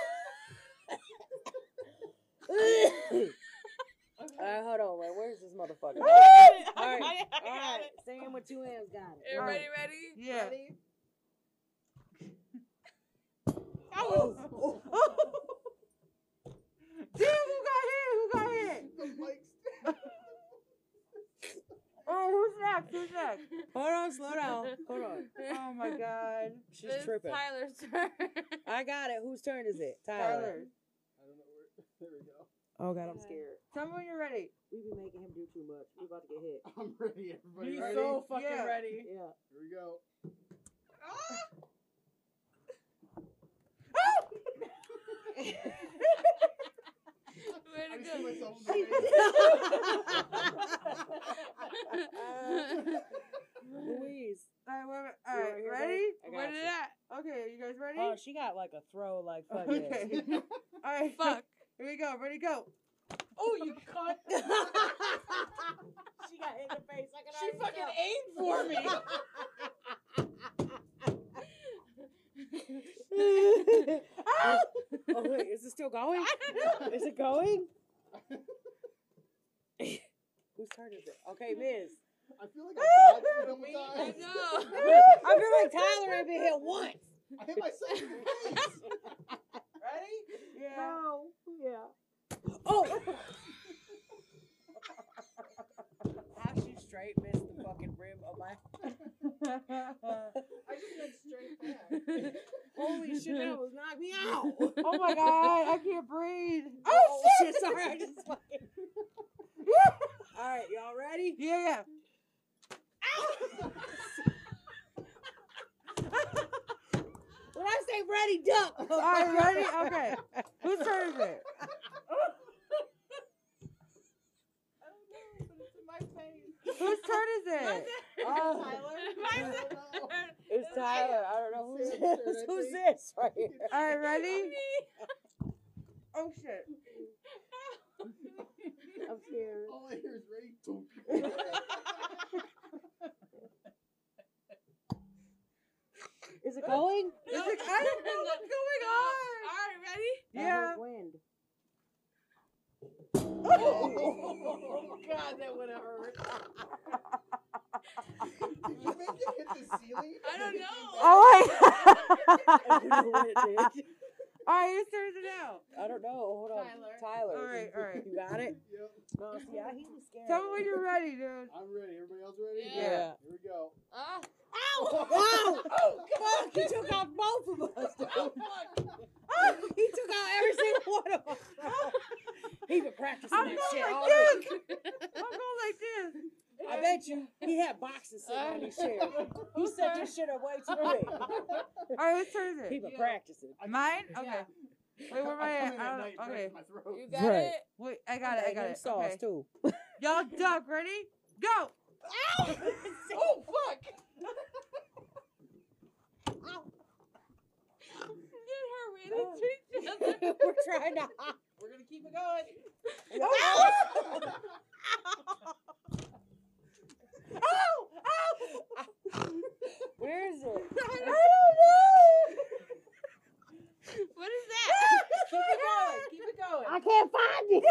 S3: All right, hold on. Wait, where's this motherfucker?
S7: All right.
S3: All right, Sam with two M's got it. All
S2: Everybody
S3: right.
S2: ready?
S1: Yeah.
S7: Ready?
S2: That was
S1: Damn, who got hit? Who got hit? Oh, who's next? Who's next?
S3: Hold on, slow down. Hold on.
S1: Oh my god.
S3: She's
S2: It's
S3: tripping.
S2: Tyler's turn.
S3: I got it. Whose turn is it? Tyler.
S1: Tyler,
S5: I don't know where. There we go.
S3: Oh God, I'm scared.
S1: tell me when you're ready.
S3: We be making him do too much. We about to get hit.
S5: I'm ready, everybody.
S7: He's
S5: ready?
S7: so fucking
S1: Yeah.
S7: ready.
S3: Yeah.
S5: Here we go.
S2: Where'd
S5: I see
S2: it go?
S5: myself in the
S3: Louise.
S1: All right,
S3: you
S1: wait, all
S3: right
S1: right
S3: here,
S1: ready?
S3: I
S2: Where
S3: got
S2: did
S3: you.
S2: that?
S1: Okay, are you guys ready?
S3: Oh, she got like a throw, like fuck
S1: okay. all right.
S2: Fuck.
S1: Here we go. Ready, go.
S7: Oh, you cunt.
S3: this. she got hit in the face. I can
S7: She
S3: already
S7: fucking
S3: tell.
S7: aimed for me.
S3: Oh wait, is it still going?
S2: don't
S3: Is it going? Whose turn is it? Okay, Miz.
S5: I feel like I dodged it a
S7: We-
S5: couple
S2: I
S5: times.
S2: know.
S3: I feel like Tyler ain't been hit once.
S5: I hit myself in the face.
S7: Ready?
S1: Yeah.
S3: No. Yeah. Oh. How she straight missed the fucking rim of my.
S7: I just went straight back.
S3: Holy shit! That was knocked me out.
S1: oh my god, I can't breathe.
S3: Oh shit! Sorry, I just fucking. All right, y'all ready?
S1: Yeah, yeah.
S3: When I say ready, duck.
S1: All right, ready? Okay. Whose turn is it?
S7: I don't know, but it's in my face.
S1: Whose turn is it?
S3: Oh.
S2: Mine's-
S3: It's Tyler. I don't know who's this. Who's this right here?
S1: All right, ready? Oh shit.
S3: I'm scared.
S5: All I hear is ready to.
S3: Is it going?
S1: Is it, I don't know what's going on.
S2: All right, ready?
S1: Yeah.
S3: Wind.
S7: Oh, God, that would have hurt.
S5: Did you make it hit the ceiling?
S2: I don't know.
S1: Oh my
S3: I don't know what it did.
S1: All right, whose turn is it now?
S3: I don't know. Hold on.
S7: Tyler.
S3: Tyler.
S1: All right, all right.
S3: You got it?
S5: Yep.
S3: No, see, I he's scared.
S1: Tell me when you're ready, dude.
S5: I'm ready. Everybody else ready?
S2: Yeah.
S3: Yeah.
S5: Here we go.
S2: Ah,
S3: Oh, Ow! Fuck, he took out both of us. dude. he took out every single one of us. he been practicing
S1: I'm
S3: that
S1: going
S3: shit all
S1: like
S3: week.
S1: this. I'm going like this.
S3: I bet you he had boxes sitting on his chair. He set this shit up way too early.
S1: All right, whose turn is
S3: He
S1: it?
S3: been practicing.
S1: Mine? Okay. Wait, where am I
S5: come
S1: at?
S5: in
S1: I
S5: night,
S1: don't,
S5: break
S1: okay.
S5: My throat.
S2: you got
S3: Right.
S2: it.
S1: Wait, I got it. I
S3: Made
S1: got
S3: him
S1: it.
S3: Sauce
S1: Okay.
S3: too.
S1: Y'all duck. Ready? Go.
S7: Oh, fuck.
S2: Did her really treat each other?
S3: We're trying to hide.
S7: We're going to keep it going.
S3: Where is it?
S2: What is that?
S7: Keep it going. Keep it going.
S3: I can't find it.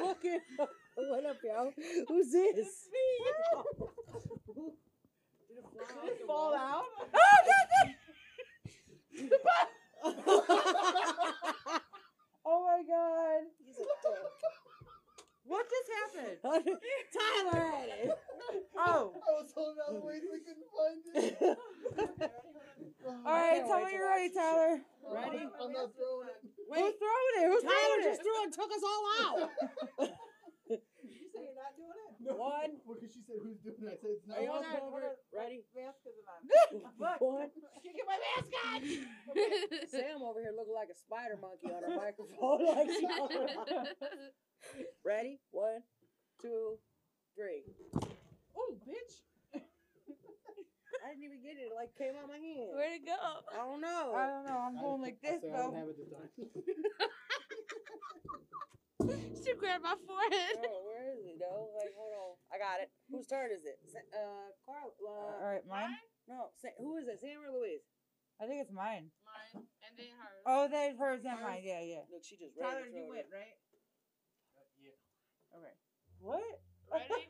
S3: I'm looking. what up, y'all? Who's this?
S7: Did it fall out?
S1: Oh my god. What just happened?
S3: Tyler had it.
S1: Oh.
S5: I was holding out the way so I couldn't find it.
S1: All right. Tell
S3: wait
S1: me
S3: to
S1: you're
S3: watch
S1: ready,
S3: this shit.
S1: Tyler.
S5: Ready? I'm not throwing it.
S1: Who's throwing it? Who's
S3: Tyler
S1: throwing it?
S3: just threw and took us all out.
S7: You say you're not doing it?
S5: No.
S3: One.
S5: Well, because she said who's doing it. I said it's not.
S3: Are y'all
S5: Hold on,
S3: not
S5: hold
S3: over?
S5: on.
S3: Ready?
S7: Mask isn't on.
S3: One.
S7: Can't get my mask on.
S3: Sam over here looking like a spider monkey on her microphone. Like she Ready? One, two, three.
S7: Oh, bitch.
S3: I didn't even get it. It like came out my hand.
S2: Where'd it go?
S3: I don't know.
S4: I don't know. I'm going like this
S5: I don't
S4: though.
S5: have it this time.
S2: She grabbed my forehead.
S3: Girl, where is it though? Like, hold on. I got it. Whose turn is it? Sa- Uh, Carl.
S4: All
S3: Uh,
S4: right, mine.
S3: no, Sa- who is it? Sam or Louise?
S4: I think it's mine.
S8: Mine and then hers.
S4: Oh, that's hers and mine. Yeah, yeah.
S3: Look, she just
S4: Tyler,
S3: ready to
S4: you
S3: throw
S4: went
S3: it.
S4: right.
S5: Uh, yeah.
S4: Okay. What?
S8: Ready?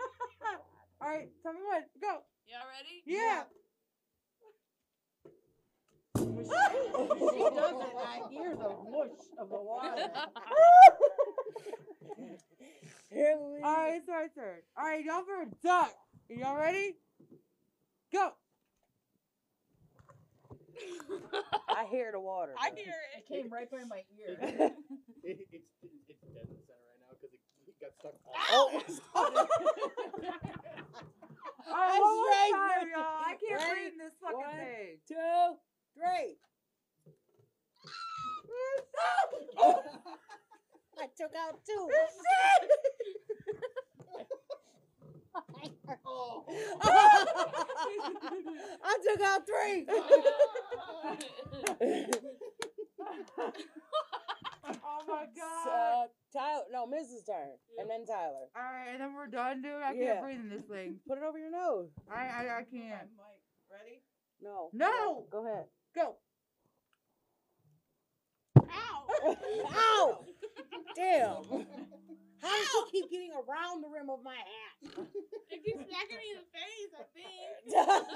S4: All right. Tell me what. Go.
S8: Y'all ready?
S4: Yeah.
S9: she does it, I hear the whoosh of the water.
S3: Here, Louise.
S4: All right, it's our turn. All right, y'all for a duck. y'all ready? Go.
S3: I hear the water.
S8: I
S3: though.
S8: hear
S10: It
S8: it.
S10: came right by my ear.
S5: It, it's, it's dead in the center right now because it, it got stuck. all-
S4: All right, one more time, y'all. I can't
S3: Ready?
S4: read this fucking
S3: One.
S4: thing.
S3: Two, three. I took out two.
S5: Oh.
S3: I took out three.
S4: Oh my god.
S3: Uh, Tyler, no, Mrs. Turn, and then Tyler.
S4: All right, and then we're done, dude. I
S3: Yeah.
S4: can't breathe in this thing.
S3: Put it over your nose.
S4: I I, I can't.
S10: Ready?
S3: No.
S4: No.
S3: Go ahead.
S4: Go.
S3: Ow! Damn. How does she keep getting around the rim of my hat?
S8: It keeps smacking me in the face,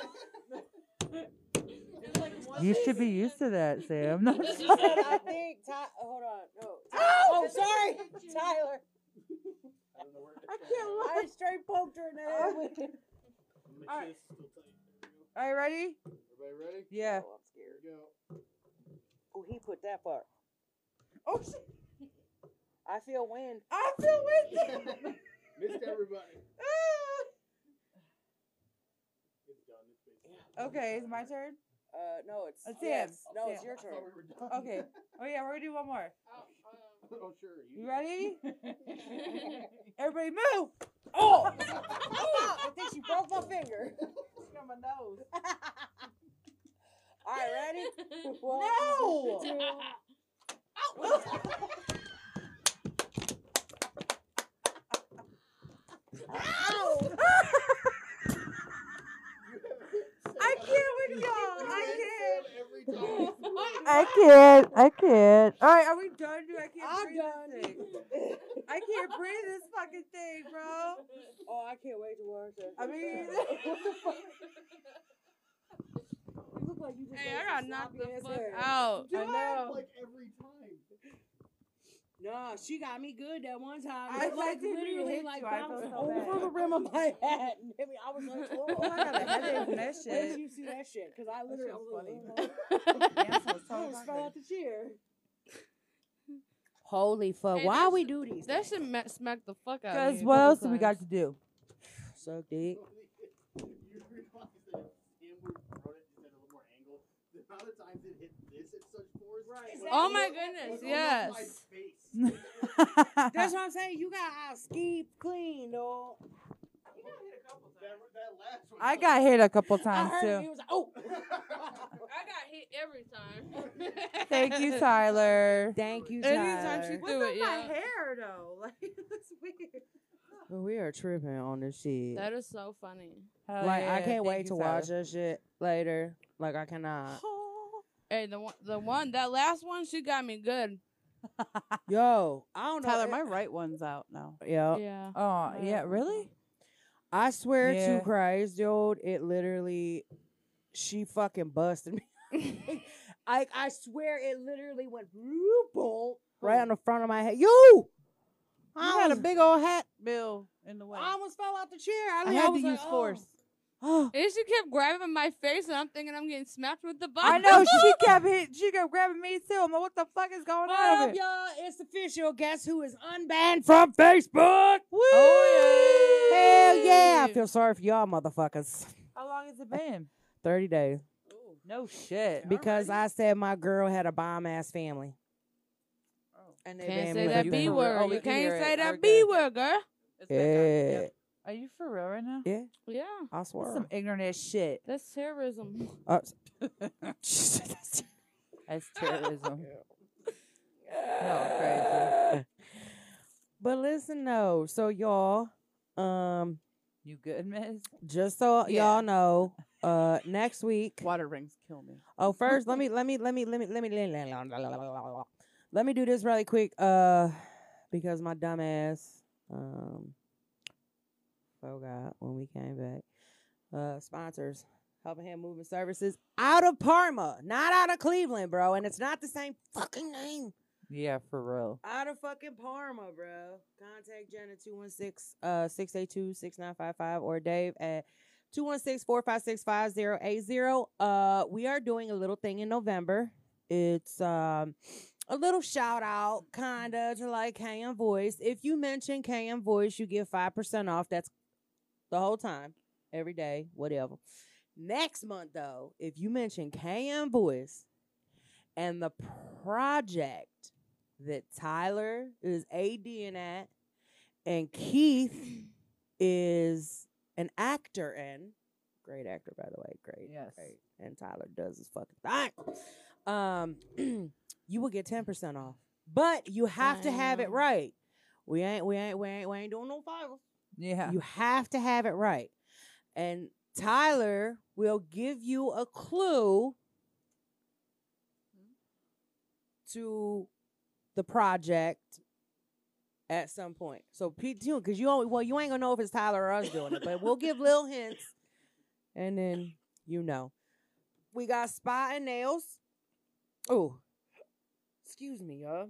S8: I think.
S10: There's like one
S4: You
S10: thing-
S4: should be used to that, Sam. No,
S3: She said, I think. Ty- hold on. No. Oh, sorry, Tyler.
S5: I don't know where it
S4: I can't look.
S3: I straight poked her in the head with it.
S5: Mitch
S4: All right.
S5: is still tight. There we go.
S4: All right, ready?
S5: Everybody ready?
S4: Yeah.
S3: Oh, I'm scared.
S5: Here we go.
S3: Oh, he put that part.
S4: Oh shit!
S3: I feel wind.
S4: I feel windy.
S5: Missed everybody. It's done. It's basically
S4: Ah. okay, it's my turn.
S3: Uh, no, it's
S4: It's
S3: yes.
S4: him.
S3: No,
S4: It's
S3: it's your
S5: I thought
S3: turn.
S5: we were done.
S4: Okay. Oh yeah, we're gonna do one more.
S8: Oh, um,
S5: oh, sure.
S4: You ready?
S10: Wait,
S4: Everybody move.
S3: Oh! I think she broke my finger.
S10: on my nose.
S3: All right, ready? One,
S4: No.
S3: two. Ow!
S4: I can't with y'all. I
S5: Every time.
S4: can't. I can't. I can't. All right, are we done, dude? I can't
S3: I'm
S4: breathe this thing. I can't breathe this fucking thing, bro.
S3: Oh, I can't wait to watch that.
S4: I mean,
S3: what the fuck? You look like you just
S2: Hey,
S3: ate
S2: I got
S3: some
S2: knocked the
S3: sloppy ass
S2: fuck
S3: hair.
S2: out.
S5: Do
S4: I
S5: it,
S4: know.
S5: Like every time.
S3: Nah, she got me good that one time.
S4: I
S3: It, like
S4: tried to
S3: literally
S4: hit
S3: like
S4: you. I
S3: bounced
S4: felt so
S3: over
S4: bad.
S3: the rim of my hat. And hit me. I was like, oh,
S4: Oh, I got a headache from that
S3: Where
S4: shit.
S3: did you see that shit? Because I literally
S4: was
S3: was
S4: funny.
S3: like,
S4: Dance was
S3: oh,
S4: so
S3: I just fell
S4: fucking-
S3: out the chair.
S1: Holy fuck!
S2: Hey,
S1: Why
S2: that's-
S1: we do these?
S2: That should ma- smack the fuck out of me.
S4: Cause
S2: a
S4: what
S2: couple
S4: else do we
S2: times.
S4: got to do?
S1: Suck dick.
S5: You realize that if Sam would have thrown it just at a little more angle, the amount of times it hit this at such force.
S3: Right.
S5: was
S2: Oh my
S5: almost-
S2: goodness,
S5: was almost My
S2: yes.
S5: face.
S3: That's what I'm saying. You got our ski clean, though.
S5: That, that last one.
S4: I got hit a couple
S3: I
S4: times
S3: heard it. He
S4: too.
S3: was like, oh.
S8: I got hit every time.
S4: Thank you, Tyler.
S1: Thank you,
S2: Anytime she
S1: Tyler.
S2: do it, yeah.
S4: hair though? Like that's weird.
S1: We are tripping on this shit.
S2: That is so funny.
S1: like I can't wait to watch that shit later. Like I cannot.
S2: Hey, the one, the one, that last one, she got me good.
S1: Yo, I don't know.
S9: Tyler,
S1: it-
S9: my right one's out now.
S1: Yo,
S2: Yeah.
S4: Oh yeah,
S2: Wow.
S4: really?
S1: I swear
S4: Yeah.
S1: to Christ, dude, it literally, she fucking busted me. I I swear it literally went boom, right on the front of my head. You,
S9: You
S1: I
S9: had a
S1: almost-
S9: big old hat, Bill, in the way.
S3: I almost fell out the chair. I,
S9: I
S3: mean,
S9: had to
S3: was
S9: use
S3: like, oh.
S9: force.
S2: And she kept grabbing my face, and I'm thinking I'm getting smacked with the bottle.
S4: I know she kept hit. She kept grabbing me too. I'm like, what the fuck is going on?
S1: What
S4: over
S1: up,
S4: here?
S1: y'all? It's official. Guess who is unbanned from Facebook? Woo!
S4: Oh,
S1: Hell yeah! I
S2: Yay.
S1: feel sorry for y'all, motherfuckers.
S4: How long has it been?
S1: Thirty days
S4: No shit.
S1: because I said my girl had a bomb ass family. And
S2: Can't
S1: damn
S2: say
S1: near
S2: that
S1: do.
S2: B
S4: can-
S2: word.
S4: oh, we
S2: you
S4: can
S2: can't
S4: hear it.
S2: say that
S4: Okay.
S2: B word, girl.
S4: It's
S1: Yeah. Are you for real right now?
S3: Yeah,
S2: Yeah,
S3: I
S1: That's
S3: swear.
S1: some ignorant ass shit.
S2: that's terrorism.
S3: Uh,
S1: That's terrorism. no, crazy.
S3: but listen though, so y'all, um,
S1: You good, miss?
S3: just so
S2: Yeah.
S3: y'all know, uh, next week.
S4: Water rings kill me.
S3: Oh, first, let me let me let me let me let me let me do this really quick, uh, because my dumb ass, um, forgot when we came back. Uh, sponsors, helping hand movement services out of Parma, not out of Cleveland, bro, and it's not the same fucking name.
S1: Yeah, for real.
S3: Out of fucking Parma, bro. Contact Jenna 216 uh 682 6955 or Dave at 216-456-5080. Uh we are doing a little thing in November. It's um a little shout out kinda to like KM Voice. If you mention KM Voice, you get five percent off. That's the whole time, every day, whatever. Next month though, if you mention KM Voice and the project that Tyler is AD in at, and Keith is an actor in. Great actor, by the way. Great.
S1: Yes.
S3: Great. And Tyler does his fucking thing. Um, you will get ten percent off, but you have to have it
S2: Damn.
S3: right. We ain't, we ain't, we ain't, we ain't doing no favors.
S1: Yeah.
S3: You have to have it right. And Tyler will give you a clue to the project at some point. So Pete too, because you only well, you ain't gonna know if it's Tyler or us doing it, but we'll give little hints and then you know. We got spa and nails. Oh, excuse me, y'all.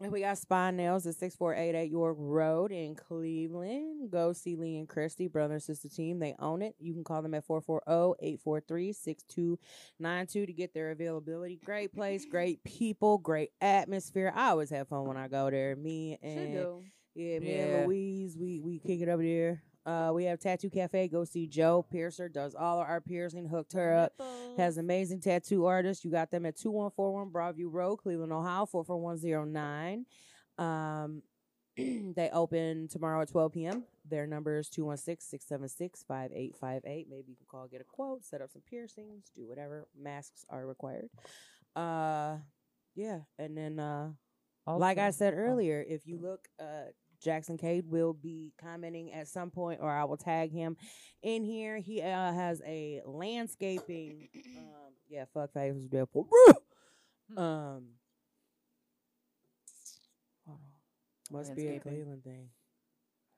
S3: And we got Spy Nails at 6488 York Road in Cleveland. Go see Lee and Christy, brother and sister team. They own it. You can call them at oh, 440-843-6292 to get their availability. Great place, great people, great atmosphere. I always have fun when I go there. Me
S2: Should
S3: and
S2: do.
S3: yeah, me
S1: Yeah.
S3: and Louise, we we kick it over there. Uh, we have Tattoo Cafe. Go see Joe Piercer. Does all of our piercing. Hooked her up has amazing tattoo artists. You got them at 2141 Broadview Road, Cleveland, Ohio, 44109. Um, they open tomorrow at 12 p.m. Their number is 216 676 5858. Maybe you can call, get a quote, set up some piercings, do whatever. Masks are required. Uh, yeah. And then, uh, like I
S1: Also-
S3: said earlier, if you look, uh, Jackson Cade will be commenting at some point, or I will tag him in here. He uh, has a landscaping. Um, yeah, fuck face was dead.
S1: Mm.
S3: Um, hold on. must be a
S1: Landscaping.
S3: Cleveland thing.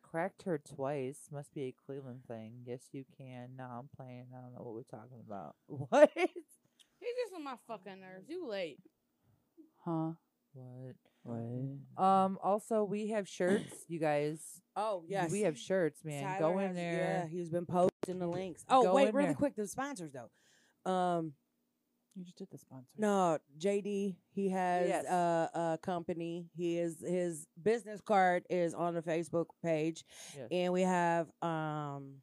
S1: cracked her twice. Must be a Cleveland thing. Yes, you can. No, I'm playing. I don't know what we're talking about. What?
S2: He's just on my fucking nerves. You late.
S4: Huh?
S1: What?
S4: What?
S1: Um. Also, we have shirts, you guys.
S3: Oh yes,
S1: We have shirts, man. Go
S3: Tyler
S1: in
S3: has- Yeah,
S1: there.
S3: he's been posting the links. Oh
S1: Go
S3: wait,
S1: in
S3: really
S1: there.
S3: quick, the sponsors though. Um,
S4: You just did the sponsor.
S3: No, JD, he has
S1: Yes.
S3: uh a company. He is his business card is on the Facebook page.
S1: Yes.
S3: And we have um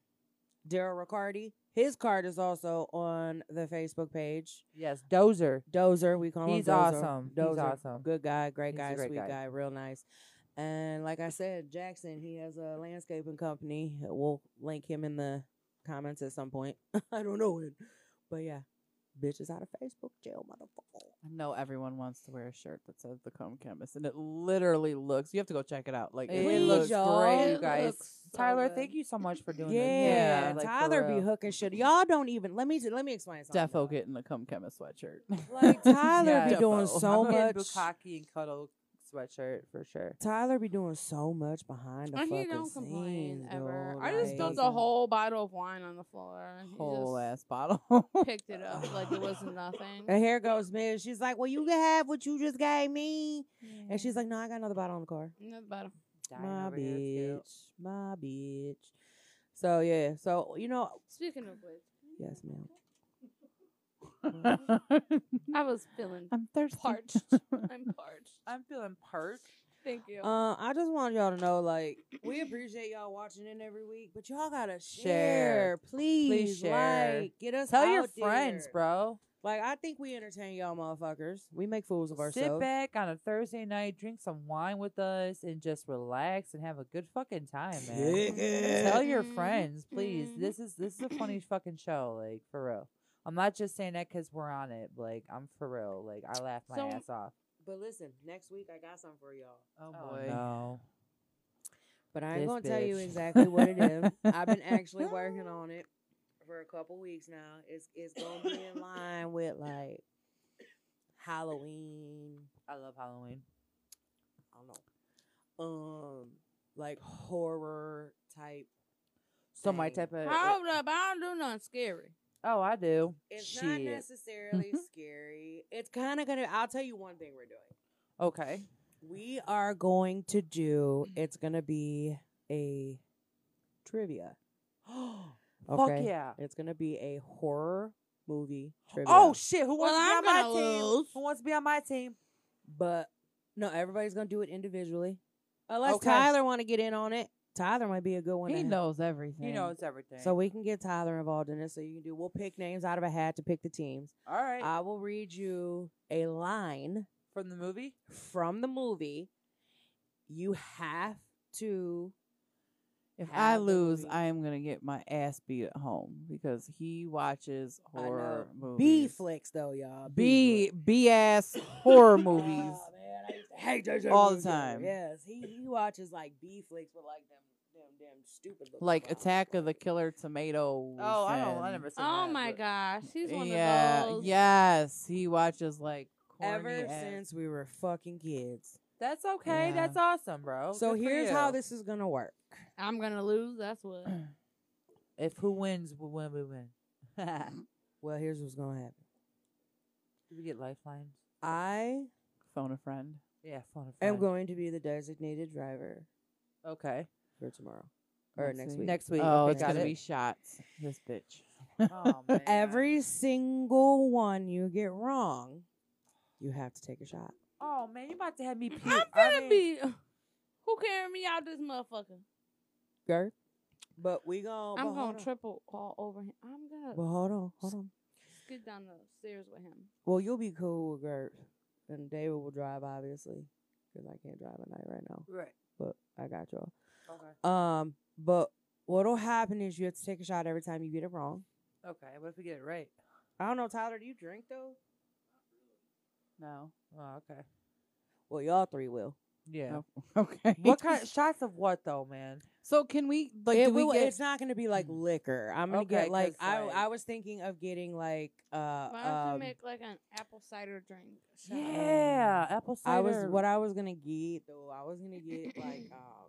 S3: Daryl Riccardi. His card is also on the Facebook page.
S1: Yes, Dozer.
S3: Dozer, we call
S1: He's
S3: him Dozer.
S1: awesome. He's
S3: Dozer,
S1: awesome.
S3: Good guy, great
S1: He's a
S3: guy,
S1: great
S3: sweet
S1: guy.
S3: guy. real nice. And like I said, Jackson, he has a landscaping company. We'll link him in the comments at some point. I don't know it. But yeah. Bitch is out of Facebook jail, motherfucker.
S4: I know everyone wants to wear a shirt that says the Comb Chemist, and it literally looks. You have to go check it out. Like
S1: It
S3: Please,
S1: looks
S3: y'all.
S1: great, you
S2: It
S1: guys.
S2: looks so
S1: Tyler,
S2: good.
S1: thank you so much for doing this.
S3: Yeah,
S1: like, for
S3: Tyler be
S1: real.
S3: hooking shit. Y'all don't even let me let me explain something.
S4: defo
S3: y'all.
S4: getting the Comb Chemist sweatshirt.
S3: Like Tyler be
S1: Yes.
S3: doing
S4: Defo.
S3: so
S1: I'm getting
S3: much.
S1: Bukkake and cuddle sweatshirt for sure.
S3: Tyler be doing so much behind the
S2: And
S3: fucking
S2: he don't complain
S3: scenes,
S2: ever.
S3: though,
S2: I just
S3: like-
S2: spilled a whole bottle of wine on the floor. He
S4: Whole
S2: just
S4: ass bottle.
S2: picked it up like it was nothing.
S3: And here goes Miz. She's like, "Well, you can have what you just gave me," and she's like, "No, I got another bottle in the car."
S2: Another bottle.
S1: Dying
S3: my
S1: over here, too.
S3: bitch, my bitch. So yeah, so you know,
S2: Speaking of which,
S3: yes, ma'am.
S2: I was feeling
S4: I'm thirsty.
S2: parched. I'm parched.
S1: I'm feeling parched.
S2: Thank you.
S3: Uh, I just want y'all to know, like, we appreciate y'all watching in every week, but y'all gotta share,
S1: Share.
S3: please,
S1: share.
S3: like, get us
S1: Tell your
S3: out
S1: friends,
S3: there.
S1: bro.
S3: Like I think we entertain y'all motherfuckers. We make fools of ourselves.
S1: Sit back on a Thursday night, drink some wine with us, and just relax and have a good fucking time, man. Tell your
S2: Mhm.
S1: friends, please.
S2: Mhm.
S1: This is this is a funny fucking show, like for real. I'm not just saying that because we're on it. Like I'm for real. Like I laugh my
S2: So-
S1: ass off.
S3: But listen, next week I got something for y'all.
S4: Oh
S1: Oh,
S4: boy.
S1: no.
S3: But I ain't
S1: This
S3: gonna tell you
S1: bitch.
S3: exactly what it is. I've been actually working on it for a couple weeks now. It's it's gonna be in line with like Halloween.
S1: I love Halloween.
S3: I don't know. Um, like horror type.
S1: So my
S3: Dang.
S1: type of
S2: Hold up, I don't do nothing scary.
S1: oh, I do.
S3: It's not
S1: Shit. Mm-hmm.
S3: necessarily scary. It's kind of gonna. I'll tell you one thing we're doing.
S1: Okay.
S3: We are going to do. It's gonna be a trivia.
S1: Fuck yeah.
S3: It's gonna be a horror movie trivia.
S1: Oh shit! Who
S2: Well,
S1: wants
S2: I'm
S1: to be on my
S2: gonna
S1: team?
S2: lose.
S1: Who wants to be on my team?
S3: but no, everybody's gonna do it individually. Unless
S1: Okay.
S3: Tyler want to get in on it, Tyler might be a good one. to
S4: He
S3: have.
S4: knows everything.
S1: He knows everything.
S3: So we can get Tyler involved in it. So you can do. We'll pick names out of a hat to pick the teams.
S1: all right
S3: I will read you a line
S1: from the movie.
S3: from the movie. You have to.
S4: If
S3: have
S4: I
S3: the
S4: lose,
S3: movie.
S4: I am gonna get my ass beat at home because he watches
S3: I know.
S4: horror movies.
S3: B flicks though, y'all.
S4: B
S3: flicks.
S4: B ass horror movies.
S3: Oh, man, I used to hate those
S4: All
S3: movies,
S4: the
S3: yo.
S4: time.
S3: Yes, he he watches like B flicks with like them them them stupid looking
S4: Like
S3: clowns,
S4: Attack of the
S3: like-
S4: Killer Tomatoes. and-
S1: seen
S2: Oh my gosh, he's one
S4: yeah,
S2: of those.
S4: yes, he watches like corny
S3: Ever
S4: ass-
S3: since we were fucking kids.
S1: That's okay.
S4: Yeah.
S1: That's awesome,
S4: Oh,
S1: bro.
S3: so
S1: Good for
S3: here's how
S1: you.
S3: this is gonna work.
S2: I'm gonna lose. That's what.
S1: If who wins, we win. We win. Do
S3: Well, here's what's gonna happen.
S1: we get lifelines?
S3: I
S4: phone a friend.
S1: Yeah, phone a
S3: am
S1: friend.
S3: going to be the designated driver
S1: okay.
S3: for tomorrow or next week.
S1: Next week.
S4: Oh,
S1: okay,
S4: it's
S1: got
S4: gonna
S1: it.
S4: be shots. This bitch.
S1: Oh, man.
S3: Every single one you get wrong, you have to take a shot.
S1: Oh man, you about to have me puke.
S2: I'm
S1: I
S2: gonna
S1: mean-
S2: be. Who carrying me out this motherfucker?
S3: Girth. But we gonna.
S2: I'm
S3: but hold
S2: gonna
S3: on.
S2: triple all over him. I'm gonna
S3: But hold on, hold on.
S2: skid down the stairs with him.
S3: Well, you'll be cool with Gert, and David will drive obviously because I can't drive at night right now.
S1: Right.
S3: But I got y'all.
S1: Okay.
S3: Um, but what'll happen is you have to take a shot every time you get it wrong.
S1: Okay. What if we get it right?
S3: I don't know, Tyler. Do you drink though?
S4: No.
S1: Oh, okay.
S3: Well, y'all three will.
S1: Yeah.
S4: Okay.
S1: What kind of shots of what though, man?
S4: So can we like
S3: it
S4: do we
S3: will.
S4: get Mm-hmm.
S3: it's not gonna be like liquor. I'm gonna
S1: Okay,
S3: get like
S1: 'cause,
S3: I.
S1: like-
S3: I was thinking of getting like uh.
S2: Why don't
S3: um,
S2: you make like an apple cider drink? shot?
S1: Yeah, apple cider.
S3: I was what I was gonna get though. I was gonna get like um.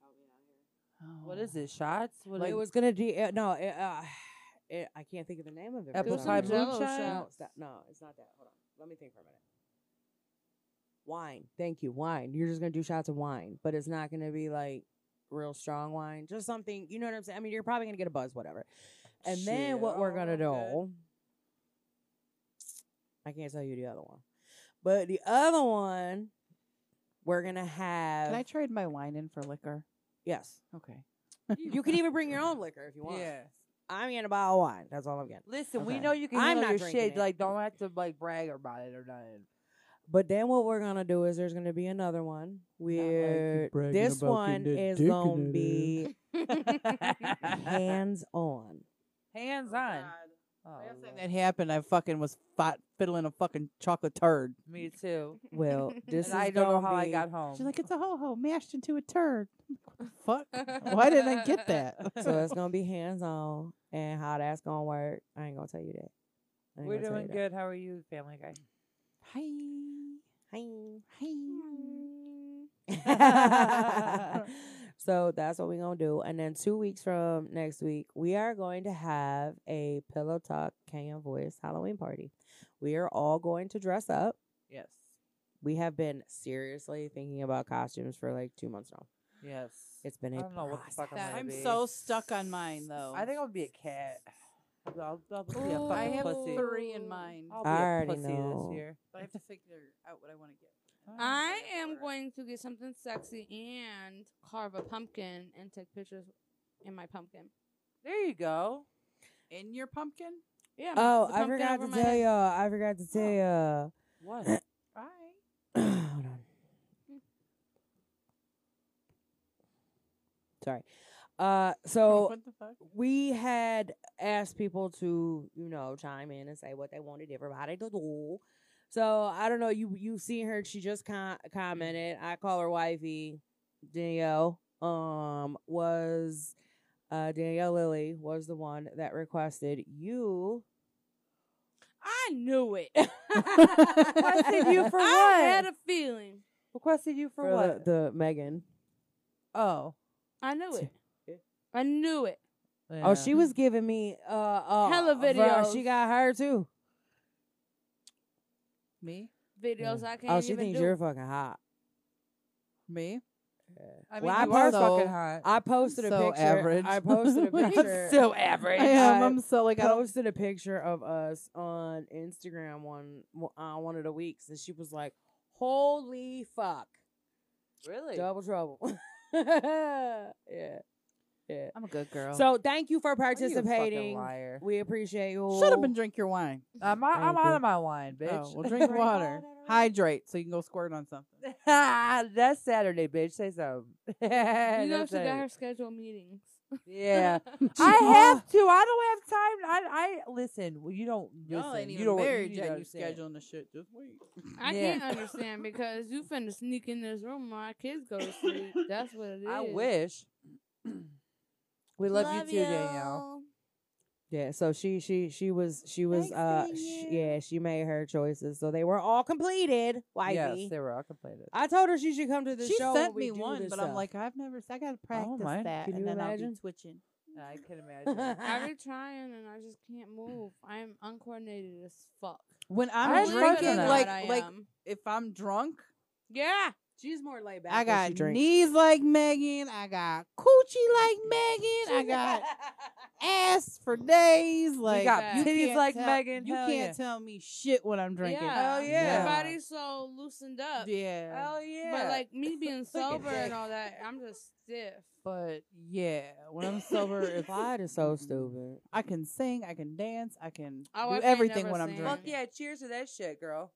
S3: help me out here.
S1: What is it? Shots? What
S3: it
S1: is-
S3: was gonna do uh, no. It, uh, it, I can't think of the name of it.
S1: apple
S2: some
S1: cider
S2: Jell-O
S1: moonshine.
S3: No, it's not, no, it's not that. Hold on. Let me think for a minute. Wine. Thank you. Wine. You're just gonna do shots of wine, but it's not gonna be like real strong wine. Just something. You know what I'm saying? I mean, you're probably gonna get a buzz, whatever. And then
S1: Shit.
S3: what we're
S1: Oh,
S3: gonna
S1: okay.
S3: do? I can't tell you the other one, but the other one we're gonna have.
S4: Can I trade my wine in for liquor?
S3: yes.
S4: Okay.
S3: You can even bring your own liquor if you want.
S1: Yeah.
S3: I'm gonna buy a wine. That's all I'm getting.
S1: Listen, we
S4: Okay.
S1: know you can
S3: I'm
S1: handle
S3: not
S1: your
S3: drinking
S1: shit.
S3: it.
S1: Like, don't have to like brag about it or nothing.
S3: But then what we're gonna do is there's gonna be another one where
S6: bragging
S3: this
S6: about
S3: one
S6: getting that
S3: is
S6: dick in eh?
S3: gonna
S6: that
S3: be
S1: Hands
S3: hands on.
S1: on. Oh,
S11: Last time
S1: Lord.
S4: That happened. I fucking was fi- fiddling a fucking chocolate turd.
S1: me too.
S3: Well, this is
S1: and I don't know
S3: gonna
S1: how I
S3: be-
S1: got home.
S4: She's like, it's a ho ho mashed into a turd. What the fuck? Why didn't I get that?
S3: So it's gonna be hands on, and how that's gonna work, I ain't gonna tell you that. I ain't
S1: We're
S3: gonna tell
S1: doing
S3: you that.
S1: good. How are you, Family Guy?
S4: Hi.
S2: Mm.
S3: Hi. so that's what we're gonna do. And then two weeks from next week, we are going to have a Pillow Talk Can Voice Halloween party. We are all going to dress up.
S1: Yes.
S3: We have been seriously thinking about costumes for like two months now.
S1: Yes.
S3: It's been a
S1: I don't know what the fuck I'm
S2: That-
S1: gonna
S4: I'm
S1: be.
S4: so stuck on mine though.
S1: I think I'll be a cat. I'll, I'll be a
S2: Ooh,
S1: fucking
S4: I have
S1: pussy.
S4: three in mine,
S1: I'll
S3: I
S1: be a
S3: already
S1: pussy
S3: know.
S1: this year.
S4: but I have to figure out what I want to get.
S2: I am going to get something sexy and carve a pumpkin and take pictures in my pumpkin.
S1: There you go.
S4: in your pumpkin?
S2: Yeah.
S3: Oh,
S2: the
S3: I
S2: pumpkin
S3: forgot
S2: over
S3: to
S2: my
S3: tell
S2: head. Oh.
S3: y'all. I forgot to tell y'all.
S4: What? All right.
S3: Hold on.
S2: Mm.
S3: Sorry. Uh, so
S4: what the fuck?
S3: we had asked people to, you know, chime in and say what they wanted everybody to do. So I don't know. You you seen her? She just con- commented. I call her wifey. Danielle um was uh Danielle Lilly was the one that requested you.
S2: I knew it.
S1: Requested you for
S2: I had
S1: what?
S2: a feeling.
S1: Requested you for,
S3: for
S1: what?
S3: the, the Megan.
S1: oh.
S2: I knew it.
S3: Yeah.
S2: I knew it.
S3: Oh, she was giving me uh, uh
S2: Hella
S3: bruh,
S2: videos.
S3: she got her too.
S4: me.
S2: Videos I can't
S3: oh, she
S2: even
S3: thinks
S2: do.
S3: you're fucking hot.
S4: Me. I mean,
S3: Well, I
S4: you
S1: You're
S4: are
S3: post-
S4: so,
S1: fucking hot.
S3: I posted a
S4: so
S3: picture.
S4: average.
S3: I posted a
S4: I'm
S3: picture.
S4: so average. I
S3: I
S4: am. I'm so like I don't
S3: posted a picture of us on Instagram one on one of the weeks, and she was like, "Holy fuck,
S4: really.
S3: double trouble." yeah, yeah.
S4: I'm a good girl.
S3: So thank you for
S1: Are you a fucking
S3: participating.
S1: liar.
S3: we appreciate you.
S4: shut up and drink your wine.
S1: I'm, out- I'm
S3: Thank you.
S1: out of my wine, bitch.
S4: Oh, well, drink water. Hydrate so you can go squirt on something.
S1: That's Saturday, bitch. Say something.
S2: You know
S1: That's
S2: she got
S1: Saturday.
S2: her scheduled meetings.
S1: Yeah. I have to. I don't have time. I, I listen. well, You don't listen.
S4: Y'all ain't
S1: you
S4: even
S1: don't
S4: married
S1: you
S4: yet.
S1: don't
S4: You
S1: understand.
S4: scheduling the shit this week.
S2: I
S1: Yeah.
S2: can't understand because you finna sneak in this room while our kids go to sleep. That's what it is.
S1: I wish. we love, you too, Danielle.
S3: Yeah, so she she she was she was
S4: Thanks,
S3: uh sh- yeah she made her choices, so they were all completed. Wifey,
S1: Yes, they were all completed.
S3: I told her she should come to the
S4: She
S3: show.
S4: sent
S3: when we
S4: me
S3: do
S4: one,
S3: this
S4: but I'm
S3: stuff.
S4: like, I've never. I gotta practice
S1: my.
S4: that,
S3: Can
S4: and
S3: you
S4: then I'll
S3: imagine?
S4: be twitching.
S1: I can
S4: Oh
S1: imagine.
S2: I be trying and I just can't move. I am uncoordinated as fuck.
S4: When
S1: I
S4: I'm
S1: ain't fucking
S4: drinking,
S1: know
S4: like
S2: I um,
S4: like
S2: am.
S4: if I'm drunk,
S2: yeah.
S3: she's more laid back.
S4: I
S3: when she
S4: got
S3: drinks.
S4: knees like Megan. I got coochie like Megan. I got ass for days. Like
S1: got
S4: you
S1: titties
S4: can't
S1: like
S4: tell-
S1: Megan,
S4: You
S1: hell
S4: can't
S1: yeah.
S4: tell me shit when I'm
S2: Oh,
S4: drinking.
S2: Yeah.
S1: Hell yeah.
S2: Everybody's so loosened up.
S4: Yeah.
S1: Hell yeah.
S2: But like me being sober and
S1: that.
S2: all that, I'm just stiff.
S4: But yeah, when I'm sober, if I
S3: Clyde is so stupid.
S4: I can sing, I can dance, I can
S2: Oh, I
S4: do
S2: can't
S4: everything
S2: never
S4: when I'm
S2: sing.
S1: Fuck
S4: drinking.
S1: yeah! Cheers to that shit, girl.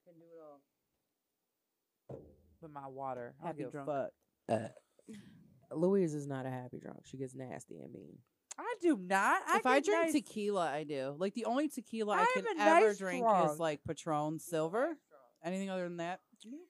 S1: With my water, I don't
S4: Happy
S1: give a
S4: drunk.
S1: fuck.
S3: Louise is not a happy drunk. She gets nasty and mean.
S1: I do not. I
S4: if I
S1: get
S4: drink
S1: nice-
S4: tequila, I do. Like the only tequila I,
S1: I
S4: can
S1: am a
S4: ever
S1: nice
S4: drink
S1: drunk.
S4: is like Patron Silver. Anything other than that,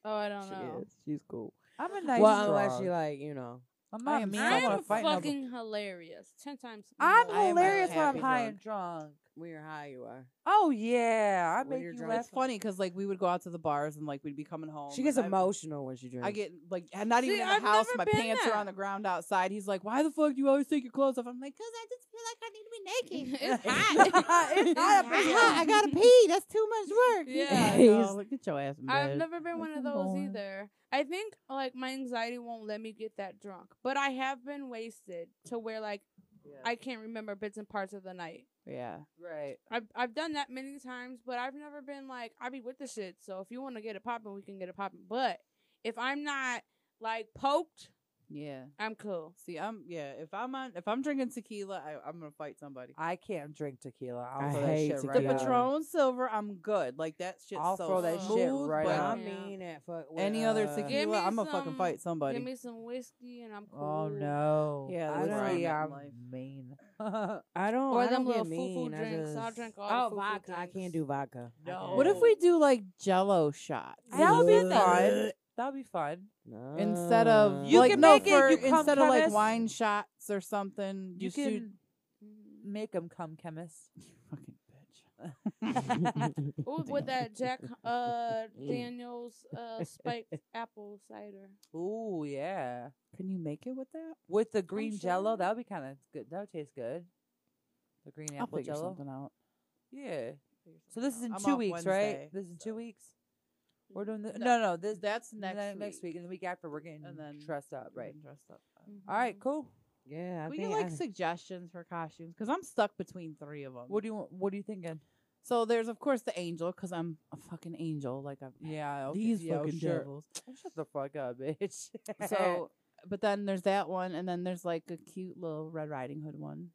S2: Oh, I don't
S3: she
S2: know.
S3: is. She's cool.
S1: I'm a nice
S3: well,
S1: drunk.
S3: unless she like you know.
S1: I'm
S4: I
S1: not
S4: am
S1: mean.
S4: so
S1: I
S2: I
S1: don't
S4: wanna
S2: am
S1: want to fight. nobody.
S2: fucking hilarious. Ten times.
S1: I'm
S4: I am a
S1: hilarious when I'm
S4: happy
S1: high
S4: drunk.
S1: and drunk.
S3: When you're high, you are.
S1: Oh yeah, I
S3: When
S1: make
S3: you're
S1: you
S3: drunk,
S1: laugh.
S4: it's funny because like we would go out to the bars and like we'd be coming home.
S3: She gets
S4: and I-
S3: emotional when she drinks.
S4: I get like not even
S2: See,
S4: in the
S2: I've
S4: house.
S2: never
S4: My
S2: been
S4: pants
S2: that.
S4: are on the ground outside. He's like, "Why the fuck do you always take your clothes off?" I'm like, "Cause I just feel like I need to be naked.
S2: It's hot.
S1: It's hot up in
S4: It's
S1: here.
S4: hot. I gotta pee. That's too much work."
S2: Yeah.
S4: I know. Like, get your ass in
S2: I've
S4: bed.
S2: never been one of
S4: Fucking
S2: those
S4: boring.
S2: either. I think like my anxiety won't let me get that drunk, but I have been wasted to where like I can't remember bits and parts of the night.
S4: Yeah.
S1: Right.
S2: I've I've done that many times, but I've never been like I be with the shit. So if you want to get it popping, we can get it popping. But if I'm not like poked,
S4: Yeah.
S2: I'm cool.
S4: See, I'm yeah. If I'm on, if I'm drinking tequila, I, I'm gonna fight somebody.
S1: I can't drink tequila. I'll
S3: I
S1: throw that
S3: hate
S1: shit
S4: The
S1: right
S3: tequila.
S1: out.
S4: Patron Silver, I'm good. Like that shit's
S1: I'll
S4: so
S1: throw that shit
S4: smooth.
S1: right
S4: but
S1: out.
S3: I
S2: Yeah.
S3: mean that fuck. with,
S4: any other
S3: uh,
S2: Give me
S4: tequila, I'm gonna fucking
S2: some-
S4: fight somebody.
S2: Give me some whiskey and I'm cool.
S1: Oh no.
S4: Yeah,
S1: I
S4: those are
S1: really
S4: all
S1: am
S4: life.
S1: mean.
S3: I don't.
S2: Or
S3: I
S2: them
S3: don't
S2: little
S3: get
S2: foo-foo
S3: mean. I
S2: drinks.
S3: just,
S2: I'll drink all the
S3: oh,
S2: foo-foo
S3: vodka. I
S2: drinks.
S3: can't do vodka. I
S1: No.
S3: can't.
S4: what if we do like Jello shots
S1: that would be
S3: Ugh.
S1: fun. That would be fun.
S4: instead of
S1: Mm. You
S4: like
S1: can
S4: no
S1: make it,
S4: for
S1: you come
S4: instead of like
S1: chemist.
S4: wine shots or something?
S1: You,
S4: do-
S1: can make them come, chemist.
S4: fucking bitch.
S2: Ooh, with that Jack uh Daniel's uh spiked apple cider.
S1: Ooh yeah.
S4: Can you make it with that?
S1: With the green
S2: sure.
S1: Jello, that would be kind of good. That would taste good. The green
S4: I'll
S1: apple
S4: figure
S1: Jello.
S4: something out.
S1: Yeah.
S4: Figure
S1: So this is
S4: something
S1: in
S4: out. I'm
S1: two
S4: off
S1: weeks,
S4: Wednesday,
S1: right? This is in
S4: so-
S1: two weeks. We're doing this.
S4: No,
S1: No, no. This
S4: That's
S1: ne-
S4: next week.
S1: next week, and the week after, we're getting
S4: And then
S1: dressed up, right?
S4: Dressed up. uh,
S3: Mm-hmm.
S1: All right, cool.
S3: yeah, I
S4: we
S3: think
S4: get like
S3: I-
S4: suggestions for costumes because I'm stuck between three of them.
S1: What do you want? What are you thinking?
S4: so there's of course the angel because I'm a fucking angel. Like I'm
S1: Yeah, okay,
S4: these
S1: yeah,
S4: fucking
S1: sure.
S4: devils.
S1: Shut the fuck up, bitch.
S4: So, but then there's that one, and then there's like a cute little Red Riding Hood one.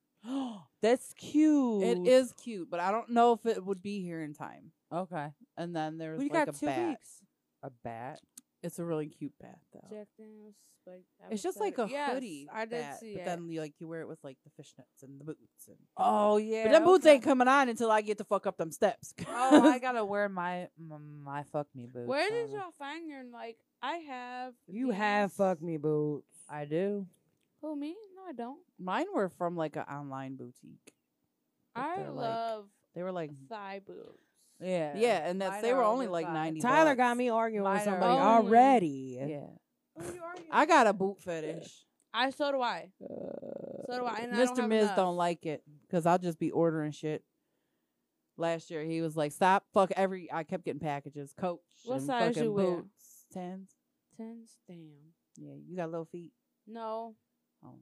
S1: That's cute.
S4: It is cute, but I don't know if it would be here in time.
S1: Okay.
S4: And then there's
S1: Well, you
S4: like
S1: got
S4: a
S1: two
S4: bat.
S1: weeks. A bat.
S4: It's a really cute bat though.
S2: Jack Daniels, like I
S4: Oh. it's
S2: would
S4: just
S2: say-
S4: like a
S2: yes,
S4: hoodie.
S2: I did
S4: bat,
S2: see
S4: but
S2: it.
S4: then you like you wear it with like the fishnets and the boots and
S1: Oh yeah.
S4: But them boots
S1: okay.
S4: ain't coming on until I get to fuck up them steps.
S1: oh, I gotta wear my m- my fuck me boots.
S2: Where did
S1: on.
S2: y'all find your like? I have.
S3: You
S2: these-
S3: have fucked me, boots.
S1: I do.
S2: Who me? No, I don't.
S4: Mine were from like an online boutique. But
S2: I
S4: they're, like-
S2: love
S4: They were like
S2: thigh boots.
S1: Yeah.
S4: yeah, and that's
S1: Mine
S4: they
S1: are
S4: were only
S1: only
S4: like
S1: five.
S4: ninety.
S3: Tyler
S4: bucks.
S3: got me arguing
S1: Mine
S3: with
S1: are
S3: somebody
S2: only-
S3: already.
S1: Yeah.
S11: Who you arguing
S4: I got a boot fetish.
S2: I so do I. So do I. And I don't
S4: Mr.
S2: have
S4: Miz
S2: enough.
S4: don't like it because I'll just be ordering shit. Last year he was like, "Stop, fuck every." I kept getting packages, Coach.
S2: What
S4: and
S2: size
S4: fucking
S2: you wear?
S4: boots, Tens.
S2: tens. Damn.
S4: Yeah, you got little feet.
S2: No,
S4: Oh,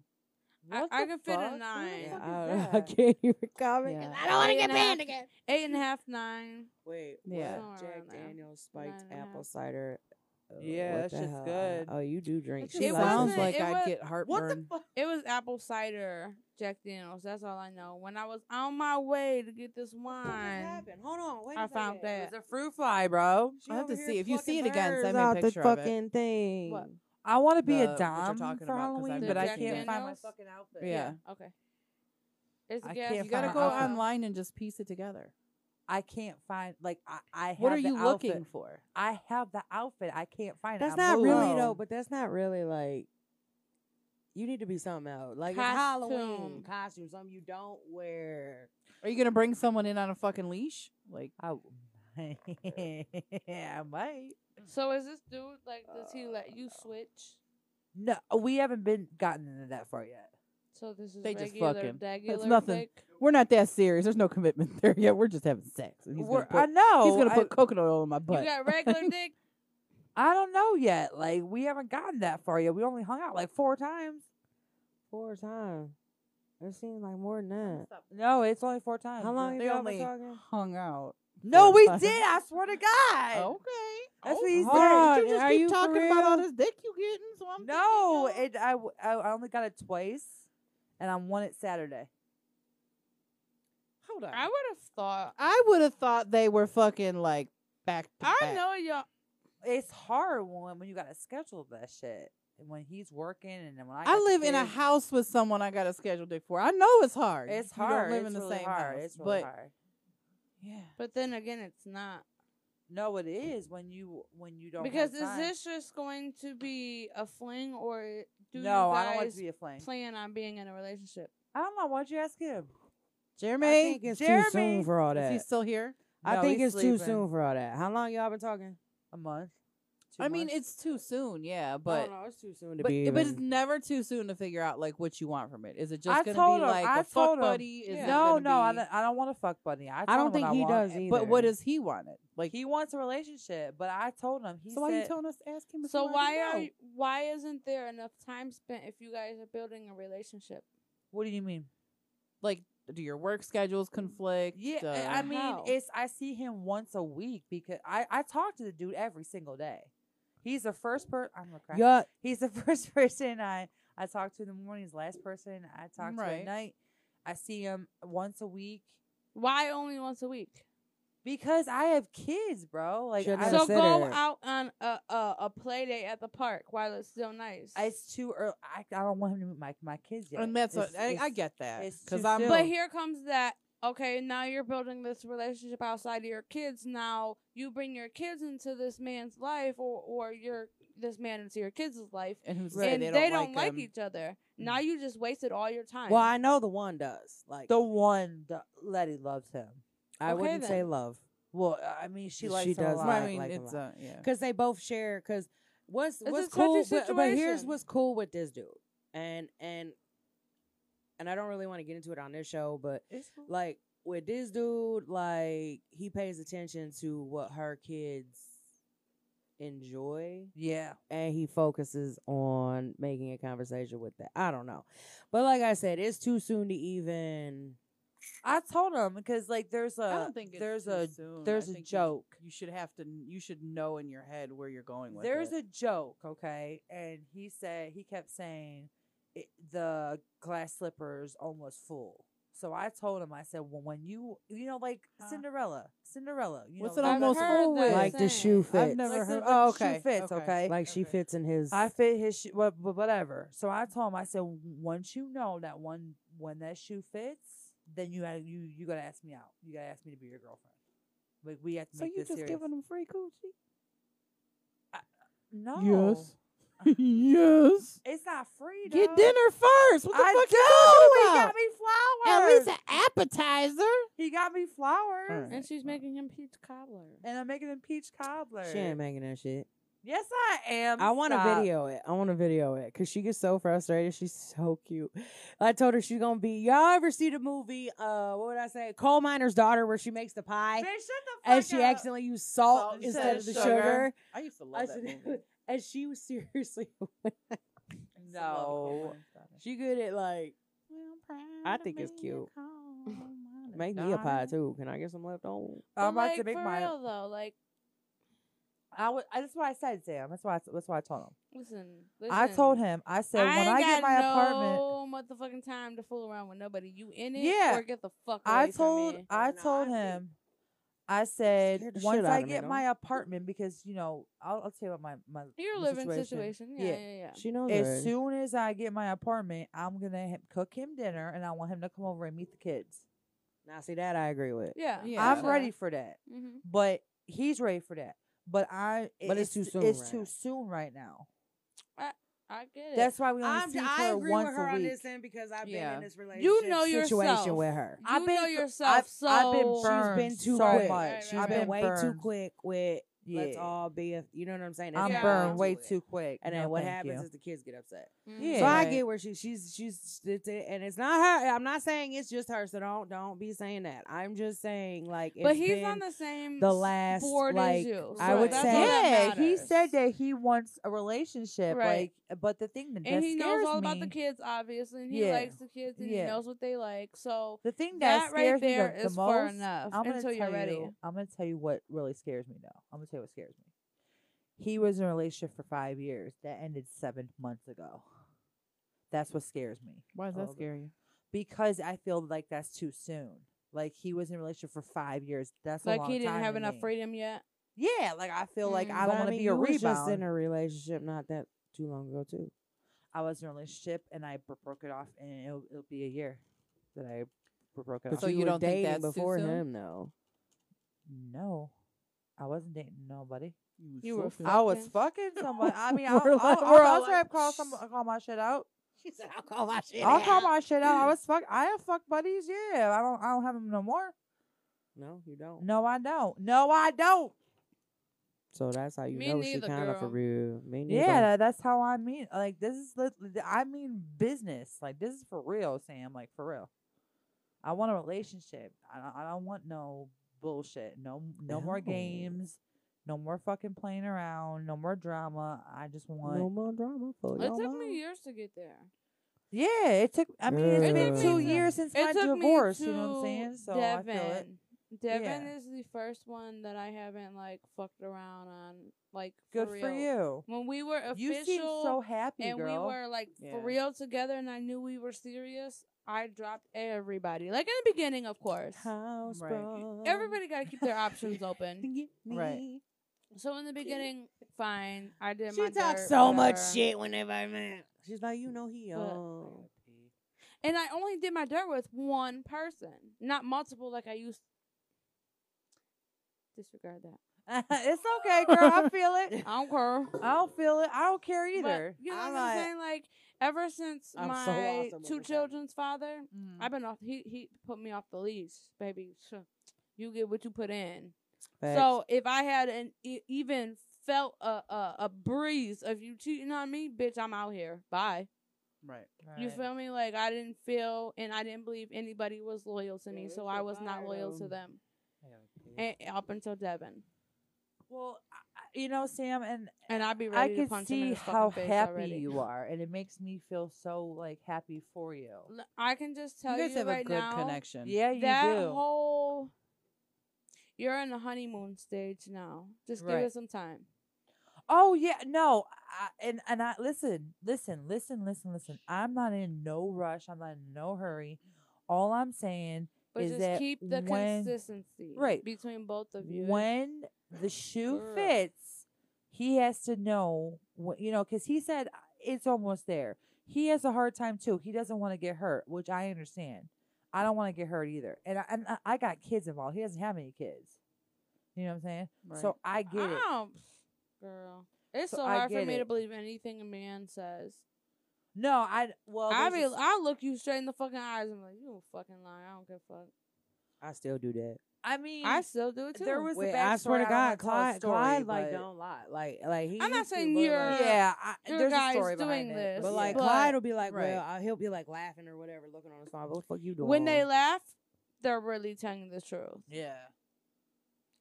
S2: I,
S1: What
S2: I
S1: the
S2: can fit
S1: fuck?
S2: a
S1: Who the
S2: nine.
S1: fuck
S3: I,
S1: is
S3: I
S1: that?
S3: can't even comment.
S4: Yeah.
S7: I don't want to
S2: Eight
S7: get
S2: and a half.
S7: banned again.
S2: Eight and a half, nine.
S3: Wait,
S4: Yeah.
S2: Somewhere
S3: what? Jack
S2: around there.
S3: Daniels spiked
S2: Nine and a
S3: apple
S2: half.
S3: cider. Uh,
S1: Yeah,
S3: what
S1: that
S3: the
S1: shit's
S3: hell? I-
S1: good.
S3: oh, you do drink.
S2: It
S3: She
S2: It
S3: likes
S4: sounds
S2: wasn't-
S4: like
S2: it
S4: I'd
S2: wa-
S4: get
S11: What
S4: heartburn.
S11: the fuck?
S2: It was apple cider Jack Daniels. That's all I know. When I was on my way to get this
S3: What just
S2: wine,
S3: happened? Hold on. Wait
S2: I
S3: a
S2: found
S3: second.
S2: that.
S1: It's a fruit fly, bro.
S3: She
S4: I'll have
S3: over
S4: to
S3: here
S4: see. If you see it
S3: plucking
S4: again,
S3: birds
S4: send me a
S3: out the
S4: picture of it.
S3: fucking thing.
S2: What?
S1: I want to be a
S4: The- what you're
S1: dom
S4: talking
S1: for
S4: about, 'cause
S1: Halloween,
S4: I've
S1: but I
S2: Jack
S1: can't find my
S2: Daniels?
S1: fucking outfit.
S4: Yeah.
S2: Okay. It's
S1: I
S2: gas.
S1: can't
S4: You gotta
S1: find
S4: go
S1: my outfit.
S4: online and just piece it together.
S1: I can't find like I. I have
S4: What are
S1: the
S4: you
S1: outfit.
S4: looking for?
S1: I have the outfit. I can't find
S3: That's
S1: it. I
S3: not really
S1: moved.
S3: though, but that's not really like you need to be something else. Like it's Halloween
S2: Costume.
S3: costume, something you don't wear.
S4: Are you gonna bring someone in on a fucking leash? Like
S1: I, I might.
S2: So is this dude like? Does he let you switch?
S1: No, we haven't been gotten into that far yet.
S2: So this is
S4: They just
S2: regular,
S4: fucking-
S2: regular
S4: nothing.
S2: Dick?
S4: we're not that serious. There's no commitment there yet. We're just having sex. And he's
S1: We're- I
S4: gonna put,
S1: know.
S4: he's gonna
S1: I-
S4: put coconut oil in my butt.
S2: You got regular dick.
S1: I don't know yet. Like we haven't gotten that far yet. We only hung out like four times.
S3: Four times. It seems like more than that.
S1: No, it's only four times.
S3: How long have
S4: They
S3: y'all
S4: only-
S3: been talking?
S4: hung out.
S1: No,
S4: four
S1: we
S4: times.
S1: did. I swear to God.
S4: Oh,
S1: That's what he
S3: Hold
S1: said.
S3: on, are you for real?
S4: dick you getting? So I'm
S1: No, it. I, w- I I only got it twice, and I won it Saturday.
S4: hold on.
S2: I would have thought.
S4: I would have thought they were fucking like back to
S2: I
S4: back.
S2: know y'all.
S1: It's hard when when you got to schedule that shit, and when he's working, and then when I.
S4: I,
S1: got the
S4: live in a
S1: kids,
S4: house with someone I got a scheduled dick for. I know it's hard.
S1: It's
S4: You don't
S1: hard.
S4: live
S1: it's
S4: in the
S1: really
S4: same
S1: hard.
S4: house,
S1: It's really
S4: but
S1: hard.
S4: yeah.
S2: But then again, it's not
S1: No, it is when you when you don't.
S2: because is
S1: have time.
S2: this just going to be a fling or do
S1: no,
S2: you
S1: I don't want it
S2: guys
S1: to be a flame.
S2: plan on being in a relationship?
S1: I don't know. Why'd you ask him?
S4: Jeremy,
S3: I think it's too soon
S1: Jeremy,
S3: for all
S4: is he
S3: that.
S4: still here?
S3: I
S1: No,
S3: think
S1: he's
S3: it's too
S1: sleeping.
S3: soon for all that. How long y'all been talking?
S1: A month. Two
S4: I mean,
S1: months?
S4: it's too soon, yeah, but
S3: no, it's too soon
S4: but, but it's never too soon to figure out like what you want from it. Is it just
S1: I
S4: gonna
S1: told
S4: be
S1: him-
S4: like a
S1: I
S4: fuck
S1: told him.
S4: buddy? Is
S1: no,
S4: it gonna
S1: no, I
S4: be-
S1: don't, I don't want to fuck Bunny. I,
S3: I
S1: told
S3: don't
S1: him
S3: think
S1: what
S3: he
S1: I want,
S3: does
S1: and-
S3: either.
S4: But what does he want it? Like
S1: He wants a relationship, but I told him. He
S4: so why
S1: said,
S4: you telling us to ask him? if
S2: So
S4: he
S2: why
S4: already
S2: are
S4: know?
S2: you- why isn't there enough time spent if you guys are building a relationship?
S1: "What do you mean?"
S4: like do your work schedules conflict?
S1: Yeah,
S4: Uh,
S1: I I mean,
S2: How?
S1: it's I see him once a week because I I talk to the dude every single day. He's the first person. I'm gonna cry.
S3: Yeah,
S1: He's the first person I I talk to in the morning. He's the last person I talk to
S4: Right.
S1: at night. I see him once a week
S2: Why only once a week?
S1: because I have kids, bro. Like
S3: Shouldn't
S1: I,
S3: have
S2: so
S3: said
S2: go
S3: it.
S2: out on a, a a play day at the park while it's still nice.
S1: it's too early. I, I don't want him to meet my my kids yet.
S4: and that's
S1: It's-
S4: what I, I
S1: it's-
S4: get that
S1: it's
S4: because
S1: too
S4: I'm
S1: soon.
S2: But
S1: Still.
S2: here comes that. Okay, now you're building this relationship outside of your kids. Now you bring your kids into this man's life, or or your this man into your kids' life,
S4: and who
S1: Right.
S4: say
S2: and
S4: they
S2: they
S4: don't,
S2: don't like,
S4: him.
S2: each other. Now you just wasted all your time.
S3: Well, I know the one does. Like
S1: The one that Letty loves him.
S3: I
S2: Okay,
S3: wouldn't say
S2: then.
S3: love
S1: Well, I mean, she
S3: She
S1: likes him
S3: does
S1: a lot.
S4: Well, I
S3: like-
S4: mean,
S3: like him
S4: it's
S3: a
S4: uh, yeah.
S3: because they both share. Because what's
S2: It's a
S3: what's
S2: touchy
S3: cool? But, but here's
S2: situation.
S3: what's cool with this dude, and and and I don't really want to get into it on this show, but like with this dude, like he pays attention to what her kids enjoy
S1: yeah,
S3: and he focuses on making a conversation with that. I don't know. But like I said, it's too soon to even
S1: I told him because like there's a
S4: I don't think it's
S1: there's
S4: too
S1: a
S4: soon. Mm, I
S1: there's a
S4: think you-
S1: joke.
S4: You, should have to. You should know in your head where you're going with
S1: There's
S4: it.
S1: a joke, okay? And he said he kept saying it, the glass slippers almost full. So I told him, I said, well, when you, you know, like Cinderella, Cinderella. You
S4: What's
S1: know,
S4: it
S1: like-
S2: I've
S4: almost
S2: heard
S4: full
S2: that
S4: with?
S3: Like the shoe fits.
S2: saying.
S1: I've never
S4: Like
S1: heard.
S4: the-
S1: Oh,
S4: like shoe
S1: okay.
S4: fits,
S1: okay.
S4: okay.
S3: Like she
S4: Okay.
S3: fits in his.
S1: I fit his shoe, but, but whatever. So I told him, I said, once you know that one when that shoe fits, then you gotta you you gotta ask me out. You gotta ask me to be your girlfriend. Like we have to
S4: So
S1: make
S4: you
S1: this
S4: just
S1: serious.
S4: giving them free coochie?
S1: no, Uh,
S4: yes.
S1: it's not free. Though.
S4: Get dinner first. What the
S1: I
S4: fuck
S1: do.
S4: you talking
S1: He
S4: about?
S1: got me flowers.
S4: At least an appetizer.
S1: he got me flowers,
S4: Alright.
S2: And she's making him peach cobbler.
S1: and I'm making him peach cobbler.
S3: She ain't making that shit.
S1: Yes, I am.
S3: I want to
S1: Stop.
S3: video it. I want to video it because she gets so frustrated. She's so cute. I told her she's gonna be. Y'all ever see the movie? Uh, what would I say? Coal miner's daughter, where she makes the pie
S1: Man, shut the fuck
S3: and she
S1: up.
S3: accidentally used salt,
S11: Salt
S3: instead
S1: instead
S3: of the
S1: of
S3: sugar.
S1: sugar.
S4: I used to
S3: I said- and she was seriously.
S1: No.
S3: she good at like. I think it's cute. Make me a pie too. Can I get some left on?
S1: I'm
S2: But,
S1: about to
S2: like,
S1: make
S2: for
S1: mine.
S2: real though. Like,
S1: I was. That's why I said, Sam. That's why. I, that's why I told him.
S2: listen,
S1: I told
S2: listen.
S1: him. I said when
S2: ain't
S1: I get
S2: got
S1: my
S2: no
S1: apartment,
S2: motherfucking time to fool around with nobody. You in it?
S1: Yeah.
S2: Or get the fuck away
S1: I
S2: from
S1: told
S2: it.
S1: I
S7: Nah,
S1: told
S7: I think-
S1: him. I said
S3: Scared the shit
S1: once
S3: out
S1: I
S3: of me,
S1: get
S3: though.
S1: my apartment because you know I'll, I'll tell you about my my
S2: Your
S1: the
S2: living situation. Yeah, yeah, yeah.
S3: She knows.
S1: As
S3: already.
S1: soon as I get my apartment, I'm gonna ha- cook him dinner and I want him to come over and meet the kids.
S3: now see that I agree with.
S2: Yeah.
S4: Yeah.
S1: I'm ready for that,
S2: Mm-hmm.
S1: but he's ready for that. But I
S3: But it's too soon
S1: It's
S3: right now.
S1: too soon right now.
S2: I get it.
S1: That's why we only
S7: I'm,
S1: see
S7: I
S1: her
S7: agree
S1: once
S7: with her
S1: a
S7: on
S1: week.
S7: this end because I've been
S4: Yeah.
S7: in this relationship.
S2: you know yourself.
S3: situation with her.
S2: You
S1: I've
S2: know
S1: been-
S2: yourself.
S1: I've,
S2: so
S1: I've been burned
S3: been too
S1: so
S3: quick.
S1: much.
S2: Right,
S3: She's
S2: right,
S1: I've
S3: been,
S1: been
S3: way too
S1: burned.
S3: quick with
S1: Yeah.
S3: let's all be. A, you know what I'm saying? That's
S1: I'm
S3: how I
S1: burned
S3: do
S1: way
S3: it.
S1: too quick.
S3: And
S1: No,
S3: then what
S1: thank
S3: happens
S1: you.
S3: is the kids get upset.
S2: Mhm.
S1: Yeah.
S3: So I
S1: Right.
S3: get where she she's she's it's- it- and it's not her. I'm not saying it's just her. So don't don't be saying that. I'm just saying like.
S2: But
S3: it's
S2: he's
S3: been,
S2: on the same
S3: the
S2: s-
S3: last,
S2: board
S3: like,
S2: as you.
S3: I would
S2: that's
S3: say-
S2: all
S1: yeah,
S2: that
S1: he said
S2: matters.
S1: that he wants a relationship,
S2: Right.
S1: like, uh, but the thing that
S2: and
S1: that
S2: he knows
S1: scares
S2: all about
S1: me-
S2: the kids, obviously, and he
S1: Yeah.
S2: likes the kids, and he
S1: Yeah.
S2: knows what they like. So
S1: the thing
S2: that
S1: that,
S2: right
S1: scares
S2: there
S1: me the,
S2: is
S1: the most.
S2: far enough
S1: I'm gonna
S2: until
S1: tell
S2: you're ready.
S1: you- I'm gonna tell you what really scares me now. I'm gonna tell you what scares me. He was in a relationship for five years that ended seven months ago. That's what scares me
S4: Why does that
S1: Oh,
S4: scare you?
S1: because I feel like that's too soon. Like he was in a relationship for five years. That's a
S2: Like
S1: long
S2: he didn't
S1: time
S2: have
S1: to
S2: enough
S1: me.
S2: freedom yet.
S1: Yeah, like I feel like
S2: Mm.
S3: but
S1: I don't want to
S3: mean,
S1: be a
S3: you was
S1: rebound.
S3: just in a relationship not that too long ago too.
S1: I was in a relationship and I bro- broke it off, and it'll, it'll be a year that I bro- broke it
S3: But
S1: off.
S4: So you
S3: were
S4: don't think
S3: dating
S4: that's too
S3: before
S4: soon?
S3: him though.
S1: no, I wasn't dating nobody.
S2: You were fucking.
S1: I was fucking somebody. I mean, I'll,
S3: We're
S1: I'll,
S3: like-
S1: I'll,
S3: we're
S1: I'll
S3: like,
S1: straight up call some, I'll call my shit out.
S3: She said, "I'll call my shit."
S1: I'll call my shit out. I was fuck. I have fuck buddies. Yeah, I don't. I don't have them no more.
S3: No, you don't.
S1: No, I don't. No, I don't.
S3: So that's how you
S2: Me
S3: know she
S2: neither,
S3: kind of for
S2: girl.
S3: real. Me neither.
S1: Yeah, tha- that's how I mean. Like this is, lit- th- I mean business. Like this is for real, Sam. Like for real. I want a relationship. I don't, I don't want no bullshit. No, no more
S3: No.
S1: games. No more fucking playing around. No more drama. I just want.
S3: No more drama for
S2: It
S3: your
S2: took
S3: mom.
S2: me years to get there.
S1: Yeah, it took. I mean, it's
S3: It
S1: been
S3: took
S1: two
S2: me-
S1: years since
S2: It
S1: my
S2: took
S1: divorce.
S2: me
S1: You know what I'm
S2: to
S1: saying? So
S2: Devin.
S1: I feel it.
S2: Devin
S1: Yeah.
S2: is the first one that I haven't like fucked around on. Like
S1: Good
S2: for,
S1: for,
S2: real.
S1: you.
S2: When we were official,
S1: You seem so happy,
S2: and
S1: girl.
S2: we were like
S4: Yeah.
S2: for real together and I knew we were serious, I dropped everybody. Like in the beginning, of course.
S3: House
S1: Right.
S3: brown.
S2: Everybody got to keep their options open.
S3: Get
S1: Right.
S3: me.
S2: So in the beginning, fine. I did my
S3: She talks
S2: dirt,
S3: so much
S2: whatever.
S3: shit whenever I met. She's like, you know he
S2: But-
S3: on.
S2: And I only did my dirt with one person, not multiple like I used Disregard that.
S1: it's okay, girl. I feel it.
S2: I don't care.
S1: I don't feel it. I don't care
S2: But
S1: either.
S2: you know
S3: I'm
S2: what I'm
S3: like-
S2: saying? Like ever since
S3: I'm so lost on
S2: my
S3: what Mm-hmm.
S2: two
S3: we're saying.
S2: children's father,
S1: Mm,
S2: I've been off. He he put me off the leash, baby. Sure. You get what you put in. So if I had an e- even felt a, a a breeze of you cheating on me, bitch, I'm out here. Bye.
S4: Right.
S2: You feel me? Like I didn't feel and I didn't believe anybody was loyal to
S3: Yeah,
S2: me,
S3: that
S2: so
S3: shit
S2: I was not
S3: fire,
S2: loyal
S3: though.
S2: to them. And up until Devin,
S1: Well, I- I- you know, Sam, and
S2: and I'd be
S1: I
S2: ready to
S1: can
S2: punch him in
S1: see
S2: his fucking
S1: how
S2: face
S1: happy
S2: already.
S1: you are, and it makes me feel so like happy for you.
S2: L- I can just tell
S4: you
S2: you,
S4: guys have
S2: right
S4: a good
S2: now,
S4: connection.
S1: Yeah, you
S2: that
S1: do.
S2: whole you're in the honeymoon stage now. Just give
S1: Right.
S2: it some time.
S1: oh yeah, no, I, and and I listen, listen, listen, listen, listen. I'm not in no rush. I'm not in no hurry. All I'm saying
S2: But
S1: is
S2: just
S1: that
S2: keep the
S1: when-
S2: consistency
S1: Right.
S2: between both of you.
S1: when the shoe
S2: Girl.
S1: fits, he has to know what you know, because he said "I- it's almost there. He has a hard time too. He doesn't want to get hurt, which I understand. I don't want to get hurt either, and I, and I- I got kids involved. He doesn't have any kids. You know what I'm saying? So I get it.
S2: Oh, girl, it's so,
S1: So I
S2: hard for
S1: get
S2: me to
S1: it.
S2: believe anything a man says.
S1: No, I well,
S2: I
S1: there's
S2: be,
S1: a-
S2: I look you straight in the fucking eyes. I'm like, you a fucking lie. I don't give a fuck.
S3: I still do that.
S1: I mean,
S2: I still do it too.
S1: there was a
S3: Wait,
S1: backstory.
S3: I swear to
S1: don't
S3: God,
S1: wanna tell a
S3: Clyde,
S1: story,
S3: Clyde, like
S1: but-
S3: don't lie, like like he.
S2: I'm not
S3: used to,
S2: saying
S3: but,
S2: you're-
S3: like-
S1: yeah, I,
S2: Ah, your
S1: there's a
S2: guy's
S1: story
S2: doing
S1: behind
S2: this,
S1: It.
S3: but like
S2: but-
S3: Clyde will be like,
S1: Right.
S3: well, I, he'll be like laughing or whatever, looking on his phone. What the fuck you doing?
S2: when they laugh, they're really telling the truth.
S1: yeah,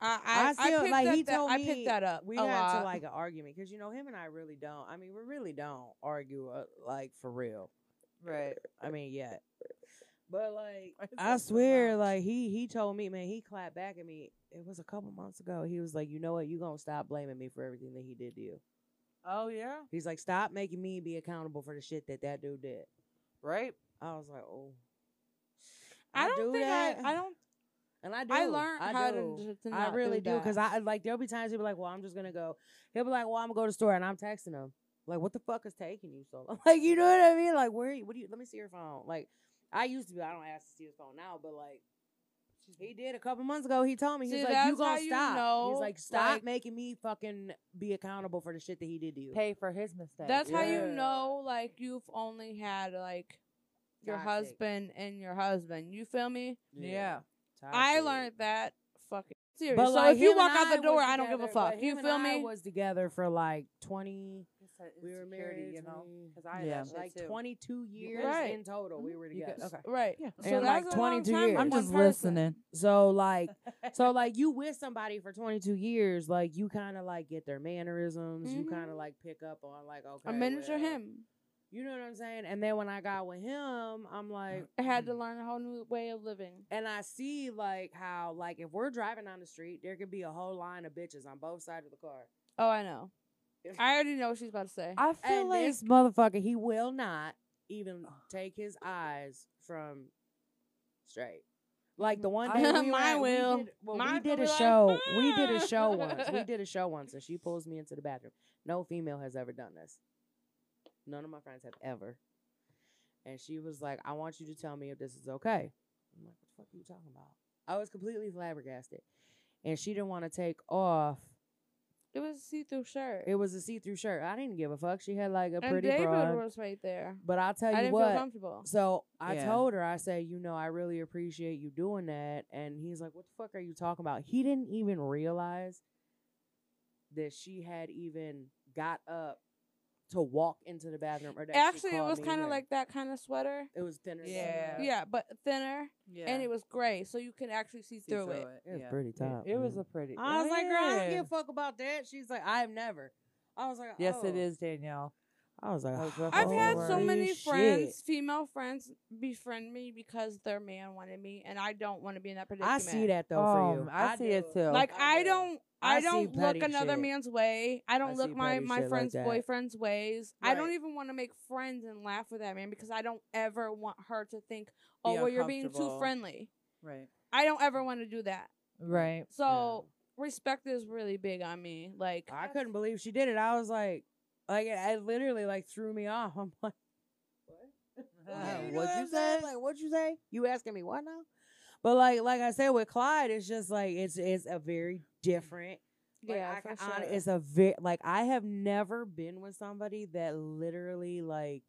S2: I I, I,
S3: still
S2: picked
S3: like
S2: up
S3: he
S2: that,
S3: told
S2: I
S3: me
S2: picked that up.
S3: we
S2: a
S3: got
S2: lot.
S3: to like an argument because you know him and I really don't. I mean, we really don't argue uh, like for real.
S1: right.
S3: I mean, yeah. But like,
S1: Why is
S3: I
S1: that so
S3: swear,
S1: loud?
S3: like he he told me, man, he clapped back at me. It was a couple months ago. He was like, you know what? You gonna stop blaming me for everything that he did to you.
S1: Oh yeah,
S3: He's like, stop making me be accountable for the shit that that dude did.
S1: right.
S3: I was like, oh.
S2: I don't
S3: do
S2: think
S3: that,
S2: I I don't
S3: and I do.
S2: I learned
S3: I
S2: how
S3: do.
S2: to, to
S3: I
S2: not
S3: really do
S2: do
S3: because I like there'll be times he'll be like, "Well, I'm just gonna go." He'll be like, "Well, I'm gonna go to the store," and I'm texting him like, "What the fuck is taking you so long?" Like, you know what I mean? Like, where? you, what do you? Let me see your phone. Like, I used to be. I don't ask to see his phone now, but like, he did a couple months ago. He told me he's
S2: See,
S3: like, "You
S2: that's how
S3: gonna
S2: you
S3: stop?"
S2: know,
S3: he's like, "Stop
S2: like-
S3: making me fucking be accountable for the shit that he did to you."
S1: Pay for his mistake.
S2: That's how you
S3: Yeah.
S2: know, like you've only had like your
S3: Toxic.
S2: husband and your husband. You feel me?
S1: Yeah.
S2: I
S3: Toxic.
S2: learned that fucking serious.
S3: But
S2: so
S3: like,
S2: if you
S3: him
S2: walk
S3: and
S2: out the
S3: I
S2: door,
S3: was
S2: I don't give a
S3: together- but
S2: fuck. You
S3: him and
S2: feel
S3: I
S2: me?
S3: was together for like twenty. We were married,
S1: you know,
S3: 'cause
S1: because I
S4: Yeah.
S1: yeah.
S3: like 22 years Mm-hmm.
S2: Right.
S3: in total we were
S1: You
S3: together
S1: could- okay.
S2: right.
S1: Yeah.
S2: So
S3: And,
S2: that's
S3: like,
S2: a long
S3: 22
S2: time
S3: years.
S2: for
S4: I'm
S2: one
S4: just
S2: person.
S4: listening.
S3: so like so like you with somebody for 22 years like you kind of like get their mannerisms you
S2: Mhm.
S3: kind of like pick up on like okay
S2: A miniature
S3: well,
S2: him.
S3: you know what i'm saying and then when i got with him
S2: Uh-huh.
S3: i'm like
S2: I had
S3: Mm-hmm.
S2: to learn a whole new way of living.
S3: and i see like how like if we're driving down the street there could be a whole line of bitches on both sides of the car
S2: Oh, I know. I already know what she's about to say.
S1: I feel
S3: and
S1: like
S3: this motherfucker he will not even take his eyes from straight like the one
S1: I-
S3: day we were
S2: Mm, Mine
S3: at- we
S2: will.
S3: did- well, we
S2: Mine
S3: did
S2: will
S3: a
S2: be like,
S3: show we did a show
S2: "Ah."
S3: once we did a show once and she pulls me into the bathroom no female has ever done this none of my friends have ever and she was like i want you to tell me if this is okay i'm like what the fuck are you talking about i was completely flabbergasted and she didn't want to take off
S2: It was a see-through shirt.
S3: it was a see-through shirt i didn't give a fuck she had like a
S2: and
S3: pretty
S2: David
S3: broad
S2: was right there.
S3: but I'll tell
S2: I
S3: you
S2: didn't feel
S3: what.
S2: comfortable.
S3: So I
S4: Yeah.
S3: told her, I said, you know, I really appreciate you doing that. And he's like, what the fuck are you talking about? He didn't even realize that she had even got up to walk into the bathroom. Or that she
S2: Actually, it
S3: called
S2: was
S3: me
S2: kind of
S3: there.
S2: like that kind of sweater.
S3: it was thinner. than
S1: Yeah.
S3: that.
S2: Yeah, but thinner,
S1: yeah.
S2: and it was gray, so you can actually see,
S1: See
S2: through, it.
S3: It was
S1: yeah.
S3: pretty Mm-hmm. top.
S1: It, it was
S3: man.
S1: a pretty.
S3: I was like, girl, I don't
S1: Yeah.
S3: give a fuck about that. She's like, I have never. I was like,
S1: Yes, it
S3: "Oh."
S1: is Danielle.
S3: I was like,
S1: That was rough
S2: I've had so
S1: Holy
S2: many
S3: shit.
S2: friends, female friends, befriend me because their man wanted me, and I don't want to be in that
S3: I
S2: predicament.
S3: see that though for
S1: oh,
S3: you.
S1: I, see it
S3: do.
S1: too.
S2: Like I,
S3: I do.
S2: don't, I,
S3: I see
S2: don't look
S3: petty
S2: another
S3: shit.
S2: man's way. I don't
S3: I see
S2: look my
S3: petty
S2: my
S3: shit like
S2: friend's
S3: that.
S2: boyfriend's ways. I don't
S3: Right.
S2: even want to make friends and laugh with that man because I don't ever want her to think, oh, well, you're being too
S1: uncomfortable.
S2: friendly.
S1: right.
S2: I don't ever want to do that.
S1: Right.
S2: So respect is really big on me. Like
S3: I couldn't believe she did it. I was like, like it, it literally like threw me off. I'm like,
S1: Uh,
S3: Uh-huh. know
S1: what'd
S3: what
S1: you
S3: I'm saying?
S1: say?
S3: Like, what'd you say? You asking me what now? But like, like I said with Clyde, it's just like it's it's a very different. like,
S2: yeah,
S3: I
S2: for
S3: can hon-
S2: sure.
S3: it's a very like I have never been with somebody that literally like,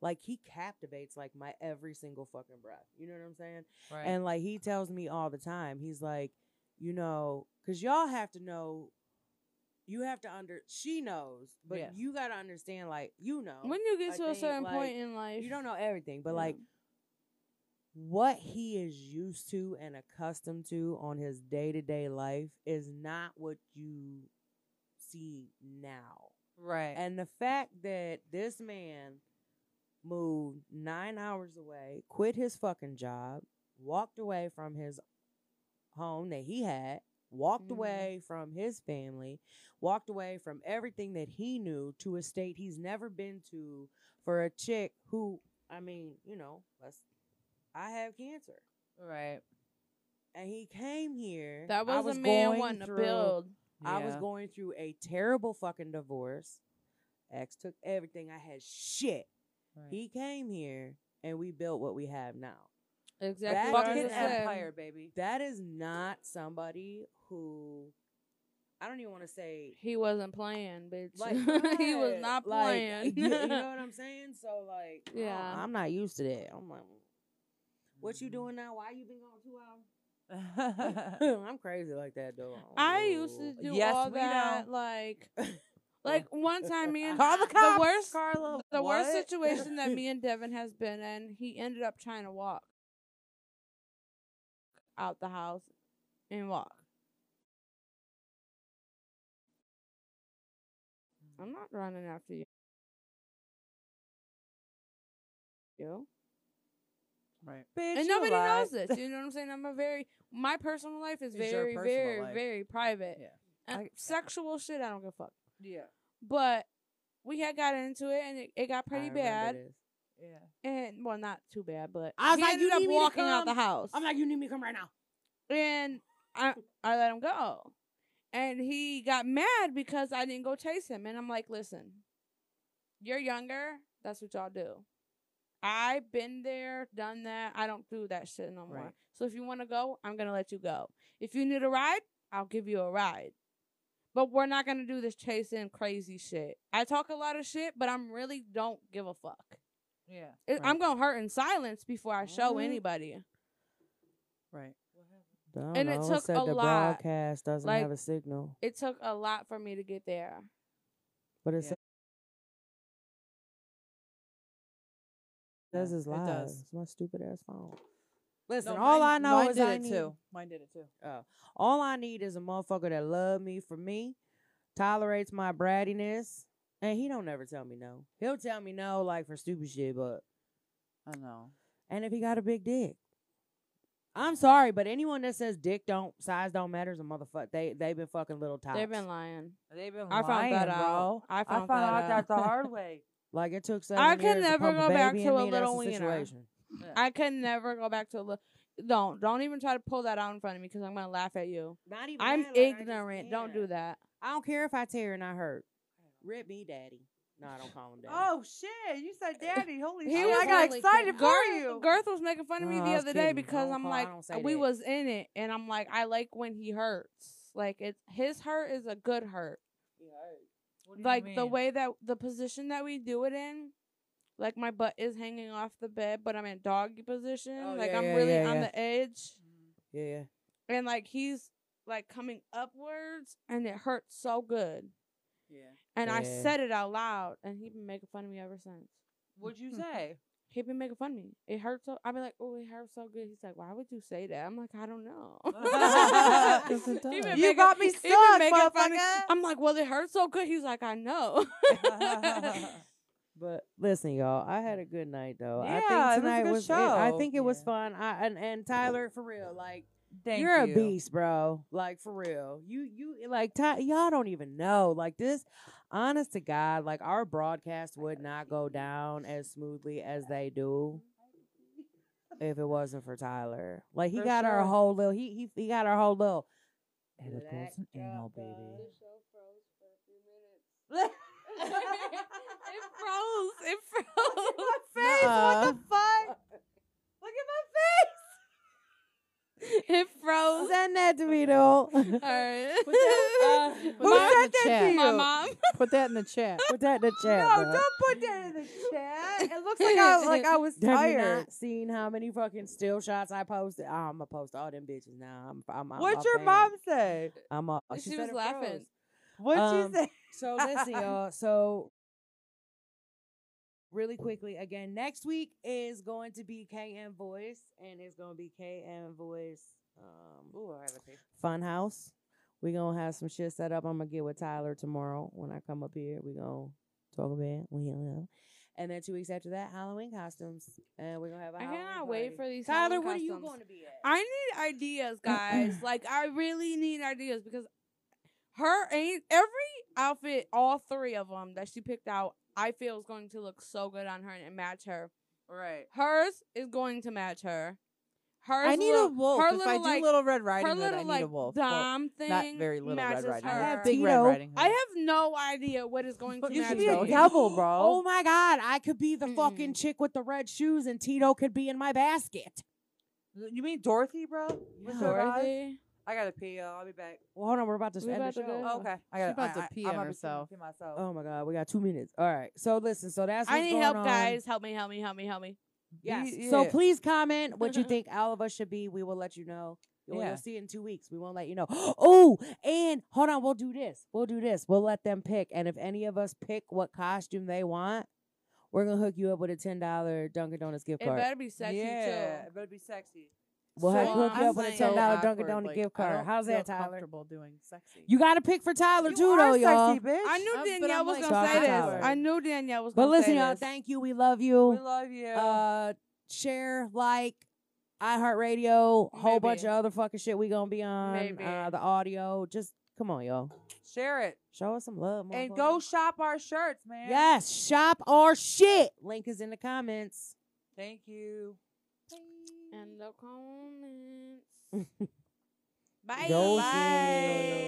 S3: like he captivates like my every single fucking breath. You know what I'm saying?
S1: Right.
S3: And like he tells me all the time, he's like, you know, because y'all have to know, you have to under, she knows, but
S1: Yes.
S3: you got to understand, like, you know,
S2: when you get
S3: I
S2: to a
S3: think,
S2: certain
S3: like,
S2: point in life,
S3: you don't know everything, but
S2: Yeah.
S3: like what he is used to and accustomed to on his day to day life is not what you see now.
S1: right.
S3: And the fact that this man moved nine hours away, quit his fucking job, walked away from his home that he had, walked
S2: Mhm.
S3: away from his family, walked away from everything that he knew to a state he's never been to for a chick who, I mean, you know, let's I have cancer.
S4: Right.
S3: And he came here. I
S2: That was, a man
S3: going
S2: wanting to
S3: through-
S2: build.
S3: I was
S4: Yeah.
S3: going through a terrible fucking divorce. Ex took everything. I had shit. He came here and we built what we have now.
S2: Exactly.
S3: That
S2: what
S3: is
S2: you
S3: an
S2: said.
S4: empire, baby.
S3: That is not somebody who I don't even want to say
S2: He wasn't playing, bitch.
S3: like
S2: he was
S3: what?
S2: not
S3: Like,
S2: playing.
S3: you, you know what I'm saying? So like, I don't-
S2: Yeah. Mm.
S3: I'm not used to that. I'm like, what you doing now? Why you been gone two hours? I'm crazy like that though. Oh. don't
S2: I used
S3: know.
S2: to do
S4: Yes,
S2: all
S4: we
S2: that,
S4: know.
S2: like, like one time me and
S4: Call the cops,
S2: worst-
S4: Carla.
S2: the worst
S4: What?
S2: situation that me and Devin has been in, he ended up trying to walk out the house and walk. I'm not running after you. You
S4: Right.
S2: and nobody knows this. You know what I'm saying? I'm a very my personal life is
S4: It's your
S2: very,
S4: personal
S2: very,
S4: life.
S2: very private.
S4: Yeah.
S2: And
S4: I-
S2: sexual shit, I don't give a fuck.
S4: Yeah.
S2: But we had got into it and it, it got
S3: I
S2: pretty
S3: remember
S2: bad.
S3: this.
S4: Yeah.
S2: and well, not too bad, but
S7: I was
S2: he
S7: like,
S2: ended
S7: "You
S2: up
S7: need me to
S2: walking out the
S7: come?"
S2: house,
S7: I'm like, you need me to come right now.
S2: and I I let him go, and he got mad because I didn't go chase him, and I'm like, listen, you're younger, that's what y'all do. I've been there, done that. I don't do that shit no more.
S4: Right.
S2: So if you want to go, I'm gonna let you go. If you need a ride, I'll give you a ride. But we're not gonna do this chasing crazy shit. I talk a lot of shit, but I'm really don't give a fuck.
S4: Yeah.
S2: It, I'm gonna hurt in silence before I show
S3: Mhm.
S2: anybody.
S4: Right.
S3: Don't
S2: And it
S3: know.
S2: took
S3: said
S2: a
S3: the
S2: lot.
S3: broadcast doesn't
S2: Like-
S3: have a signal,
S2: It took a lot for me to get there.
S3: but it
S4: Yeah.
S3: says says it's
S4: it
S3: live.
S4: does.
S3: It's my stupid ass phone.
S4: Listen,
S3: all I know is
S4: did
S3: I
S4: it
S3: need-
S4: too. Mine did it too.
S3: Oh, all I need is a motherfucker that love me for me, tolerates my brattiness, and he don't ever tell me no. He'll tell me no like for stupid shit, but
S4: I know.
S3: and if he got a big dick, I'm sorry, but anyone that says dick don't size don't matter is a motherfucker. They they've been fucking little tots.
S2: They've been lying.
S4: They've been
S2: I found that
S4: lying,
S2: out.
S4: bro.
S2: I found that
S4: out
S2: out.
S4: the hard way.
S3: like it took seven
S2: can
S3: years to
S2: never
S3: pump
S2: go
S3: a
S2: back
S3: baby
S2: to
S3: in
S2: a
S3: me. That's
S2: little
S3: the
S2: wiener.
S3: situation.
S2: I can never go back to a look. Don't don't even try to pull that out in front of me because I'm gonna laugh at you.
S3: Not even
S2: I'm
S3: that, like, I just
S2: ignorant. Don't do
S3: can't.
S2: that.
S3: I don't care if I tear and I hurt. Rip me, daddy. No, I don't call him daddy.
S1: Oh shit! You said daddy. Holy
S2: He
S1: shit!
S2: was
S1: I got
S2: like-
S1: excited for
S2: Garth,
S1: you.
S2: Garth was making fun of me
S3: No, I
S2: the
S3: was
S2: other day
S3: kidding.
S2: because
S3: I don't
S2: I'm
S3: call- I
S2: like,
S3: don't say
S2: we
S3: that.
S2: was in it, and I'm like, I like when he hurts. Like it's his hurt is a good hurt. like the way that the position that we do it in like my butt is hanging off the bed but i'm in doggy position
S3: Oh,
S2: like
S3: yeah,
S2: i'm
S3: yeah,
S2: really
S3: yeah,
S2: on
S3: yeah.
S2: the edge
S3: Yeah, yeah.
S2: and like he's like coming upwards and it hurts so good
S4: Yeah.
S2: and i
S3: Yeah.
S2: said it out loud and he been making fun of me ever since
S4: What'd you say?
S2: he been making fun of me it hurts so i've been like oh it hurts so good he's like why would you say that i'm like i don't know
S4: Yes, it
S2: He
S4: does.
S2: been
S4: You
S2: making-
S1: got me
S2: he been
S1: stuck,
S2: making fun of-
S1: motherfucker.
S2: i'm like well it hurts so good he's like i know
S3: But listen, y'all, I had a good night though.
S1: Yeah, it
S3: I
S1: was a
S3: think tonight
S1: good
S3: was, it. I
S1: show.
S3: think it was
S4: Yeah.
S3: fun. I and, and Tyler, for real, like
S1: Thank
S3: you're
S1: you.
S3: a beast, bro. Like for real, you you eh, like Ty, y'all don't even know. Like this, honest to God, like our broadcast would not go down as smoothly as they do if it wasn't for Tyler. Like he
S1: For
S3: got our
S1: sure.
S3: whole little he he he got our whole little
S1: Edibles and anal, baby.
S2: it froze. It froze.
S1: Face, what the fuck? Look
S2: It froze.
S3: send that to me though.
S2: All right.
S4: that- uh,
S1: Who
S2: my,
S1: said that to
S4: chat.
S1: you?
S2: my mom.
S4: Put that in the chat.
S3: Put that in the chat.
S1: No,
S3: bro.
S1: don't put that in the chat. It looks like I like I was
S3: Have you
S1: tired.
S3: not seen how many fucking still shots I posted? Oh, I'm gonna post all them bitches now. I'm, I'm, I'm
S1: What'd
S3: a
S1: your
S3: fan.
S1: mom say?
S3: I'm a,
S2: She
S3: said
S2: was
S3: it
S2: laughing.
S3: froze.
S1: What'd
S3: Um,
S1: you say?
S3: So listen, y'all. So really quickly again, next week is going to be KM Voice, and it's gonna be KM Voice. Um,
S4: Ooh, I have a taste.
S3: Funhouse. We gonna have some shit set up. I'm gonna get with Tyler tomorrow when I come up here. We gonna talk about it. We gonna- And then two weeks after that, Halloween costumes, and we're gonna have. a
S2: I
S3: Halloween
S2: cannot wait
S3: party.
S2: for these
S3: Tyler.
S2: Halloween
S3: What are you
S2: costumes.
S3: going to be at?
S2: I need ideas, guys. like I really need ideas because her ain't every outfit, all three of them that she picked out, I feel is going to look so good on her and match her.
S1: Right.
S2: Hers is going to match her. Hers
S4: I need a
S2: little-
S4: wolf.
S2: Her
S4: If
S2: little,
S4: I do
S2: like,
S4: Little Red Riding
S2: her
S4: Hood,
S2: little
S4: I need
S2: like
S4: a wolf. Well,
S2: dom thing
S4: not very little Red
S2: matches
S4: Riding
S2: her.
S4: Hood.
S3: I have
S4: Big Red
S3: Tito.
S4: Riding Hood.
S2: I have no idea what is going to
S4: You
S2: match
S4: should be a
S2: her.
S4: devil, bro.
S3: Oh my God, I could be the fucking
S2: Mm-mm.
S3: chick with the red shoes and Tito could be in my basket.
S1: You mean Dorothy, bro? With her eyes?
S2: Dorothy.
S1: I gotta pee, y'all. I'll be back.
S3: Well, hold on, we're about to
S2: We
S3: end
S2: about
S3: the
S2: to
S3: show.
S2: go.
S1: Oh, okay. I
S4: She
S1: gotta
S4: about
S1: I,
S4: to
S1: I,
S4: pee
S1: I'm
S4: on
S1: about to
S4: herself.
S1: Pee myself.
S3: Oh my God, we got two minutes. All right, so listen, so that's
S2: I
S3: what's
S2: need
S3: going
S2: help,
S3: on.
S2: guys. Help me, help me, help me, help me.
S3: Yes.
S1: Ye-
S3: So
S1: yeah. Uh-huh.
S3: please comment what you think all of us should be. We will let you know. You'll, you'll
S1: Yeah.
S3: see in two weeks. We won't let you know. Oh, and hold on. We'll do this. We'll do this. We'll let them pick. And if any of us pick what costume they want, we're gonna hook you up with a ten dollar Dunkin' Donuts gift
S2: It
S3: card.
S2: better be sexy
S1: yeah,
S2: too.
S1: it better be sexy.
S3: We'll
S2: so
S3: hook hook you
S2: I'm
S3: up with a
S2: saying-
S3: ten dollar Dunkin'
S4: awkward,
S3: Donuts
S4: like,
S3: gift
S4: I
S3: card.
S4: don't
S3: How's that,
S4: feel
S3: Tyler?
S4: Comfortable doing sexy.
S3: You gotta pick for Tyler
S1: You
S3: too,
S1: are
S3: though, y'all.
S1: sexy, bitch.
S2: I knew
S4: I'm- Uh, but
S2: Danielle
S4: I'm
S2: was
S4: like
S2: gonna say this.
S3: Tyler.
S2: I knew Danielle was
S3: But
S2: gonna
S3: listen,
S2: say
S3: y'all.
S2: this.
S3: Thank you. We love you.
S1: we love you.
S4: Oh.
S3: uh share like iHeartRadio, whole bunch
S2: Maybe.
S3: of other fucking shit we gonna be on.
S2: Maybe.
S3: Uh the audio. Just come on, y'all.
S1: Share it
S3: Show us some love.
S1: and
S3: motherfucker.
S1: go shop our shirts, man.
S3: Yes, shop our shit. Link is in the comments.
S1: Thank you.
S2: And the comments. Bye.
S3: Go
S2: Bye.